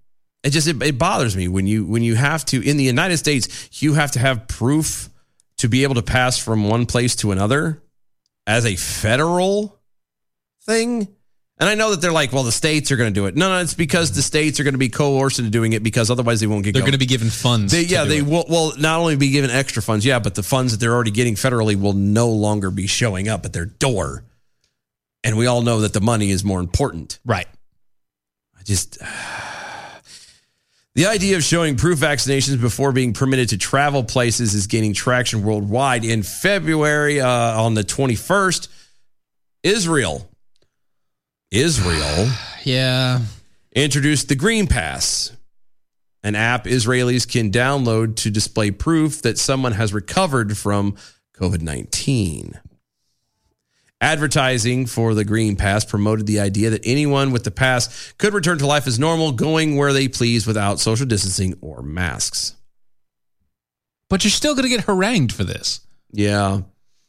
S2: it just it, it bothers me when you when you have to in the United States you have to have proof to be able to pass from one place to another as a federal thing. And I know that they're like, well, the states are going to do it. No, no, it's because the states are going to be coerced into doing it because otherwise they won't get.
S3: They're
S2: going
S3: going to be given funds.
S2: They,
S3: to
S2: yeah,
S3: do
S2: they
S3: it.
S2: will. Well, not only be given extra funds, yeah, but the funds that they're already getting federally will no longer be showing up at their door. And we all know that the money is more important.
S3: Right.
S2: I just. The idea of showing proof vaccinations before being permitted to travel places is gaining traction worldwide. In February, uh, on the 21st, Israel, Israel
S3: Yeah.
S2: introduced the Green Pass, an app Israelis can download to display proof that someone has recovered from COVID 19. Advertising for the Green Pass promoted the idea that anyone with the pass could return to life as normal, going where they please without social distancing or masks.
S3: But you're still going to get harangued for this.
S2: Yeah.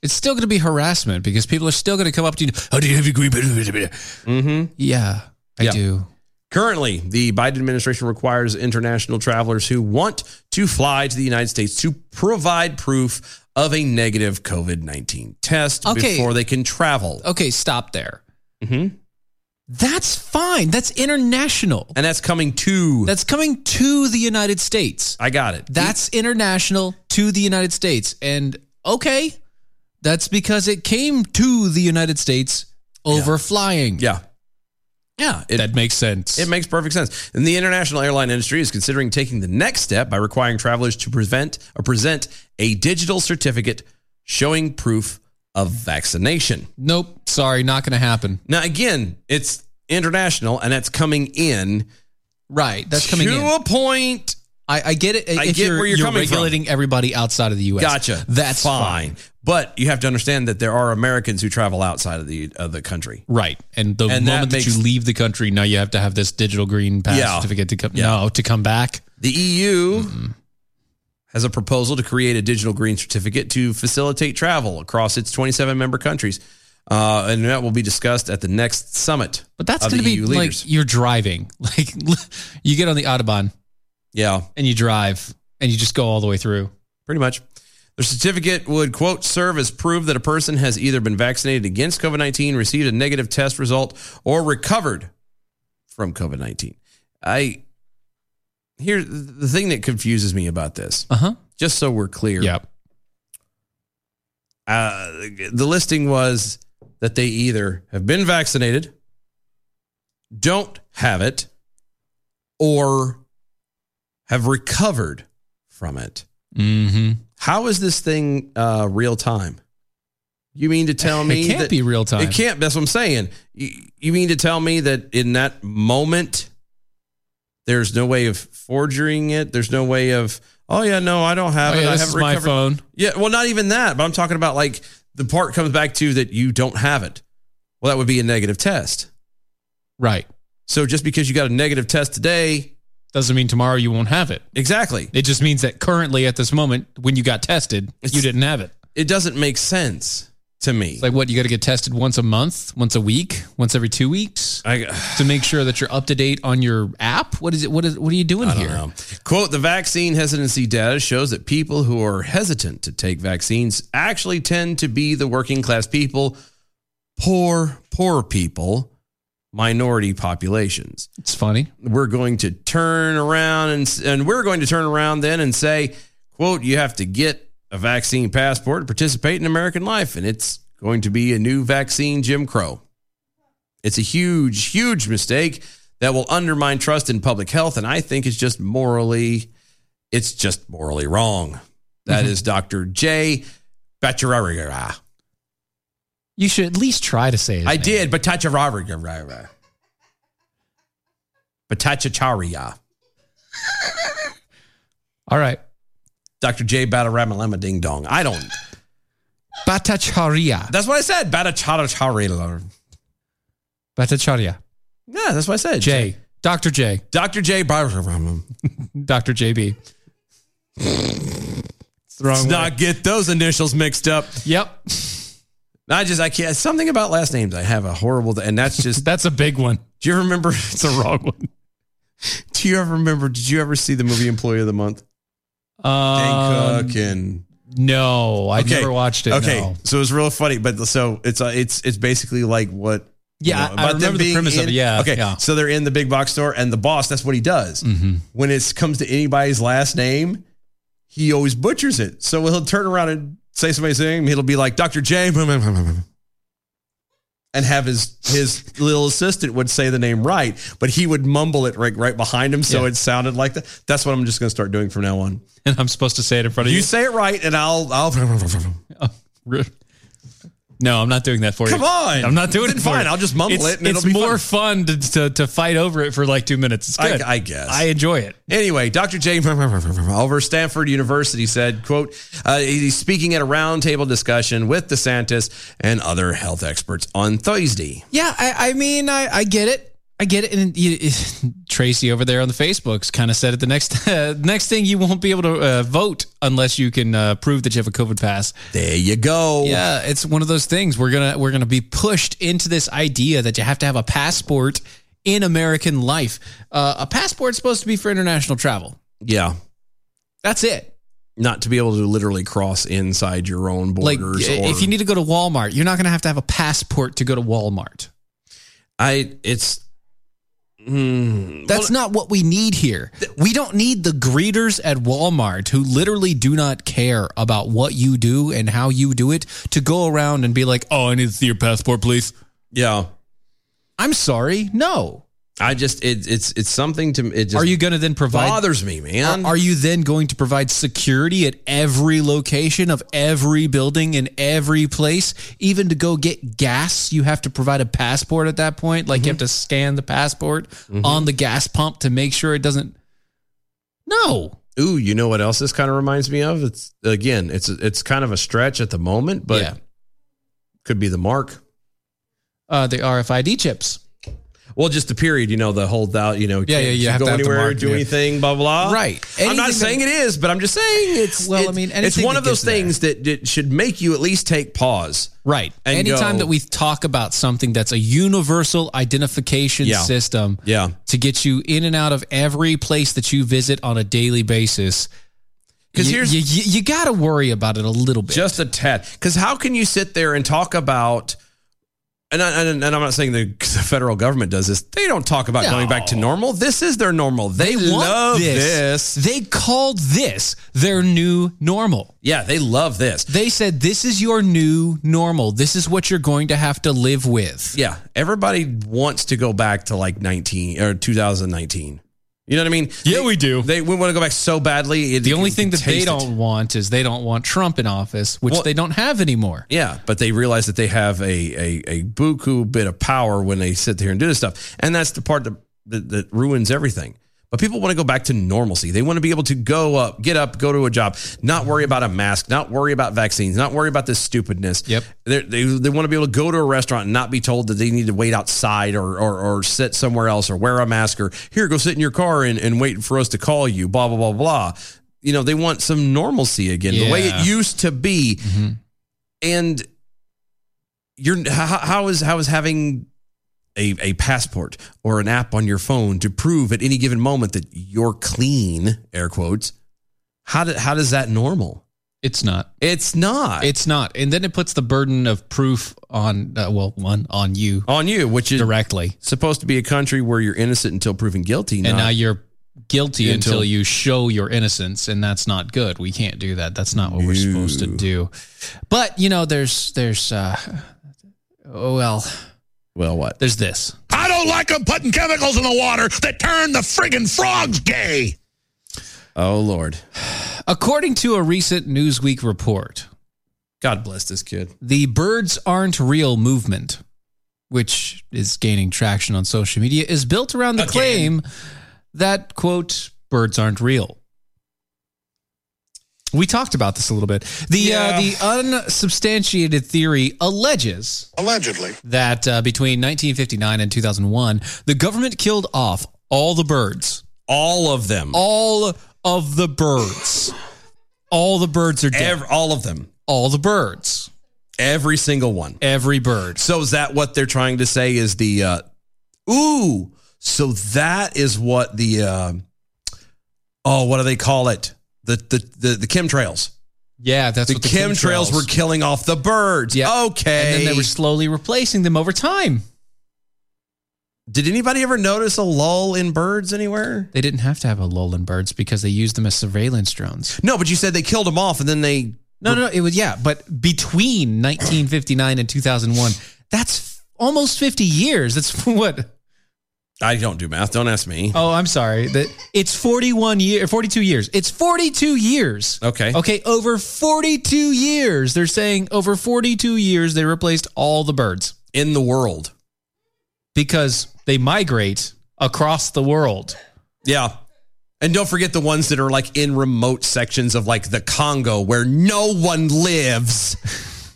S3: It's still going to be harassment because people are still going to come up to you. How do you have your green?
S2: Mm-hmm.
S3: Yeah, I do.
S2: Currently, the Biden administration requires international travelers who want to fly to the United States to provide proof of a negative COVID 19 test
S3: Okay.
S2: before they can travel.
S3: Okay, stop there.
S2: Mm-hmm.
S3: That's fine. That's international.
S2: And that's coming to.
S3: That's coming to the United States.
S2: I got it.
S3: That's international to the United States. And okay, that's because it came to the United States over flying.
S2: Yeah.
S3: Yeah. that makes sense.
S2: It makes perfect sense. And the international airline industry is considering taking the next step by requiring travelers to prevent or present a digital certificate showing proof of vaccination.
S3: nope. Sorry, not going to happen.
S2: Now, again, it's international and that's coming in
S3: Right. That's coming
S2: to
S3: in.
S2: a point
S3: I, I get it.
S2: I
S3: if
S2: get where you're coming from.
S3: regulating everybody outside of the U.S.
S2: Gotcha.
S3: That's fine.
S2: But you have to understand that there are Americans who travel outside of the of the country.
S3: Right. And the
S2: And that
S3: moment that,
S2: makes-
S3: you leave the country, now you have to have this digital green pass
S2: Yeah.
S3: certificate to come.
S2: Yeah.
S3: No, to come back.
S2: The EU has a proposal to create a digital green certificate to facilitate travel across its 27 member countries. Uh, and that will be discussed at the next summit.
S3: But that's
S2: of
S3: going to
S2: the
S3: be
S2: EU
S3: like
S2: leaders.
S3: you're driving. Like you get on the autobahn.
S2: Yeah.
S3: And you drive and you just go all the way through.
S2: Pretty much. The certificate would, quote, serve as proof that a person has either been vaccinated against COVID 19, received a negative test result, or recovered from COVID 19. I, here, the thing that confuses me about this,
S3: uh huh,
S2: just so we're clear.
S3: Yep.
S2: Uh, the listing was that they either have been vaccinated, don't have it, or have recovered from it.
S3: Mm-hmm.
S2: How is this thing uh, real time? You mean to tell
S3: It
S2: me
S3: can't
S2: that-
S3: be real time.
S2: It can't. That's what I'm saying. You, you mean to tell me that in that moment, there's no way of forging it. There's no way of. Oh yeah, no, I don't have
S3: Oh,
S2: it.
S3: yeah,
S2: I
S3: this
S2: have
S3: is my phone.
S2: Yeah, well, not even that. But I'm talking about like the part comes back to that you don't have it. Well, that would be a negative test,
S3: right?
S2: So just because you got a negative test today
S3: doesn't mean tomorrow you won't have it.
S2: Exactly.
S3: It just means that currently at this moment, when you got tested, you didn't have it.
S2: It doesn't make sense to me.
S3: like what you got to get tested once a month, once a week, once every two weeks to make sure that you're up to date on your app. What is it? What is? What are you doing here?
S2: Quote, the vaccine hesitancy data shows that people who are hesitant to take vaccines actually tend to be the working class people, poor, poor people, minority populations.
S3: It's funny.
S2: We're going to turn around and and we're going to turn around then and say, quote, you have to get a vaccine passport to participate in American life and it's going to be a new vaccine Jim Crow. It's a huge, huge mistake that will undermine trust in public health, and I think it's just morally, it's just morally wrong. That is Dr. J. Bachararagara.
S3: You should at least try to say it.
S2: I did, Bachararagara. Batachacharya.
S3: All right.
S2: Dr. J. Bataramalama Ding Dong. I don't.
S3: Bhattacharya.
S2: That's what I said. Batacharya.
S3: Bhattacharya.
S2: Yeah, that's what I said.
S3: J. Dr. J.
S2: Dr. J. Bataramalama.
S3: Dr. JB. wrong
S2: Let's
S3: way.
S2: not get those initials mixed up.
S3: Yep.
S2: I just I can't something about last names. I have a horrible and that's just
S3: that's a big one.
S2: Do you remember it's
S3: a wrong one?
S2: Do you ever remember did you ever see the movie Employee of the Month?
S3: Um,
S2: Dan Cook and
S3: No, I never watched it.
S2: Okay,
S3: no.
S2: so it's real funny, but so it's uh, it's it's basically like what.
S3: Yeah, I- I
S2: about them
S3: remember the
S2: being
S3: premise of
S2: in-
S3: it, yeah,
S2: Okay.
S3: yeah. Mm-hmm.
S2: So they're in the big box store, and the boss. That's what he does. When it comes to anybody's last name, he always butchers it. So he'll turn around and say somebody's name. He'll be like Doctor J, and have his his little assistant would say the name right, but he would mumble it right right behind him, so
S3: Yeah.
S2: it sounded like that. That's what I'm just going to start doing from now on.
S3: And I'm supposed to say it in front of
S2: You,
S3: you.
S2: say it right, and I'll I'll.
S3: No, I'm not doing that for you.
S2: Come on.
S3: I'm not doing
S2: Then
S3: it. for
S2: fine,
S3: you.
S2: I'll just mumble
S3: It's-
S2: it and
S3: it's
S2: it'll be
S3: more fun, to, to to fight over it for like two minutes. It's
S2: I-
S3: good.
S2: I guess.
S3: I enjoy it.
S2: Anyway, Dr. James over Stanford University said, quote, uh, he's speaking at a roundtable discussion with DeSantis and other health experts on Thursday.
S3: Yeah, I, I mean, I, I get it. I get it. And you, Tracy over there on the Facebooks kind of said it. The next next thing, you won't be able to uh, vote unless you can uh, prove that you have a COVID pass.
S2: There you go.
S3: Yeah, it's one of those things. We're gonna we're gonna be pushed into this idea that you have to have a passport in American life. Uh, a passport's supposed to be for international travel.
S2: Yeah.
S3: That's it.
S2: Not to be able to literally cross inside your own borders.
S3: like,
S2: or,
S3: if you need to go to Walmart, you're not gonna have to have a passport to go to Walmart.
S2: I, it's, mm,
S3: That's not what we need here. We don't need the greeters at Walmart who literally do not care about what you do and how you do it to go around and be like, "Oh, I need to see your passport, please."
S2: yeah.
S3: I'm sorry, no.
S2: I just, it, it's, it's something to, it just
S3: are you going to then provide?
S2: bothers me, man.
S3: Are, are you then going to provide security at every location of every building in every place? Even to go get gas, you have to provide a passport at that point. Like you have to
S2: Mm-hmm.
S3: scan the passport on the gas pump to make sure it doesn't. No,
S2: Ooh, you know what else this kind of reminds me of? It's again, it's it's kind of a stretch at the moment, but
S3: Yeah.
S2: could be the mark.
S3: Uh, the RFID chips.
S2: Well, just the period, you know, the whole thou, you know,
S3: Yeah, yeah, you
S2: can't
S3: have
S2: go
S3: to have the
S2: anywhere,
S3: mark,
S2: do
S3: yeah.
S2: anything, blah blah.
S3: Right.
S2: I'm not
S3: Anything
S2: saying it is, but I'm just saying it's.
S3: Well,
S2: it-
S3: I mean,
S2: it's
S3: anything
S2: one
S3: that
S2: of those
S3: gets there.
S2: things that, that should make you at least take pause.
S3: Right.
S2: And
S3: Anytime
S2: go-
S3: that we talk about something that's a universal identification
S2: Yeah.
S3: system
S2: Yeah.
S3: to get you in and out of every place that you visit on a daily basis.
S2: 'Cause
S3: you-
S2: here's-
S3: you, you, you got to worry about it a little bit.
S2: Just a tad. Because how can you sit there and talk about. And, I, and, and I'm not saying the, the federal government does this. They don't talk about going back to normal. This is their normal. They,
S3: want
S2: love this.
S3: They called this their new normal.
S2: Yeah, they love this.
S3: They said this is your new normal. This is what you're going to have to live with.
S2: Yeah, everybody wants to go back to like 19 or 2019. You know what I mean? Yeah, we do. They we want to go back so badly.
S3: The only thing that they don't want is they don't want Trump in office, which
S2: Well-
S3: they don't have anymore.
S2: Yeah, but they realize that they have a a a buku bit of power when they sit here and do this stuff, and that's the part that that, that ruins everything. But people want to go back to normalcy. They want to be able to go up, get up, go to a job, not worry about a mask, not worry about vaccines, not worry about this stupidness. Yep. They're, they they want to be able to go to a restaurant and not be told that they need to wait outside or or, or sit somewhere else or wear a mask or here go sit in your car and, and wait for us to call you. Blah blah blah blah. You know they want some normalcy again, the way
S5: Yeah.
S2: it used to be and you're how, how is how is having a, a passport or an app on your phone to prove at any given moment that you're clean air quotes how do, how does that normal
S3: it's not
S2: it's not
S3: It's not. And then it puts the burden of proof on, uh, well, one, on you.
S2: On you, which is
S3: directly
S2: supposed to be a country where you're innocent until proven guilty
S3: And now
S2: not-
S3: you're guilty until,
S2: Until-
S3: you show your innocence. And that's not good. We can't do that. That's not what we're supposed to do. But, you know, there's, there's, uh, oh, well.
S2: Well, what?
S3: There's this.
S5: I don't like them putting chemicals in the water that turn the friggin' frogs gay.
S2: oh lord
S3: According to a recent Newsweek report,
S2: God bless this kid.
S3: The Birds Aren't Real movement, which is gaining traction on social media, is built around the claim that, quote, birds aren't real. We talked about this a little bit. The uh, the unsubstantiated theory alleges
S22: allegedly
S3: that uh, between 1959 and 2001, the government killed off all the birds,
S2: all of them,
S3: all of the birds, all the birds are dead,
S2: Ev- all of them,
S3: all the birds,
S2: every single one
S3: every bird
S2: so is that what they're trying to say is the uh ooh so that is what the uh, oh what do they call it the the the, the chemtrails
S3: Yeah, that's
S2: the,
S3: what
S2: chemtrails, were killing off the birds.
S3: Yeah.
S2: Okay.
S3: And then they were slowly replacing them over time.
S2: Did anybody ever notice a lull in birds anywhere?
S3: They didn't have to have a lull in birds because they used them as surveillance drones.
S2: No, but you said they killed them off, and then they.
S3: No, no, no. It was yeah, but between 1959 and 2001, that's f- almost 50 years. That's what?
S2: I don't do math. Don't ask me.
S3: Oh, I'm sorry. That it's 41 year, 42 years. It's 42 years.
S2: Okay.
S3: Oh. Okay, over 42 years. They're saying over 42 years they replaced all the birds
S2: in the world
S3: because they migrate across the world.
S2: Yeah. And don't forget the ones that are like in remote sections of like the Congo where no one lives,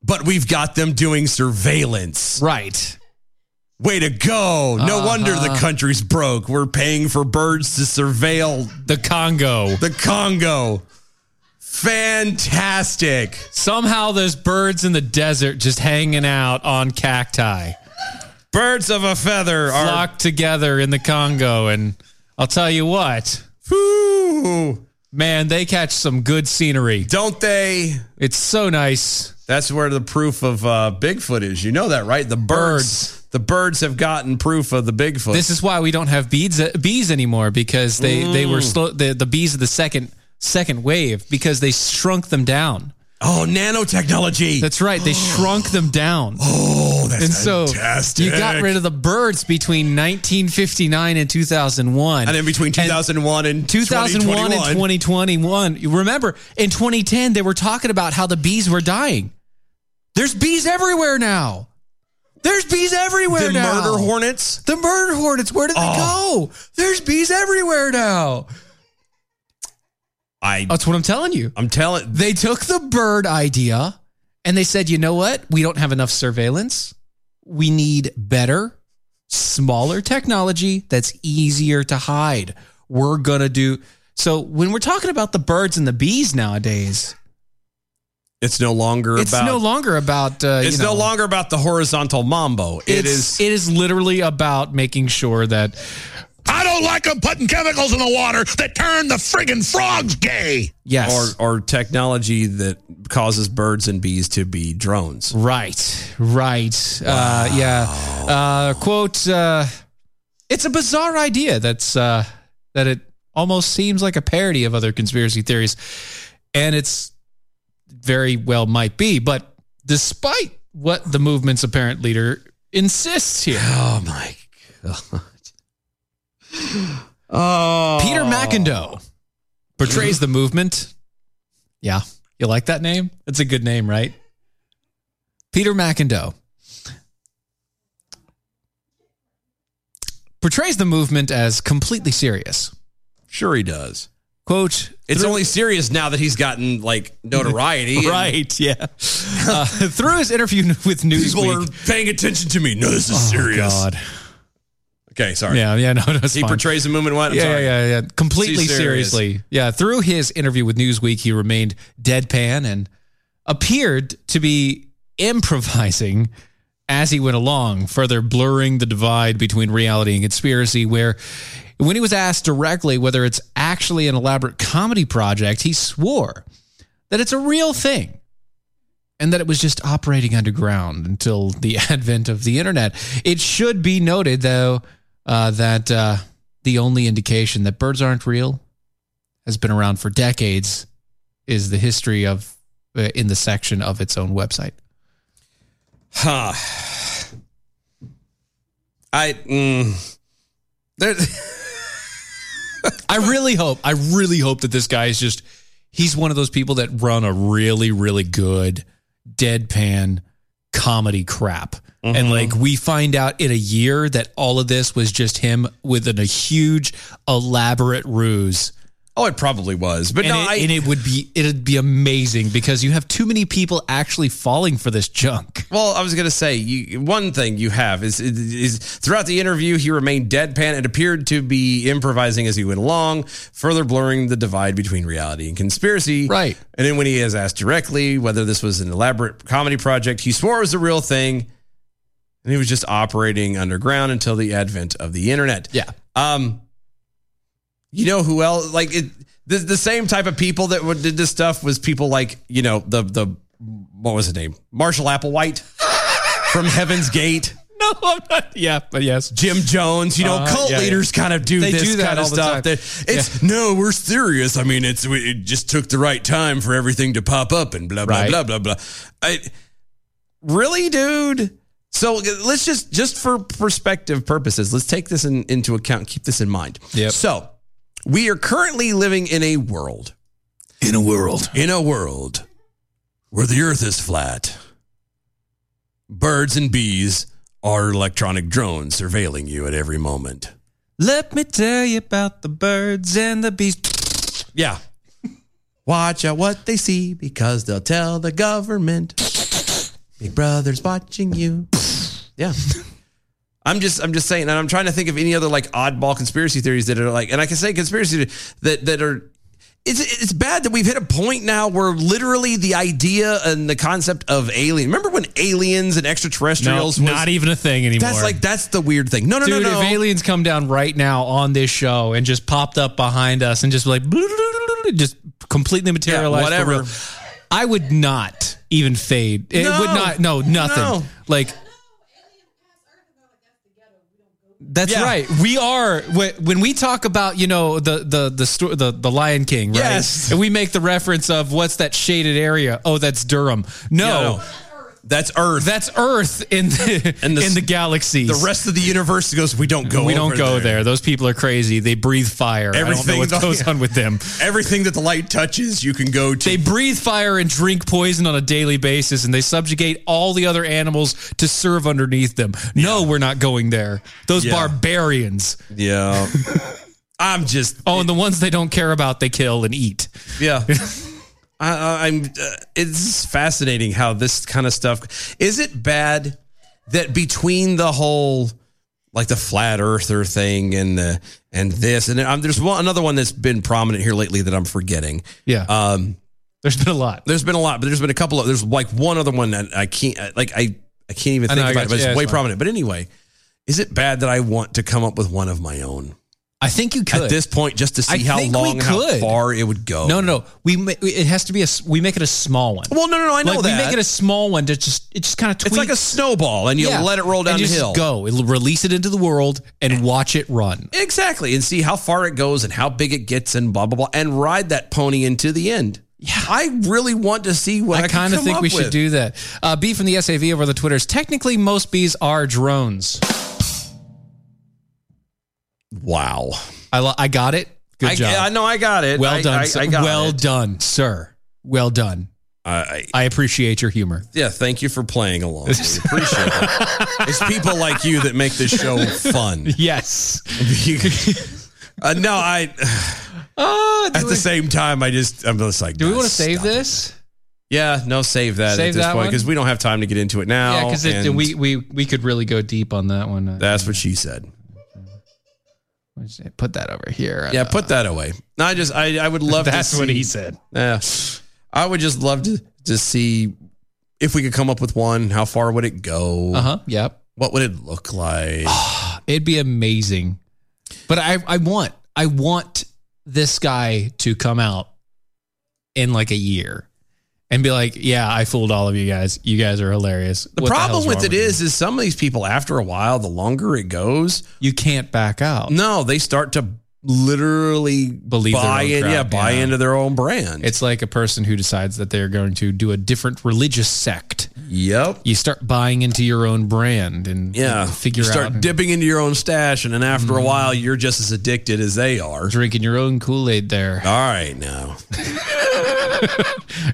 S2: but we've got them doing surveillance.
S3: Right.
S2: Way to go. No wonder the
S3: Uh-huh.
S2: country's broke. We're paying for birds to surveil
S3: the Congo.
S2: The Congo. Fantastic.
S3: Somehow there's birds in the desert just hanging out on cacti.
S2: Birds of a feather are
S3: flocked together in the Congo, and I'll tell you what, man, they catch some good scenery,
S2: don't they?
S3: It's so nice.
S2: That's where the proof of uh, Bigfoot is. You know that, right? The birds, the birds have gotten proof of the Bigfoot.
S3: This is why we don't have bees bees anymore because they they were
S2: Mm.
S3: slow the, the bees of the second second wave because they shrunk them down.
S2: Oh, nanotechnology.
S3: That's right. They shrunk them down.
S2: Oh, that's
S3: and so
S2: fantastic.
S3: you got rid of the birds between 1959 and 2001.
S2: And then between 2001 and
S3: 2001 and
S2: 2021.
S3: 2021. You Remember, in 2010, they were talking about how the bees were dying. There's bees everywhere now. There's bees everywhere
S2: The
S3: now.
S2: murder Oh. hornets?
S3: The murder hornets. Where did they go? There's bees everywhere now.
S2: I
S3: That's what I'm telling you.
S2: I'm telling
S3: They took the bird idea and they said, you know what? We don't have enough surveillance. We need better, smaller technology that's easier to hide. We're going to do. So when we're talking about the birds and the bees nowadays,
S2: it's no longer
S3: it's
S2: about
S3: no longer about. Uh,
S2: it's
S3: you know,
S2: no longer about the horizontal mambo. It
S3: it's-
S2: is
S3: It is literally about making sure that
S5: I don't like them putting chemicals in the water that turn the friggin' frogs gay.
S2: or or technology that causes birds and bees to be drones.
S3: Right, right. Uh, yeah. Uh, quote, uh, it's a bizarre idea that's uh, that it almost seems like a parody of other conspiracy theories. And it's very well might be, but despite what the movement's apparent leader insists here.
S2: Oh my god. Oh.
S3: Peter McIndoe portrays the movement. Yeah. You like that name? It's a good name, right? Peter McIndoe portrays the movement as completely serious.
S2: Sure, he does.
S3: Quote,
S2: It's only serious now that he's gotten like notoriety. and
S3: right, yeah. Uh, through his interview with Newsweek.
S2: People are paying attention to me. No, this is
S3: Oh,
S2: serious.
S3: God.
S2: Okay, sorry.
S3: Yeah, yeah, no, no, it's
S2: He
S3: fine.
S2: portrays the movement. What? I'm
S3: yeah,
S2: sorry.
S3: yeah, yeah, yeah. Completely
S2: Too serious.
S3: seriously. Yeah. Through his interview with Newsweek, he remained deadpan and appeared to be improvising as he went along, further blurring the divide between reality and conspiracy. Where, when he was asked directly whether it's actually an elaborate comedy project, he swore that it's a real thing and that it was just operating underground until the advent of the internet. It should be noted, though, uh, that uh, the only indication that birds aren't real has been around for decades is the history of uh, in the section of its own website.
S2: Huh. I. Mm, there,
S3: I really hope, I really hope that this guy is just, he's one of those people that run a really, really good deadpan comedy crap. And like we find out in a year that all of this was just him with an, a huge, elaborate ruse.
S2: oh, it probably was, but
S3: and
S2: no,
S3: it,
S2: I.
S3: and it would be it'd be amazing because you have too many people actually falling for this junk.
S2: Well, I was gonna say you, one thing you have is, is is throughout the interview he remained deadpan and appeared to be improvising as he went along, further blurring the divide between reality and conspiracy. Right. And then when he is asked directly whether this was an elaborate comedy project, he swore it was the real thing, and he was just operating underground until the advent of the internet.
S3: Yeah.
S2: Um. You know who else? Like it, the the same type of people that would- did this stuff was people like you know the the what was his name Marshall Applewhite from Heaven's Gate.
S3: No, I'm not. Yeah, but yes,
S2: Jim Jones. You know,
S3: Uh,
S2: cult
S3: yeah, yeah.
S2: leaders kind of do
S3: They
S2: this
S3: do that
S2: kind of
S3: all the time.
S2: stuff. That it's no, we're serious. I mean, it's we- it just took the right time for everything to pop up and blah blah
S3: Right.
S2: blah blah blah. I really, dude. So uh, let's just just for perspective purposes, let's take this in, into account. Keep this in mind.
S3: Yep.
S2: So we are currently living in a world. In a world. In a world where the earth is flat. Birds and bees are electronic drones surveilling you at every moment.
S3: Let me tell you about the birds and the bees.
S2: Yeah. Watch out what they see because they'll tell the government. Big brother's watching you. Yeah. I'm just I'm just saying, and I'm trying to think of any other like oddball conspiracy theories that are like, and I can say conspiracy that that are. It's it's bad that we've hit a point now where literally the idea and the concept of alien. Remember when aliens and extraterrestrials? was-
S3: not even a thing anymore.
S2: That's like that's the weird thing. No, no,
S3: Dude,
S2: no, no.
S3: if aliens come down right now on this show and just popped up behind us and just like just completely materialized, for
S2: whatever.
S3: real, I would not even fade. It
S2: No.
S3: would not. No, nothing.
S2: No.
S3: Like. That's
S2: Yeah.
S3: right. We are wh- when we talk about you know the the the sto- the, the Lion King, right?
S2: Yes.
S3: And we make the reference of what's that shaded area? Oh, that's Durham. No,
S2: No, no. that's Earth.
S3: That's Earth in the,
S2: And the-
S3: in the galaxies.
S2: the rest of the universe goes. We don't go.
S3: we don't
S2: over
S3: go
S2: there.
S3: there. Those people are crazy. They breathe fire.
S2: Everything
S3: I don't know what goes on with them.
S2: Everything that the light touches, you can go to.
S3: They breathe fire and drink poison on a daily basis, and they subjugate all the other animals to serve underneath them. No, we're not going there. Those
S2: Yeah.
S3: barbarians.
S2: yeah. I'm just.
S3: Oh, and the ones they don't care about, they kill and eat.
S2: Yeah. I- I, I'm. Uh, it's fascinating how this kind of stuff. Is it bad that between the whole, like the flat earther thing and the and this and um, there's one another one that's been prominent here lately that I'm forgetting.
S3: Yeah.
S2: Um,
S3: there's been a lot.
S2: There's been a lot, but there's been a couple of there's like one other one that I can't uh, like I I can't even
S3: I
S2: think
S3: know, I
S2: about
S3: got
S2: it, but
S3: you.
S2: it's
S3: Yeah, it's
S2: way
S3: fine.
S2: prominent. But anyway, is it bad that I want to come up with one of my own?
S3: I think you could
S2: at this point just to see
S3: I
S2: how
S3: think we
S2: long, how
S3: could.
S2: far it would go.
S3: No, no, no. We ma- it has to be a s- we make it a small one.
S2: Well, no, no, no. I know
S3: like,
S2: that.
S3: We make it a small one to just it just kind of
S2: It's like a snowball, and you let it roll down
S3: and you
S2: the
S3: just
S2: hill.
S3: Go. It'll release it into the world and watch it run.
S2: Exactly. And see how far it goes and how big it gets and blah, blah, blah, and ride that pony into the end. Yeah. I really want to see what I,
S3: I kind of think we should do that. Uh, B from the SAV over the Twitters. Technically, most bees are drones.
S2: Wow.
S3: I lo- I got it. Good
S2: I,
S3: job.
S2: I know I got it.
S3: well
S2: I-
S3: done.
S2: I-
S3: sir.
S2: I got
S3: well
S2: it.
S3: done, sir. Well done.
S2: I,
S3: I appreciate your humor.
S2: Yeah, thank you for playing along. We appreciate it. It's people like you that make this show fun.
S3: Yes.
S2: uh, no, I.
S3: Oh,
S2: at the same time, I just I'm just like.
S3: Do we
S2: "Nah,
S3: want to save
S2: stop it."
S3: this?
S2: Yeah, no, save that at
S3: Save
S2: this
S3: that
S2: point
S3: one?
S2: because we don't have time to get into it now.
S3: yeah, because
S2: and
S3: we, we we could really go deep on that one. Uh,
S2: That's what she said.
S3: Put that over here.
S2: Yeah, put that away. No, I just I, I would love to
S3: That's what
S2: see-
S3: he said.
S2: Yeah. I would just love to to see if we could come up with one, how far would it go?
S3: Uh huh. Yep.
S2: What would it look like?
S3: It'd be amazing. But I I want I want this guy to come out in like a year and be like, yeah, I fooled all of you guys. You guys are hilarious.
S2: the problem with it is is some of these people after a while, the longer it goes,
S3: you can't back out.
S2: No, they start to literally
S3: Believe Oh. their
S2: buy
S3: own
S2: in,
S3: crap,
S2: yeah, buy
S3: yeah.
S2: into their own brand.
S3: It's like a person who decides that they're going to do a different religious sect.
S2: Yep.
S3: You start buying into your own brand and
S2: yeah,
S3: figure
S2: you start
S3: out
S2: dipping into your own stash, and then after a while, you're just as addicted as they are.
S3: drinking your own Kool-Aid there.
S2: All right, now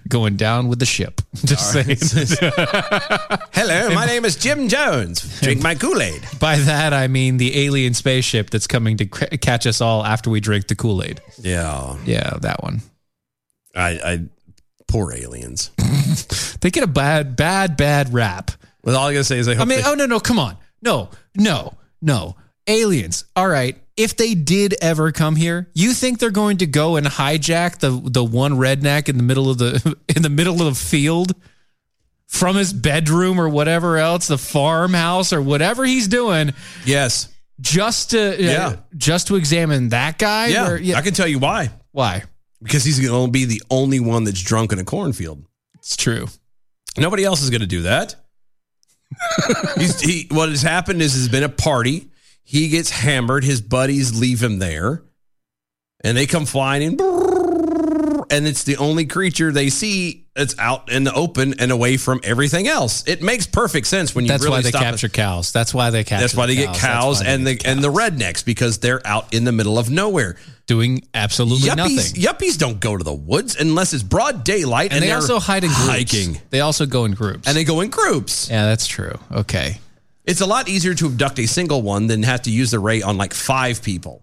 S3: Going down with the ship. Just saying.
S2: Hello, my name is Jim Jones. Drink my Kool Aid.
S3: By that, I mean the alien spaceship that's coming to c- catch us all after we drink the Kool Aid.
S2: Yeah,
S3: Yeah, that one.
S2: I, I poor aliens.
S3: They get a bad, bad, bad rap.
S2: Well, all I gotta say is I hope.
S3: I mean,
S2: they-
S3: oh, no, no, come on. No, no, no. Aliens. All right. If they did ever come here, you think they're going to go and hijack the the one redneck in the middle of the in the middle of the field from his bedroom or whatever else, the farmhouse or whatever he's doing,
S2: yes,
S3: just to uh,
S2: Yeah.
S3: just to examine that guy?
S2: yeah,
S3: Where-
S2: I can tell you why.
S3: Why?
S2: Because he's gonna be the only one that's drunk in a cornfield.
S3: It's true.
S2: Nobody else is going to do that. He's, he, what has happened is there's been a party. He gets hammered. His buddies leave him there, and they come flying in. And it's the only creature they see that's out in the open and away from everything else. It makes perfect sense when you
S3: That's
S2: really
S3: why they
S2: stop and-
S3: capture cows. That's why they capture.
S2: That's why they
S3: the
S2: get cows
S3: That's why
S2: and
S3: they
S2: the and the rednecks because they're out in the middle of nowhere
S3: doing absolutely
S2: Yuppies,
S3: nothing.
S2: yuppies don't go to the woods unless it's broad daylight,
S3: And, they
S2: they're
S3: also hide in groups.
S2: hiking,
S3: They also go in groups.
S2: and they go in groups.
S3: yeah, that's true. Okay.
S2: It's a lot easier to abduct a single one than have to use the ray on like five people.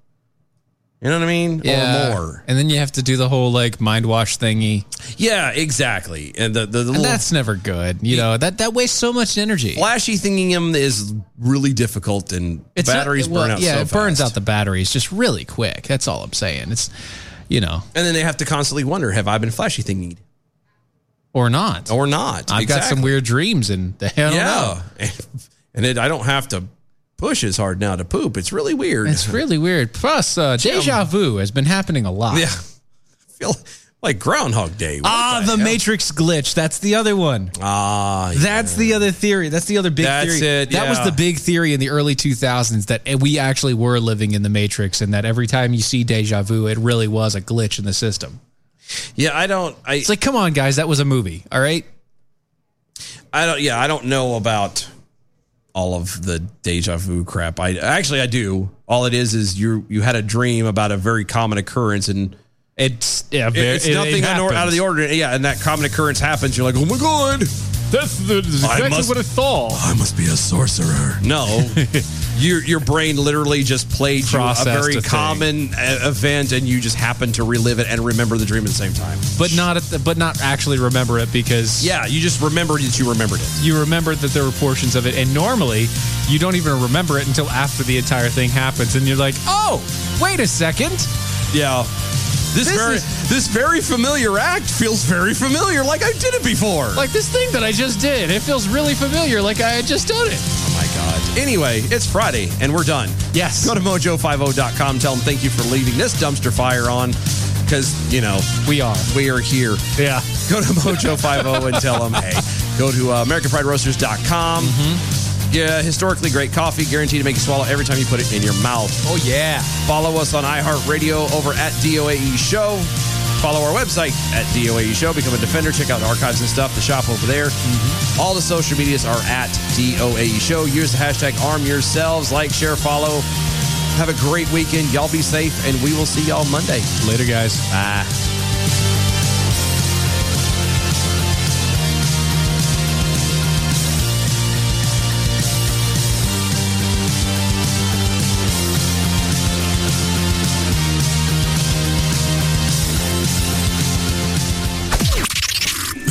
S2: You know what I mean?
S3: Yeah.
S2: Or more.
S3: And then you have to do the whole like mind wash thingy.
S2: Yeah, exactly. And the the, the
S3: And
S2: little
S3: that's never good. You know, that that wastes so much energy.
S2: flashy thinging him is really difficult, and
S3: It's not-
S2: batteries
S3: well,
S2: burn out.
S3: Yeah,
S2: so
S3: it burns
S2: fast.
S3: out the batteries just really quick. That's all I'm saying. It's you know,
S2: And then they have to constantly wonder, have I been flashy thinking
S3: or not.
S2: or not?
S3: I've got some
S2: Exactly.
S3: weird dreams and I don't know.
S2: yeah, and it, I don't have to push as hard now to poop. It's really weird.
S3: It's really weird. Plus, uh, deja vu has been happening a lot.
S2: yeah, feel like Groundhog Day. What
S3: Ah,
S2: hell?
S3: the, Matrix glitch. That's the other one.
S2: Ah, yeah.
S3: That's the other theory. That's the other big
S2: That's
S3: theory.
S2: it,
S3: That was
S2: yeah.
S3: the big theory in the early 2000s that eh, we actually were living in the Matrix and that every time you see deja vu, it really was a glitch in the system.
S2: yeah. I don't. I
S3: It's like, come on, guys, that was a movie. All right.
S2: I don't. Yeah, I don't know about all of the deja vu crap. I actually I do. All it is is you you had a dream about a very common occurrence and.
S3: It's, yeah,
S2: It's nothing out of the order. Yeah, and that common occurrence happens. You're like, oh my god,
S6: That's, the, that's
S2: I
S6: exactly
S2: must-
S6: what I thought.
S2: I must be a sorcerer. No, your your brain literally just played you a
S3: Processed
S2: very
S3: a thing.
S2: common uh, event, and you just happen to relive it and remember the dream at the same time.
S3: but not at the, but not actually remember it because
S2: yeah, you just remembered that you remembered it.
S3: You remembered that there were portions of it, and normally you don't even remember it until after the entire thing happens, and you're like, oh, wait a second.
S2: Yeah. This, very this very familiar act feels very familiar, like I did it before.
S3: Like this thing that I just did, it feels really familiar, like I had just done it.
S2: Oh my God. Anyway, it's Friday and we're done. Yes. Go to mojo50.com. Tell them thank you for leaving this dumpster fire on because, you know,
S3: we are.
S2: We are here.
S3: Yeah.
S2: Go to mojo50 and tell them, hey, go to uh, AmericanFriedRoasters.com.
S3: Mm-hmm.
S2: Yeah, historically great coffee, guaranteed to make you swallow every time you put it in your mouth.
S3: Oh, yeah.
S2: Follow us on iHeartRadio over at DOAE E Show. Follow our website at DOAE Show. Become a defender. Check out the archives and stuff, the shop over there.
S3: Mm-hmm.
S2: All the social medias are at DOAE E Show. Use the hashtag arm yourselves. Like, share, follow. Have a great weekend. Y'all be safe, and we will see y'all Monday.
S3: Later, guys.
S2: Bye.